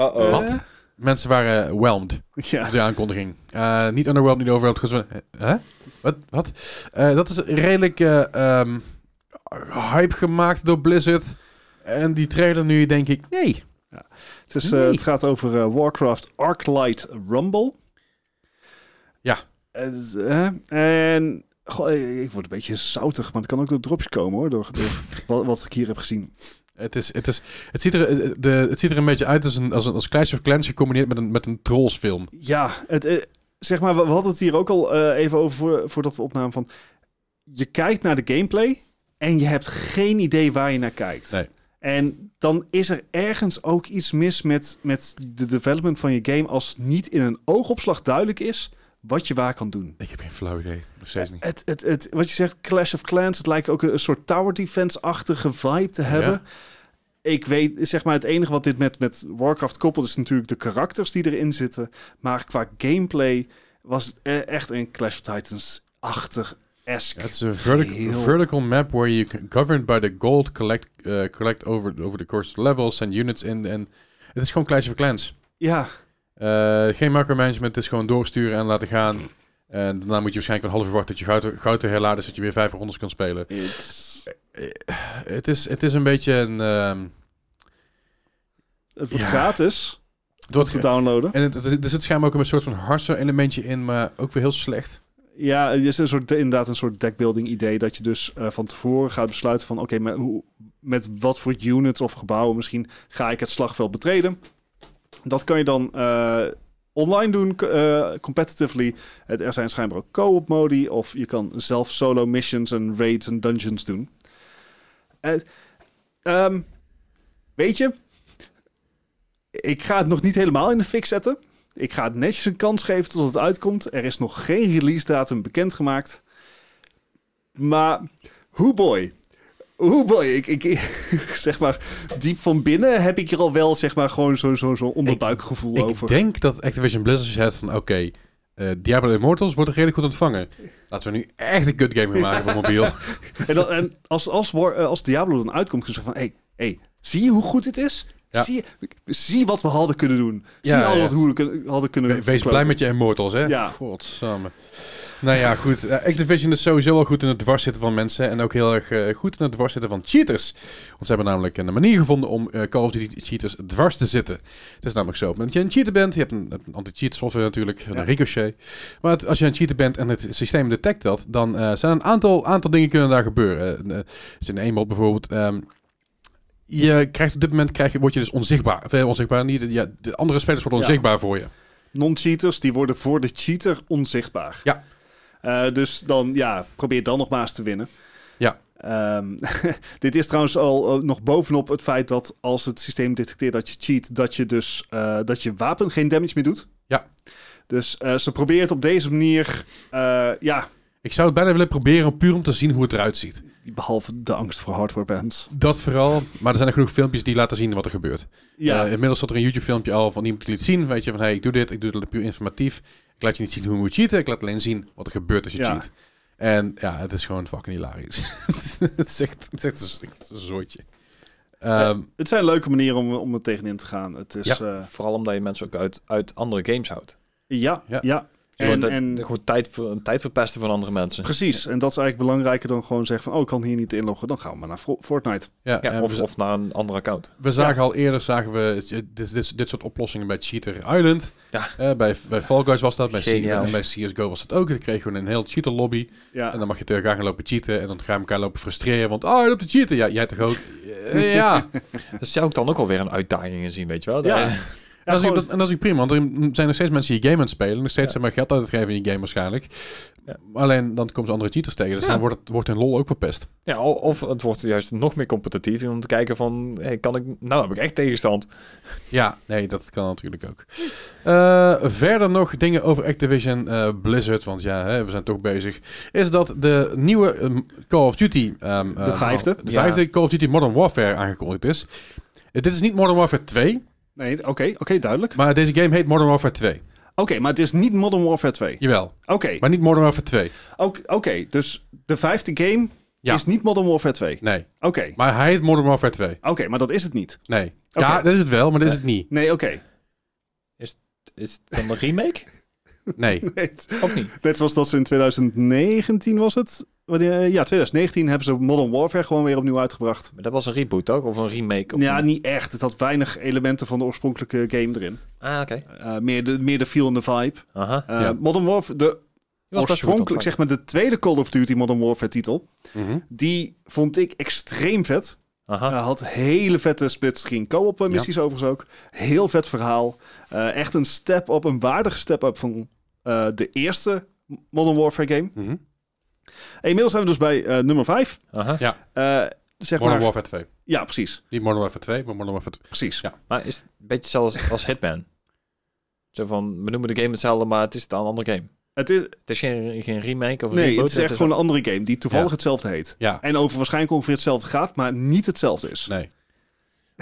Eh, wat? Mensen waren whelmed Ja. op de aankondiging. Eh, niet underwhelmed, niet overwhelmed. Gewoon zo van, hè? Wat? Wat? Eh, dat is redelijk eh, ehm, hype gemaakt door Blizzard. En die trailer nu denk ik, nee. Het, is, eh, Nee. het gaat over eh, Warcraft Arclight Rumble. Ja. Het is, eh, en goh, eh, ik word een beetje zoutig, maar het kan ook door drops komen hoor, door, [LAUGHS] door wat, wat ik hier heb gezien. Het, is, het, is, het, ziet er, eh, de, het ziet er een beetje uit als een, als een als Clash of Clans gecombineerd met een, met een trollsfilm. Ja, het, eh, zeg maar, we, we hadden het hier ook al eh, even over voor, voordat we opnamen van... Je kijkt naar de gameplay en je hebt geen idee waar je naar kijkt. Nee. En dan is er ergens ook iets mis met, met de development van je game... als niet in een oogopslag duidelijk is wat je waar kan doen. Ik heb geen flauw idee. Nog steeds niet. Het, het, het, wat je zegt, Clash of Clans, het lijkt ook een, een soort tower defense-achtige vibe te hebben. Ik weet, zeg maar, het enige wat dit met, met Warcraft koppelt is natuurlijk de karakters die erin zitten. Maar qua gameplay was het e- echt een Clash of Titans-achtig esque. Ja, het is een vertic- Eh, Heel- vertical map where you can- governed by the gold collect, eh, collect over, over the course of levels and units in. En het is gewoon Clash of Clans. Ja, Eh, geen macromanagement, het is gewoon doorsturen en laten gaan. En daarna moet je waarschijnlijk een half uur wachten tot je goud, goud weer herladen, zodat je weer vijf rondes kan spelen. Eh, Het is, het is een beetje een... ehm, het wordt Ja. gratis het wordt- te downloaden. en het, het is- er zit schijnbaar ook een soort van hardcore elementje in, maar ook weer heel slecht. Ja, het is een soort, inderdaad een soort deckbuilding idee. Dat je dus eh, van tevoren gaat besluiten van... oké, maar hoe- met wat voor units of gebouwen misschien ga ik het slagveld betreden. Dat kan je dan eh, online doen, k- eh, competitively. Het- er zijn schijnbaar ook co-op modi. Of je kan zelf solo missions en raids en dungeons doen. Eh, ehm, weet je, ik ga het nog niet helemaal in de fik zetten. Ik ga het netjes een kans geven tot het uitkomt. Er is nog geen release datum bekendgemaakt. Maar hoe boy. Hoe boy. Ik, ik, [LAUGHS] zeg maar, diep van binnen heb ik er al wel zeg maar gewoon zo'n zo, zo onderbuikgevoel over. Ik denk dat Activision Blizzard zegt van, oké, eh, Diablo Immortals wordt redelijk goed ontvangen. Laten we nu echt een good game gaan maken voor mobiel. En, dan, en als, als, War- eh, als Diablo dan uitkomt, kun je zeggen van... Hé, hey, zie je hoe goed dit is? Ja. Zie, je- zie wat we hadden kunnen doen. Ja, zie al ja. wat hoe we kun- hadden kunnen We- Wees blij verkloten. met je Immortals, hè? Ja. Godsamme. Nou ja, goed. Eh, Activision is sowieso wel goed in het dwarszitten van mensen. En ook heel erg eh, goed in het dwarszitten van cheaters. Want ze hebben namelijk een manier gevonden om eh, Call of Duty cheaters dwars te zitten. Het is namelijk zo, op het moment dat je een cheater bent... Je hebt een, een anti-cheat software natuurlijk, een Ja. ricochet. Maar het- als je een cheater bent en het systeem detect dat... dan eh, zijn er een aantal, aantal dingen kunnen daar gebeuren. Eh, eh, dus in eenmaal bijvoorbeeld... ehm, je krijgt op dit moment krijg je, word je dus onzichtbaar. Of, eh, onzichtbaar niet. Ja, de andere spelers worden Ja. onzichtbaar voor je. Non-cheaters, die worden voor de cheater onzichtbaar. Ja. Eh, dus dan, ja, probeer dan nog maar eens te winnen. Ja. Ehm, [LAUGHS] dit is trouwens al eh, nog bovenop het feit dat als het systeem detecteert dat je cheat, dat je dus eh, dat je wapen geen damage meer doet. Ja. Dus eh, ze probeert op deze manier, eh, ja, Ik zou het bijna willen proberen puur om te zien hoe het eruit ziet. behalve de angst voor hardware bands. Dat vooral, maar er zijn er genoeg filmpjes die laten zien wat er gebeurt. Ja, Eh, inmiddels zat er een YouTube-filmpje al van iemand die liet zien. Weet je, van hey, ik doe dit, ik doe het puur informatief. Ik laat je niet zien hoe je moet cheaten, ik laat alleen zien wat er gebeurt als je Ja. cheat. En ja, het is gewoon fucking hilarisch. [LAUGHS] het, is echt, het, is echt, een- echt een zooitje. Ehm, het zijn leuke manieren om, om er tegenin te gaan. Het is, Ja. eh, Vooral omdat je mensen ook uit, uit andere games houdt. ja, Ja. ja. En, En, dat, en Gewoon tijd, voor, een tijd verpesten van andere mensen. Precies, en dat is eigenlijk belangrijker dan gewoon zeggen van... oh, ik kan hier niet inloggen, dan gaan we maar naar Fo- Fortnite. ja, Ja, en of, we, of naar een ander account. we zagen al eerder zagen we eh, dit, dit, dit soort oplossingen bij Cheater Island. Ja. Eh, bij, bij Fall Guys was dat, bij, C- Geniaal. en bij CSGO was dat ook. Dan kregen we een heel cheater lobby. Ja, En dan mag je tegen elkaar gaan lopen cheaten. En dan gaan we elkaar lopen frustreren. Want, oh, je loopt te cheaten. Ja, jij toch ook? Eh, ja. Dat Dus zou ik dan ook alweer een uitdaging in zien, weet je wel. Ja. Daar- En dat, is, gewoon- dat- en dat is ook prima. Want er zijn nog steeds mensen die je game aan het spelen. Nog steeds Ja. zeg maar geld uitgeven in je game waarschijnlijk. Ja. Alleen, dan komen ze andere cheaters tegen. Dus Ja. dan wordt, het, wordt hun lol ook verpest. Ja, o- of het wordt juist nog meer competitief om te kijken van, hey, kan ik, nou heb ik echt tegenstand. Ja, nee, dat kan natuurlijk ook. Eh, verder nog dingen over Activision eh, Blizzard. Want ja, hè, we zijn toch bezig. Is dat de nieuwe ehm, Call of Duty... ehm, de eh, vijfde. de Ja. vijfde Call of Duty Modern Warfare aangekondigd is. Eh, Dit is niet Modern Warfare 2, Nee, oké, oké, duidelijk. Maar deze game heet Modern Warfare 2. Oké, maar het is niet Modern Warfare 2. Jawel. Oké, Maar niet Modern Warfare 2. ook- oké, dus de vijfde game Ja. is niet Modern Warfare 2. Oké, Nee. oké, Maar hij heet Modern Warfare 2. maar dat is het niet. Nee. Oké. Ja, dat is het wel, maar dat is het niet. Nee, oké. [LAUGHS] Is het dan een remake? [LAUGHS] Nee. Nee, of niet? Net zoals dat ze in 2019 was het. Wanneer- Ja, 2019 hebben ze Modern Warfare gewoon weer opnieuw uitgebracht. Maar dat was een reboot toch? Of een remake? Of Ja, een- niet echt. Het had weinig elementen van de oorspronkelijke game erin. Ah, oké. Eh, meer, de, meer de feel en de vibe. Aha. Eh, Ja. Modern Warfare, de Die was best goed oorspronkelijk ontvangen. zeg maar de tweede Call of Duty Modern Warfare [LAUGHS] titel. Mhm. Die vond ik extreem vet. Aha. Eh, had hele vette split-screen co-op eh, missies overigens ook. Heel vet verhaal. Eh, echt een step-up, een waardige step-up van eh, de eerste Modern Warfare game. Mhm. En inmiddels zijn we dus bij eh, nummer 5. Aha. zeg Modern maar, Warfare 2. ja, precies. Niet Modern Warfare 2, maar Modern Warfare 2. precies. Ja. Maar is het een beetje zelfs als Hitman? Zo van, we noemen de game hetzelfde, maar het is dan een andere game. Het is, Het is geen, geen remake of een nee, reboot. het is echt gewoon een andere game die toevallig Ja. hetzelfde heet. Ja. En over waarschijnlijk ongeveer hetzelfde gaat, maar niet hetzelfde is. Nee. [LAUGHS]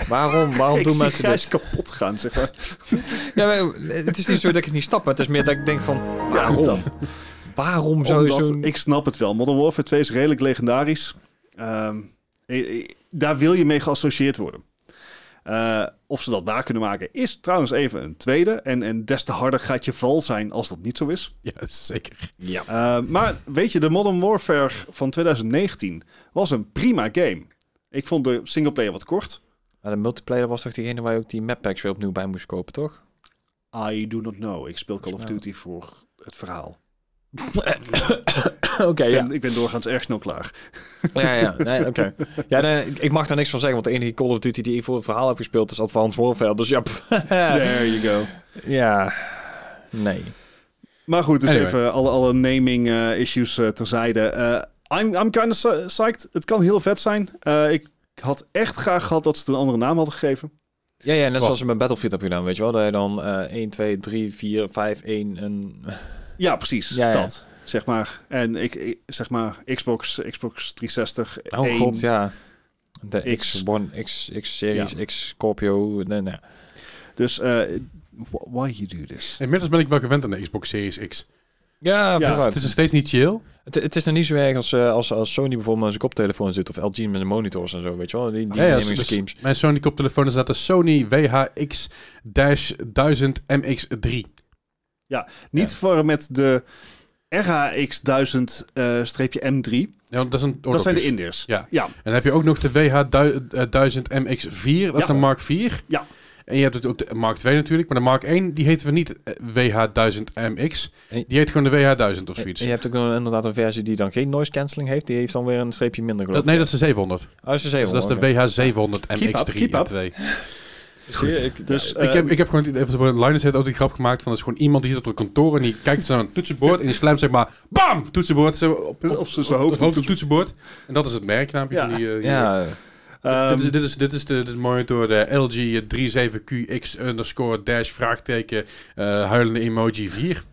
Waarom, waarom ik doen zie mensen Gijs dit? kapot gaan, [LAUGHS] zeg maar. Ja, maar het is niet zo dat ik het niet snap, maar het is meer dat ik denk van, waarom? dat- waarom zou je Omdat- zo'n... Ik snap het wel. Modern Warfare 2 is redelijk legendarisch. Ehm, eh, eh, daar wil je mee geassocieerd worden. Eh, of ze dat waar kunnen maken, is trouwens even een tweede. En, en des te harder gaat je val zijn als dat niet zo is. Ja, dat is zeker. Ja. Eh, maar weet je, de Modern Warfare van 2019 was een prima game. Ik vond de singleplayer wat kort. Maar de multiplayer was toch diegene waar je ook die map packs weer opnieuw bij moest kopen, toch? I do not know. Ik speel Call of Ja. Duty voor het verhaal. [LAUGHS] Oké, Ik ja. ben, ik ben doorgaans erg snel klaar. Ja, ja. [LAUGHS] Nee, oké. Ja, nee, ik- ik mag daar niks van zeggen, want de enige Call of Duty die ik voor het verhaal heb gespeeld is Advanced Warfare. Dus ja, pff. [LAUGHS] There you go. ja. Nee. Maar goed, dus Anyway. even alle, alle naming eh, issues eh, terzijde. Eh I'm, I'm kind of psyched. Het kan heel vet zijn. Eh, ik had echt graag gehad dat ze het een andere naam hadden gegeven. Ja, ja, net Wat? zoals ze met Battlefield hebben gedaan, weet je wel. Dat je dan eh 1, 2, 3, 4, 5, [LAUGHS] 1 en... Ja, precies. Ja, ja. Dat, zeg maar. En ik, ik- zeg maar, Xbox, Xbox 360. Oh één. god, ja. De X. X1, X, X-series, X Scorpio. Nee, nee. Dus eh, wh- why you do this? Inmiddels ben ik wel gewend aan de Xbox Series X. Ja, Ja. Het vooruit. is nog steeds niet chill. Het, het is nog niet zo erg als, eh, als, als Sony bijvoorbeeld aan zijn koptelefoon zit of LG met zijn monitors en zo, weet je wel. Die, die Ja, ja, naming dus- schemes. Mijn Sony koptelefoon is dat de Sony WHX-1000MX3. Niet verwarren met de RHX eh, 1000-M3. Ja, want dat is een dat zijn de oorlogjes. Indiërs. Ja. Ja, En dan heb je ook nog de eh, WH1000MX4, dat is Ja. de Mark 4. Ja. En je hebt ook de Mark 2 natuurlijk, maar de Mark 1 die heten we niet eh, WH1000MX. En- Die heet gewoon de WH1000 of En zoiets. Je hebt ook nog inderdaad een versie die dan geen noise cancelling heeft. Die heeft dan weer een streepje minder geloof Dat, ik. nee, dat is de 700. Oh, is er Dus dat is 700, de oké. WH700MX3 Keep up, keep en up. 2. goed. dus, ik, eh, heb, ik heb gewoon het idee van de Linus heeft ook die grap gemaakt van dat is gewoon iemand die zit op een kantoor en die kijkt zo naar een [LAUGHS] toetsenbord en die slijmt zeg maar BAM! Toetsenbord zo op, op, op zijn hoofd. op het hoofd op het toetsenbord. En dat is het merknaampje Ja. van die... eh, die- Ja, dit, is, Ehm, dit, is, dit is de, de monitor, de LG 37QX underscore dash vraagteken eh, huilende emoji 4.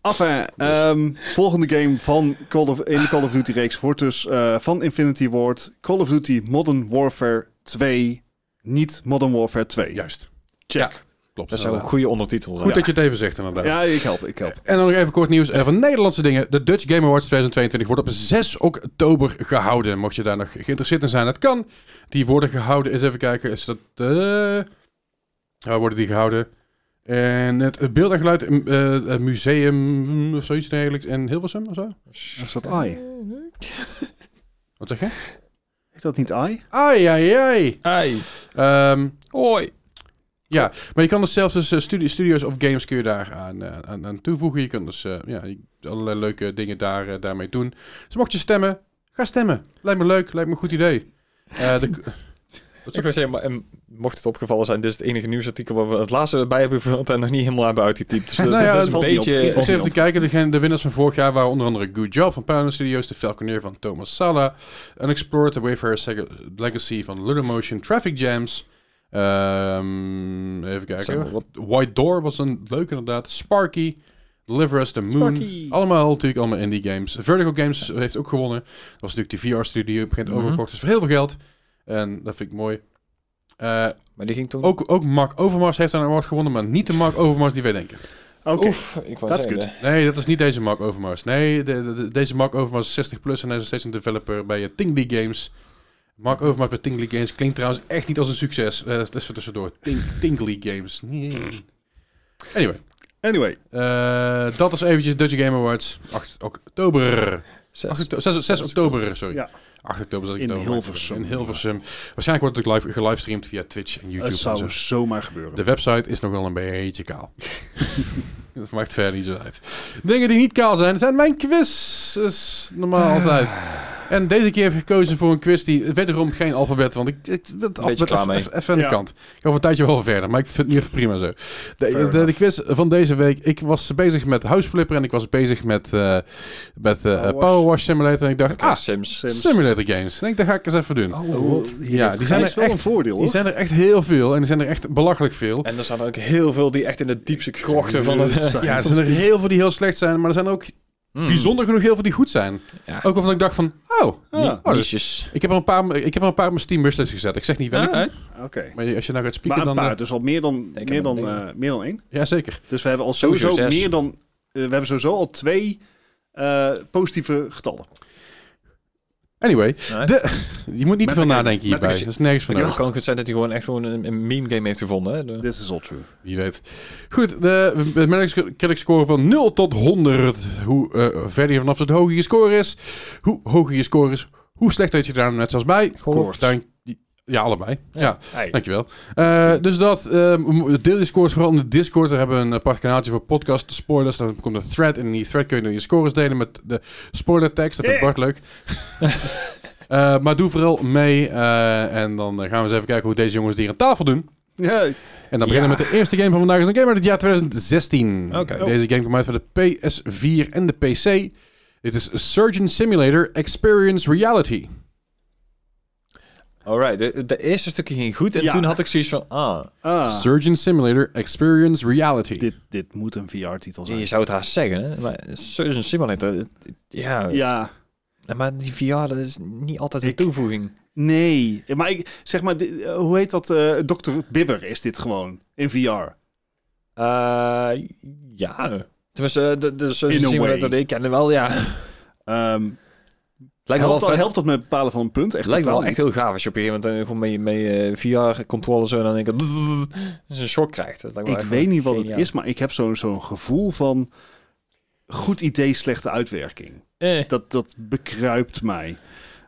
Af en ehm, volgende game van Call of, in de Call of Duty reeks wordt dus eh, van Infinity Ward Call of Duty Modern Warfare 2, niet Modern Warfare 2. Juist. Check. Klopt. dat zou een inderdaad. goede ondertitel zijn. Goed dat je het even zegt inderdaad. Ja, ik help, ik help. En dan nog even kort nieuws eh, van Nederlandse dingen. De Dutch Game Awards 2022 wordt op 6 oktober gehouden. Mocht je daar nog geïnteresseerd in zijn, dat kan. Die worden gehouden, eens even kijken, is dat... eh, Waar worden die gehouden? En het beeld en geluid eh, eh, museum mm, of zoiets dergelijks in Hilversum of zo? Is dat AI? Wat zeg je? Is dat niet AI? Ai, ai, ai. Ai. Ehm, Hoi. ja, maar je kan dus zelfs dus, eh, studi- studios of games kun je daar aan, eh, aan, aan toevoegen. Je kan dus eh, ja, je- allerlei leuke dingen daar, eh, daarmee doen. Dus mocht je stemmen, ga stemmen. Lijkt me leuk, lijkt me een goed idee. Eh, de, Ik wou zeggen, maar, en mocht het opgevallen zijn, dit is het enige nieuwsartikel waar we het laatste bij hebben gevuld en nog niet helemaal hebben uitgetypt. [LAUGHS] Dus dat, Nou ja, dat is het een valt niet op. beetje... ik zit even te kijken, degene, de winnaars van vorig jaar waren onder andere Good Job van Paramount Studios, De Falconeer van Thomas Sala, Unexplored, The Wayfarer's Seg- Legacy van Ludamotion, Traffic Jams, ehm, even kijken, Zeg maar, wat- White Door was een leuke inderdaad. Sparky, Deliver Us the Moon. Sparky. Allemaal natuurlijk allemaal indie games. Vertical Games heeft ook gewonnen. Dat was natuurlijk die VR-studio. Begint Mhm. overgekocht is voor heel veel geld. En dat vind ik mooi. Eh, Maar die ging toen... ook, ook Mark Overmars heeft daar een award gewonnen, maar niet de Mark Overmars die wij denken. Oké. Oef, ik wou that's zeggen. good. Nee, dat is niet deze Mark Overmars. Nee, de- de- de- deze Mark Overmars is 60 plus en hij is nog steeds een developer bij eh, Tingly Games. Mark Overmars bij Tingly Games klinkt trouwens echt niet als een succes. Eh, Dat is er tussendoor. Ting- [LAUGHS] Tingly Games. Nee. Anyway. Anyway, Eh, dat is eventjes Dutch Game Awards. 8 oktober. Zes. 8 oktober 6, oktober, sorry. Ja. 8 oktober zat ik In het over. Hilversum. In Hilversum. Waarschijnlijk wordt het ook live gelivestreamd via Twitch en YouTube. het en zo. zou zomaar gebeuren. De website is nogal een beetje kaal. [LAUGHS] dat maakt verder niet zo uit. Dingen die niet kaal zijn, zijn mijn quizzes. Normaal altijd. En deze keer heb ik gekozen voor een quiz die wederom geen alfabet, want ik ik- dat alfabet klaar even- mee. even- even aan de Ja. kant. Ik ga over een tijdje wel verder, maar ik vind het nu even prima zo. De, de, enough. de quiz van deze week. Ik was bezig met Houseflipper en ik was bezig met, eh met eh, Powerwash. Power Wash Simulator en ik dacht, ah, Sims. Sims. Simulator Games. Ik denk, dat ga ik eens even doen. Oh, wat? Ja, die zijn is er wel echt- een voordeel, Die hoor. zijn er echt heel veel en die zijn er echt belachelijk veel. En er staan ook heel veel die echt in de diepste krochten van het... Ja, er zijn er heel veel die heel slecht zijn, maar er zijn er ook Mm. bijzonder genoeg heel veel die goed zijn. Ja. Ook waarvan ik dacht van, oh, Ah, Hmm. oh, dus- Niches. ik heb er een paar, ik heb er een paar op mijn Steam wishlist gezet. Ik zeg niet welke, Ah, oké. maar als je nou gaat spieken Maar een dan... paar, dus al meer dan, heb meer dan, een- eh, meer dan één. ja, zeker. Dus we hebben al Sowieso sowieso zes. meer dan... eh, we hebben sowieso al twee eh, positieve [LAUGHS] getallen. Anyway, Nee. de, [LAUGHS] je moet niet te Met veel een- nadenken met hierbij. een- Dat is nergens van Met een- nodig. Het kan goed zijn dat hij gewoon echt gewoon een, een meme game heeft gevonden. Hè? De- This is all true. Wie weet. Goed, de, de metacritic score van 0 tot 100. Hoe eh, verder je vanaf het hoger je score is, hoe hoger je score is, hoe slecht weet je daar net zoals bij. Kort. Dank- Ja, allebei. ja. Hey. Dankjewel. Eh, dus dat, eh, deel je scores vooral in de Discord. Daar hebben we een apart kanaaltje voor podcast spoilers. Dan komt een thread en in die thread kun je dan je scores delen met de spoiler tekst. Dat vind ik Bart leuk. [LAUGHS] Eh, maar doe vooral mee eh, en dan eh, gaan we eens even kijken hoe deze jongens die hier aan tafel doen. Ja, En dan beginnen we met de eerste game van vandaag. is een game uit het jaar 2016. Oké. Deze game komt uit voor de PS4 en de PC. Dit is Surgeon Simulator Experience Reality. Alright, de, de eerste stukje ging goed en Ja. toen had ik zoiets van, ah, ah, Surgeon Simulator Experience Reality. dit, dit moet een VR-titel zijn. je zou het haast zeggen, hè? Maar Surgeon Simulator, het- het- ja, Ja, maar die VR, dat is niet altijd een Ik- toevoeging. nee. Maar ik, zeg maar, dit- eh, hoe heet dat? eh Dr. Bibber is dit gewoon, in Ehm, VR. Eh, ja, tenminste, eh, de, de Surgeon In a Simulator way. die ik kende wel, ja. Ehm, Lijkt me wel, helpt, dat, vet- helpt dat met het bepalen van een punt? Echt lijkt me totaal wel echt heel gaaf als je op een gegeven moment eh, gewoon mee, mee VR-controle zo en dan denk ik, dat is [LAUGHS] een shock krijgt. Dat lijkt me niet. wel Ik echt weet niet wat het geniaal. is, maar ik heb zo'n zo'n gevoel van... goed idee, slechte uitwerking. Eh, Dat, dat bekruipt mij.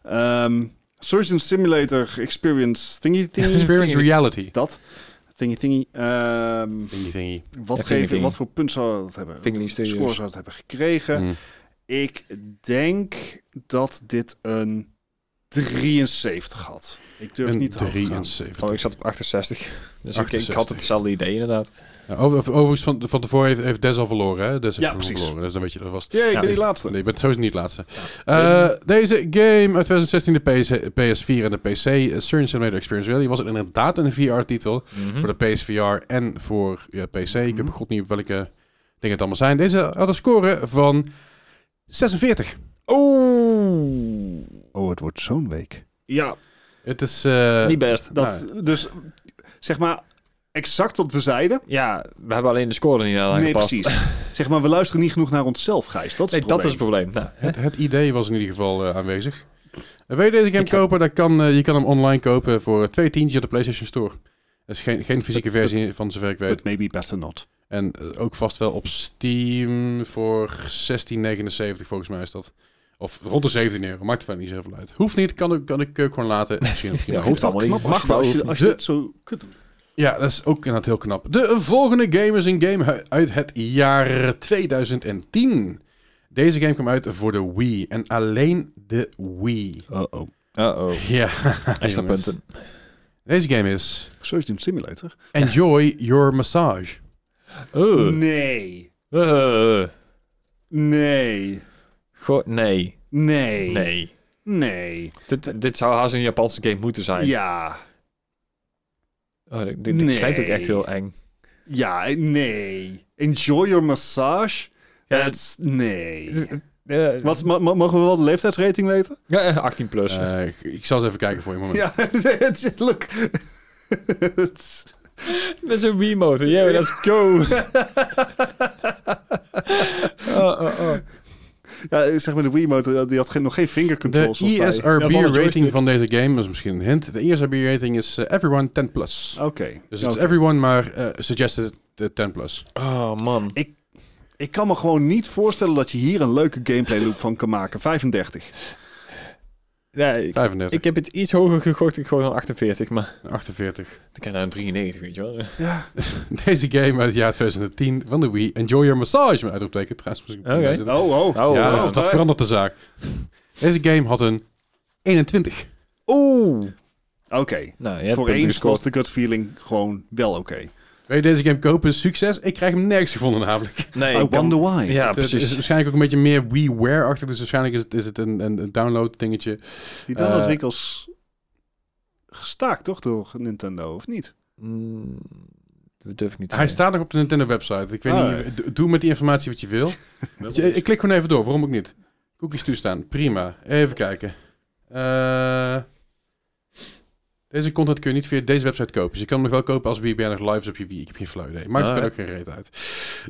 Ehm, Surgeon Simulator Experience thingy thingy. [LAUGHS] Experience reality. dat. Thingy thingy. Ehm, Dingy dingy. wat, Ja, geven, thingy-thingy. wat voor punt zou dat hebben? Fingerling Score Studios. zou het hebben gekregen? Mm. Ik denk dat dit een 73 had. Ik durf Een niet te hoog te gaan. Oh, ik 73. zat op 68. Dus ik- Ik, 68. had hetzelfde idee inderdaad. Ja, Nou, over- over- overigens, van, van tevoren heeft, heeft Des al verloren, hè? Des heeft Ja, al precies. verloren, dus dan weet je dat vast. Ja, ik Ja, ben die ik- laatste. Nee, je bent sowieso niet het laatste. Eh, deze game uit 2016, de PS, PS4 en de PC, eh, Surgeon Simulator Experience Reality, was inderdaad een VR-titel. Voor de PSVR en voor ja, PC. Ik Mhm. heb goed niet op welke dingen het allemaal zijn. Deze had een score van 46. Oeh. Oh, het wordt zo'n week. Ja, Het is... eh, Niet best. dat, dus zeg maar exact wat we zeiden. Ja, we hebben alleen de score er niet aan Nee, [LAUGHS] aangepast. precies. Zeg maar, we luisteren niet genoeg naar onszelf, Gijs. Dat is Nee, het dat is probleem. het probleem. Nou, Het, het idee was in ieder geval eh, aanwezig. Eh, wil je deze game kopen? Dan kan, eh, je kan hem online kopen voor twee tientjes op de PlayStation Store. Dat is geen, geen fysieke versie van zover ik weet. But maybe better not. En eh, ook vast wel op Steam voor 16,79 volgens mij is dat. Of rond de 17 euro. Maakt verder niet zoveel uit. Hoeft niet. Kan, ook- kan ik ook gewoon [LAUGHS] laten. Misschien, misschien Ja, ook. hoeft allemaal niet. Mag wel, Als je, hoeft als je niet. het zo kunt doen. Ja, dat is ook inderdaad heel knap. De volgende game is een game hu- uit het jaar 2010. Deze game kwam uit voor de Wii. En alleen de Wii. Uh-oh. Uh-oh. [LAUGHS] Ja, Oh. Extra jongens. punten. Deze game is Surgeon Simulator? Enjoy Your Massage. Mm. Oeh. Nee. Eh. Nee. Goh, nee. Nee. Nee. Nee. Dit, dit zou haast een Japanse game moeten zijn. Ja. Oh, dit dit- dit Nee. klinkt ook echt heel eng. Ja, nee. Enjoy your massage? Ja, That's... Nee. Eh, Wat, ma- ma- mogen we wel de leeftijdsrating weten? Ja, eh, 18 plus. Eh, ik, ik zal eens even kijken voor je moment. [LAUGHS] Ja, [LAUGHS] het is- look. Het is- Dat is een Wiimote. Yeah, [LAUGHS] let's go. oh, oh, oh. ja, zeg maar de Wiimote, die had geen, nog geen finger De E controls. volgens mij. ESRB Ja, van de rating joystick. van deze game, dat is misschien een hint. De E ESRB rating is eh, everyone 10 plus. Oké. Nou, Dus het is Oké. everyone, maar eh, suggested eh, 10 plus. oh, man. Ik kan me gewoon niet voorstellen dat je hier een leuke gameplay loop van kan maken. 35. Ja, ik, 35, ik heb het iets hoger gegooid. Ik gooi dan 48, maar... 48. Ik kan naar een 93, weet je wel. Oké. Ja. [LAUGHS] Deze game uit het jaar 2010 van de Wii. Enjoy Your Massage, met uitroepteken. Trouwens, misschien- Oké. Ja, Oh, oh. Oh, ja, wow. dus dat verandert de zaak. Deze game had een 21. Oeh. Oké. Nou, je hebt Voor punten eens gescoord. was de gut feeling gewoon wel oké. Wil je deze game kopen? Succes. Ik krijg hem nergens gevonden namelijk. Nee, I ik kan- wonder why. [LAUGHS] Ja, Het is precies. waarschijnlijk ook een beetje meer WiiWare-achtig. Dus waarschijnlijk is het, is het een, een, een download dingetje. Die Eh. downloadwinkels gestaakt toch door Nintendo, of niet? Mm, dat durf ik niet eh. te Hij zeggen. staat nog op de Nintendo website. Ik weet Ah, niet. do- Doe met die informatie wat je wil. Weet je, ik klik gewoon even door. Waarom ook niet? Cookies toestaan. Prima. Even kijken. Eh, deze content kun je niet via deze website kopen. Dus je kan hem nog wel kopen als WiiWare nog live is op je Wii. Ik heb geen flauw idee. Maakt Ah, verder ook geen reet uit.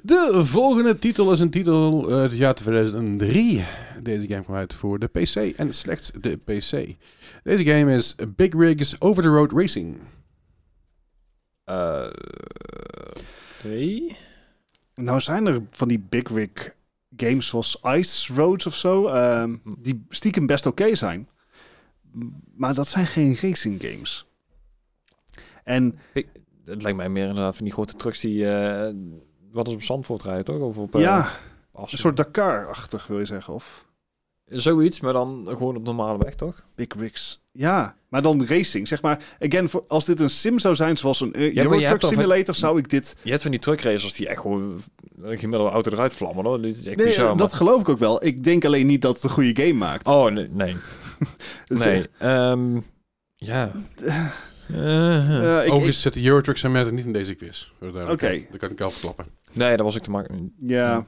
De volgende titel is een titel eh, uit het jaar 2003. Deze game kwam uit voor de PC en slechts de PC. Deze game is Big Rigs Over the Road Racing. Eh, nee? Nou zijn er van die big rig games zoals Ice Roads of zo, ehm, die stiekem best oké zijn. M- Maar dat zijn geen racing games. En Het lijkt mij meer inderdaad van die grote trucks die... eh, wat is op Zandvoort rijden, toch? Of op, eh, ja, Assen. een soort Dakar-achtig wil je zeggen, of? Zoiets, maar dan gewoon op normale weg, toch? Big rigs. Ja, maar dan racing. Zeg maar, again, voor, als dit een sim zou zijn zoals een eh, je Euro hebt Truck dan van- Simulator, zou ik dit... Je hebt van die truckracers die echt gewoon een gemiddelde auto eruit vlammen, hoor. Dit is echt Nee, bizar, eh, maar- dat geloof ik ook wel. Ik denk alleen niet dat het een goede game maakt. Oh, nee. Nee. Dus, nee. Ehm, ja. Eh, eh, ik- ik- Overigens zit de Eurotruck Simulator niet in deze quiz. Oké. Oké. Dat kan ik al verklappen. nee, dat was ik te maken. Ja.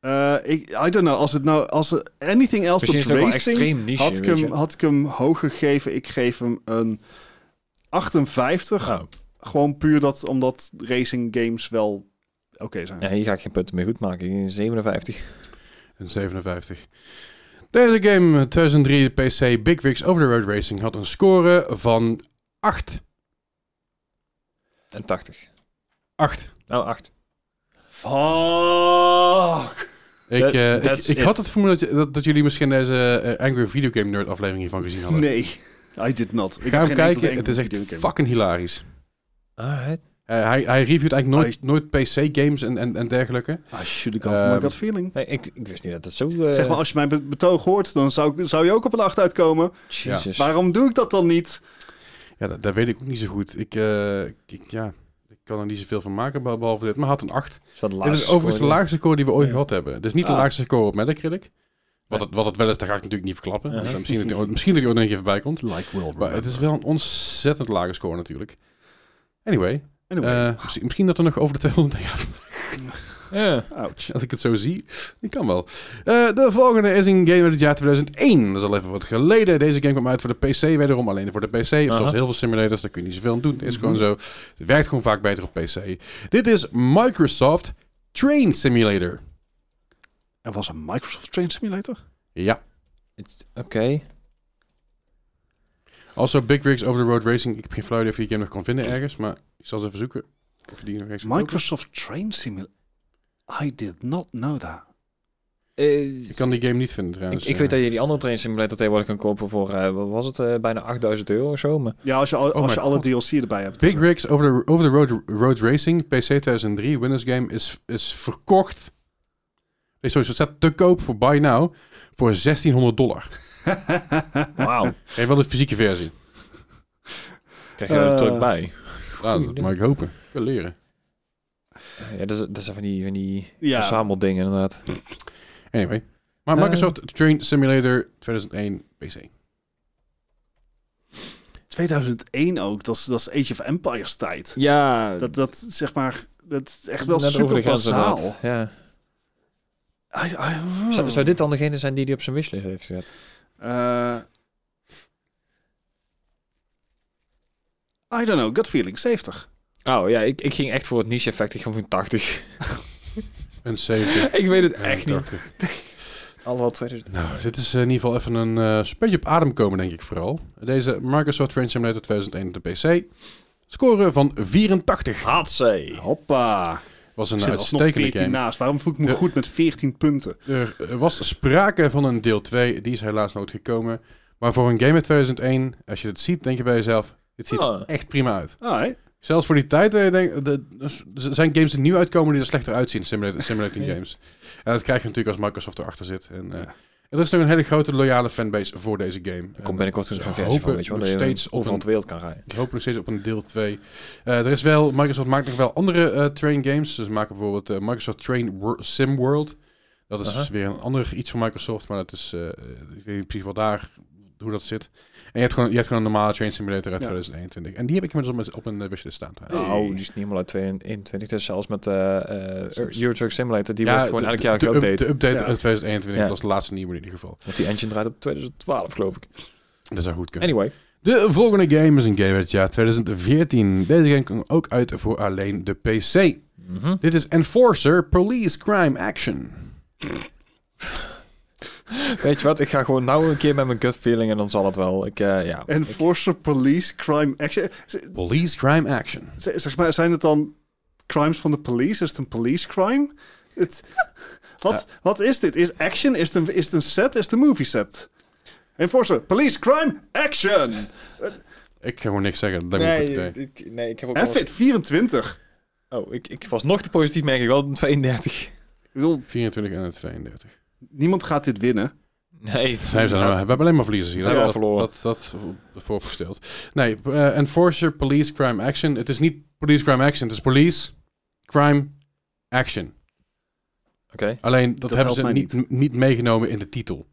Eh, ik, I don't know. Als het nou, als er anything else Misschien is het but ook wel racing, extreem niche, had ik, weet je. hem, had ik hem hoog gegeven. Ik geef hem een 58. Oh, Gewoon puur dat, omdat racing games wel oké zijn. ja, hier ga ik geen punten meer goed maken. Ik denk 57. En 57. Deze game eh, 2003 PC Big Wigs Over the Road Racing had een score van 8. En 80. 8. Nou, 8. Fuck! Ik, eh, ik, that's ik it. had het vermoeden dat, je- dat, dat jullie misschien deze eh, Angry Video Game Nerd aflevering hiervan gezien hadden. Nee, I did not. Ik heb Ga geen hem enkele kijken, enkele het is echt videogame. fucking hilarisch. Alright. Eh, hij, hij reviewt eigenlijk nooit, Hij- nooit PC-games en, en, en dergelijke. I should have gone for my Ehm, eh, gut feeling. Nee, ik, ik wist niet dat het zo... eh, Zeg maar, als je mijn be- betoog hoort, dan zou, ik- zou je ook op een 8 uitkomen. Dus- Jezus. Waarom doe ik dat dan niet? Ja, dat, dat weet ik ook niet zo goed. Ik, eh, ik, ja, ik kan er niet zoveel van maken, beh- behalve dit. Maar hij had een 8. Het is wel de Dit is laagste overigens de score, laagste score die we ooit Ja. gehad hebben. Dit is niet de Ah. laagste score op Metacritic. Wat het, wat het wel is, dat ga ik natuurlijk niet verklappen. Uh-huh. Dus misschien, dat hij ooit, misschien dat hij ooit nog een keer voorbij komt. Like Will Maar het is wel een ontzettend lage score natuurlijk. Anyway, Anyway. eh, misschien, misschien dat er nog over de 200 gaat. [LAUGHS] Ja. eh, Ouch. Als ik het zo zie, ik kan wel. Eh, de volgende is een game uit het jaar 2001. Dat is al even wat geleden. Deze game kwam uit voor de PC wederom. Alleen voor de PC. Aha. Zoals heel veel simulators, daar kun je niet zoveel aan doen. Is gewoon zo. Het werkt gewoon vaak beter op PC. Dit is Microsoft Train Simulator. Er was een Microsoft Train Simulator? Ja. Het- Oké. Also Big Rigs Over the Road Racing. Ik heb geen flauw idee of je die game nog kan vinden ergens. Maar ik zal eens even zoeken. Of je die nog ergens kan kopen. Microsoft Train Simulator? I did not know that. Eh, Ik kan die game niet vinden Ik, trouwens. ik weet dat je die andere train simulator tegenwoordig kan kopen voor, eh, wat was het, eh, bijna 8000 euro of zo. Maar Ja, als je, al- als mijn je alle Oh god. DLC erbij hebt. [LAUGHS] Big Rigs Over the, over the road, road Racing, PC 2003, Windows Game, is, is verkocht. Nee, sorry, het staat te koop voor Buy Now voor 1600 dollar. [LAUGHS] wauw, Geef wel de fysieke versie. krijg je er Eh. druk bij. Nou, dat mag ik hopen. Ik wil leren. Eh, Ja, dat, is- dat zijn van die, van die Ja. verzameldingen inderdaad. Anyway. Maar Eh. Microsoft Train Simulator 2001 PC. 2001 ook, dat is, dat is Age of Empires tijd. Ja, Dat, dat zeg maar, dat is echt wel net over super de grens bazaal. inderdaad. Ja. I- I- Zou, zou dit dan degene zijn die die op zijn wishlist heeft gezet? Eh, I don't know, gut feeling, 70. Oh ja, ik, ik ging echt voor het niche effect. Ik ging voor een 80. Een 70. [LAUGHS] ik weet het en echt een niet. 80. Allemaal 2000. Nou, dit is eh, in ieder geval even een eh beetje op adem komen, denk ik vooral. Deze Microsoft Train Simulator 2001 op de PC. Score van 84. Hatsé. Hoppa. Was Er een zit alsnog 14 uitstekende game. naast. Waarom voel ik me Nou, Ja. goed met 14 punten? Er eh, was sprake van een deel 2, die is helaas nooit gekomen. Maar voor een game uit 2001, als je dit ziet, denk je bij jezelf, dit ziet er Ah. echt prima uit. Alright. Zelfs voor die tijd, eh, denk, de, er zijn games die nieuw uitkomen die er slechter uitzien, [LAUGHS] simulating, simulating Ja. games. En dat krijg je natuurlijk als Microsoft erachter zit. En, eh, er is nog een hele grote loyale fanbase voor deze game. Er En, komt binnenkort eh, dus ze een versie van, hopen weet je wel. nog dat je steeds op overal een de wereld kan rijden. ik hoop nog steeds op een deel 2. Eh, er is wel, Microsoft maakt nog wel andere eh, train games. Dus ze maken bijvoorbeeld eh, Microsoft Train Wor- Sim World. Dat is Aha. weer een ander iets van Microsoft, maar dat is, eh, ik weet niet precies wat daar, hoe dat zit. En je hebt gewoon, je hebt gewoon een normale train simulator uit Ja. 2021. En die heb ik inmiddels op, mijn- op een eh, wishlist staan. trouwens. Hey. Oh, die is niet helemaal uit 2021. Dus zelfs met eh eh Euro Truck Simulator, die Ja, wordt gewoon de- elk jaar de, de up- geüpdate. De update Ja. uit 2021, Ja. dat is de laatste nieuwe in ieder geval. Want die engine draait op 2012, geloof ik. Dat zou goed kunnen. Anyway. De volgende game is een game uit het jaar 2014. Deze game kwam ook uit voor alleen de PC. Dit is Enforcer Police Crime Action. Weet je wat, ik ga gewoon nou een keer met mijn gut feeling en dan zal het wel. Ik, eh, ja. Enforcer, police, crime, action. Z- Police Crime Action. z- Zeg maar, zijn het dan crimes van de police? Is het een police crime? Het, wat, wat is dit? Is action? Is het een, is het een set? Is het een movie set? Enforcer, police, crime, action! Ik ga gewoon niks zeggen. Dat lijkt me een goed idee. ik, nee, eh, ik heb ook F-Fit 24. Oh, ik, ik was nog te positief, merk ik wel, op 32. Ik bedoel, 24 en 32. niemand gaat dit winnen. Nee. Zijn we, nou, we hebben alleen maar verliezers hier. Dat, Ja, dat, verloren. dat, dat voorgesteld. Nee, eh, Enforcer Police Crime Action. Het is niet Police Crime Action. Het is Police Crime Action. Oké. Alleen dat, hebben helpt ze mij niet, niet. meegenomen in de titel.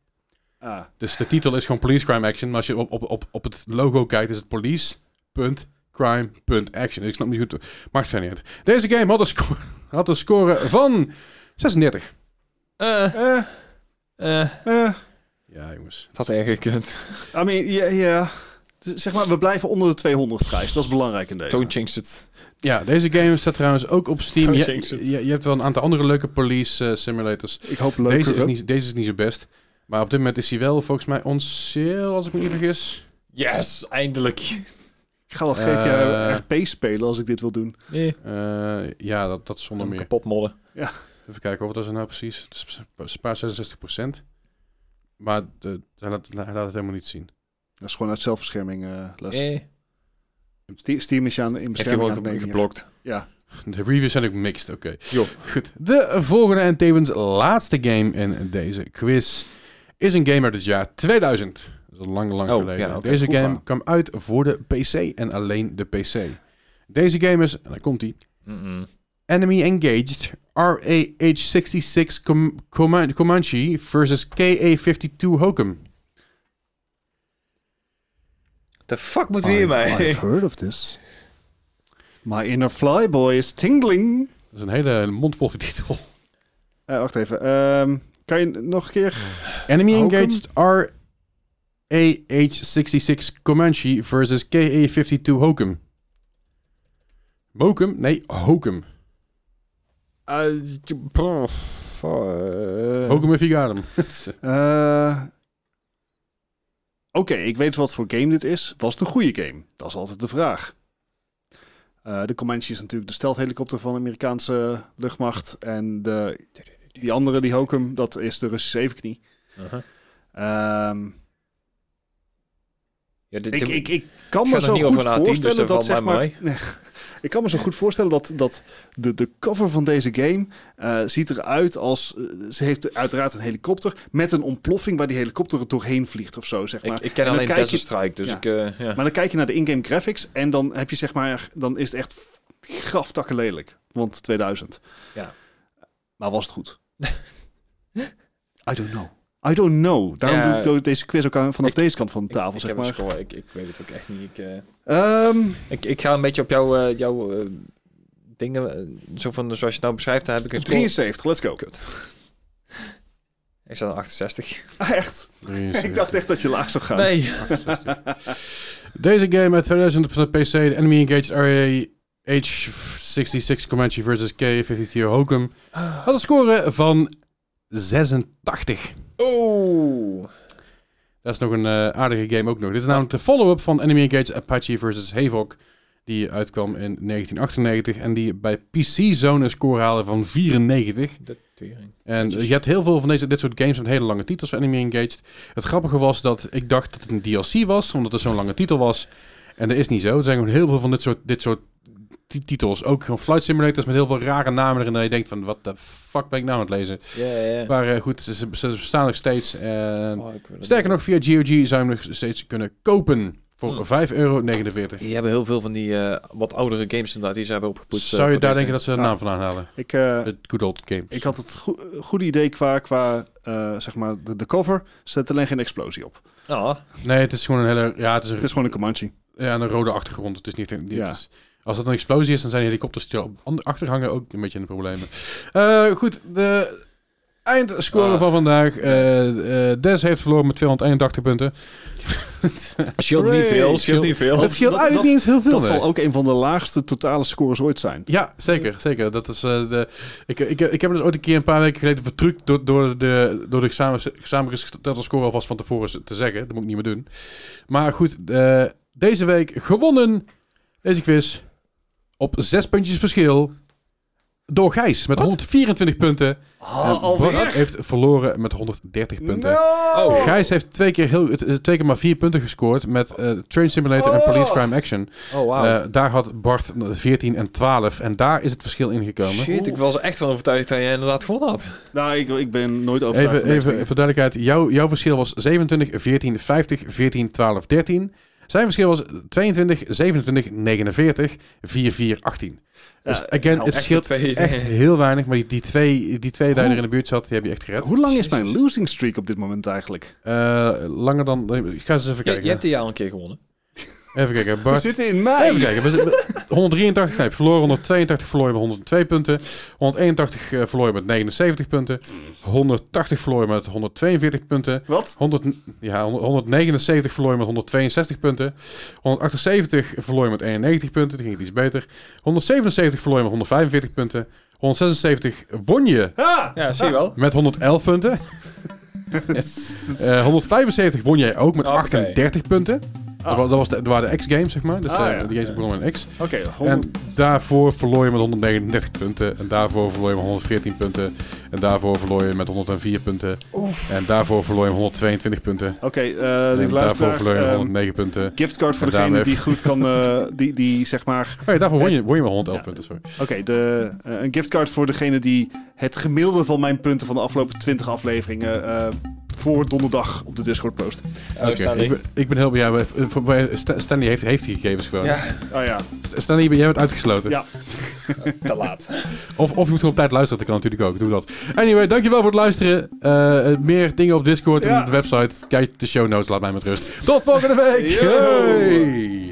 Ah, Dus de titel is gewoon Police Crime Action. Maar als je op, op, op, op het logo kijkt, is het Police. Punt. Crime. Punt. Action. Ik snap niet goed. Maakt verder niet uit. Deze game had een, sco- [LAUGHS] had een score van 36. Eh, eh, eh, eh. Ja, jongens. het had erger gekund. I mean, ja, ja. Zeg maar, we blijven onder de 200, Gijs. Dat is belangrijk in deze. Tone change het. Ja, deze game staat trouwens ook op Steam. Oh, Je, jinx it. je, je hebt wel een aantal andere leuke police eh, simulators. Ik hoop leuk. Deze is, niet, deze is niet zo best. Maar op dit moment is hij wel volgens mij on sale, als ik me niet vergis. Yes, eindelijk. Ik ga wel Eh. GTA RP spelen als ik dit wil doen. Nee. Eh, ja, dat, dat zonder Om meer. kapot modden. Even kijken, wat was er nou precies? Het is een paar 66%. Maar de, hij, laat, hij laat het helemaal niet zien. [LAUGHS] Dat is gewoon uit zelfbescherming, eh Les. Eh, Ste- Steam is je aan heeft in hij bescherming gewoon aan het nemen ge- hier. geblokt. Ja, De reviews zijn ook mixed, oké. Joh. Goed. De volgende en tevens laatste game in deze quiz is een game uit het jaar 2000. Dat is al lang, lang Oh, geleden. ja, oké, deze vroeg game wel. kwam uit voor de PC en alleen de PC. Deze game is, en daar komt hij, Mm-mm. Enemy Engaged RAH-66 Com- Coman- Comanche versus KA-52 Hokum. The fuck moet weer mij? I've heard of this. My inner flyboy is tingling. Dat is een hele mondvol [LAUGHS] titel. Eh, wacht even. Ehm, kan je nog een keer... Enemy Hokum? Engaged RAH-66 Comanche versus KA-52 Hokum. Mokum? Nee, Hokum. Hokum en Vigarum. Eh, Oké, ik weet wat voor game dit is. Was het een goede game? Dat is altijd de vraag. Eh, de Comanche is natuurlijk de stelthelikopter van de Amerikaanse luchtmacht. En de, die andere, die Hokum, dat is de Russische evenknie. Uh-huh. Ehm, Ja, dit, ik, dit- ik, ik kan Het me gaat zo nog niet goed over na tien, dus dat voorstellen dat valt zeg mij maar. Nee, [LAUGHS] ik kan me zo goed voorstellen dat, dat de, de cover van deze game eh, ziet eruit als eh, ze heeft uiteraard een helikopter met een ontploffing waar die helikopter er doorheen vliegt of zo zeg maar. ik, ik ken En dan alleen kijk je- Desert Strike, dus ja. ik... eh, ja. [LAUGHS] Maar dan kijk je naar de in-game graphics en dan heb je zeg maar dan is het echt graftakken lelijk, want 2000. Ja. Maar was het [LAUGHS] goed? I don't know. I don't know. Daarom Ja. doe ik- doe ik deze quiz ook aan, vanaf Ik- deze kant van de tafel, ik, ik zeg heb maar. een score, ik, ik weet het ook echt niet. Ik, eh, Ehm, ik, ik ga een beetje op jouw, eh, jouw eh, dingen, eh, zo van, zoals je het nou beschrijft, daar heb ik een score. 73, let's go. Ik zat aan 68. Ah, [LAUGHS] echt? Ik dacht echt dat je laag zou [LAUGHS] gaan. Nee. Deze game uit 2000 op de PC, de Enemy Engaged RAH-66 Comanche versus KA-52 Hokum, had een score van 86. Oh. Dat is nog een eh, aardige game ook nog. Dit is namelijk de follow-up van Enemy Engaged Apache versus Havok, die uitkwam in 1998 en die bij PC Zone een score haalde van 94. De tering. En je hebt heel veel van deze, dit soort games met hele lange titels van Enemy Engaged. Het grappige was dat ik dacht dat het een DLC was, omdat het zo'n lange titel was. En dat is niet zo. Er zijn gewoon heel veel van dit soort, dit soort ti- titels. Ook gewoon flight simulators met heel veel rare namen erin. Dat je denkt van, wat de fuck ben ik nou aan het lezen? Ja, ja. Maar eh, goed, ze, ze ze bestaan nog steeds. En Oh, ik wil het sterker niet. nog, via GOG zou je hem nog steeds kunnen kopen. Hmm. Voor 5,49 euro. Die hebben heel veel van die eh, wat oudere games inderdaad, die ze hebben opgepoetst. eh, Zou je voor daar deze. denken dat ze de Ja. naam van aanhalen? Ik, eh, De good old games. ik had het go- goede idee qua, qua eh, zeg maar de, de cover. Zet alleen geen explosie op. Ja. Nee, het is gewoon een hele... Ja, het is een Het is gewoon een Comanche. Ja, en een rode achtergrond. Het is niet, het Ja. is- als dat een explosie is, dan zijn helikopters die op ander- achterhangen ook een beetje in de problemen. Eh, goed, de eindscore Ah. van vandaag. Eh, eh, Des heeft verloren met 281 punten. Shield niet Hooray. veel, shield niet veel. het scheelt Oh, dat- eigenlijk niet eens heel veel. Dat nee. zal ook een van de laagste totale scores ooit zijn. Ja, zeker, zeker. Dat is, eh, de, ik, ik, ik heb dus ooit een keer een paar weken geleden vertrukt door, door de, door de examen- samengestelde score alvast van tevoren te zeggen. Dat moet ik niet meer doen. Maar goed, eh, deze week gewonnen deze quiz op zes puntjes verschil door Gijs met 124 punten. Oh, en Bart heeft verloren met 130 punten. Oh. Gijs heeft twee keer, heel, het- het- twee keer maar vier punten gescoord met eh, Train Simulator en Police Crime Action. Oh, wauw. Eh, daar had Bart 14 en 12. En daar is het verschil ingekomen. Shit, ik was er echt van overtuigd dat jij inderdaad gewonnen had. Nou, ik, ik ben nooit overtuigd Even, van deze dingen. even voor duidelijkheid. Jouw, jouw verschil was 27, 14, 50, 14, 12, 13. Zijn verschil was 22, 27, 49, 4, 4, 18. Dus Ja, again, nou, het echt scheelt de twee- [LAUGHS] echt heel weinig. Maar die, die twee, die twee die er in de buurt zat, die heb je echt gered. Hoe lang is mijn losing streak op dit moment eigenlijk? Eh, langer dan... Ik ga eens even Je, kijken. je hebt die al een keer gewonnen. Even kijken. We Bart, zitten in mei. Even kijken. We zitten- we- 183 nee, verloren, 182 verloor je met 102 punten. 181 eh, verloor je met 79 punten. 180 verloor je met 142 punten. Wat? 100, ja, 100 179 verloor je met 162 punten. 178 verloor je met 91 punten. Die ging het iets beter. 177 verloor je met 145 punten. 176 won je Ah! Ja, zie je wel. met 111 [LAUGHS] punten. Eh, 175 won jij ook met Oké. 38 punten. Dat, wa- dat was de, dat waren de X-games, zeg maar. Dus Ah, eh, ja. de games begonnen met X. Oké, 100. En daarvoor verloor je met 139 punten. En daarvoor verloor je met 114 punten. En daarvoor verloor je met 104 punten. En daarvoor verloor je met 122 punten. Oké, En eh lieve daarvoor luisteraar, verloor je met ehm, 109 punten. Oh giftcard voor En daarmee degene die goed kan, eh, die, die zeg maar... Oh ja, daarvoor won je, won je met 111 punten, sorry. Oké, de, eh, een giftcard voor degene die het gemiddelde van mijn punten van de afgelopen 20 afleveringen eh, voor donderdag op de Discord post. Oh, Oké, Stanley. ik, ben, ik ben heel blij. met- eh, voor- voor- Sta- Stanley heeft, heeft die gegevens gewoon. Ja, Ah ja, Stanley, jij bent uitgesloten. Ja. te laat. Of, of je moet gewoon op tijd luisteren, dat kan natuurlijk ook. Doe dat. Anyway, dankjewel voor het luisteren. Eh, meer dingen op Discord en Ja. op de website. Kijk de show notes, laat mij met rust. Tot volgende week! Yo. Hey.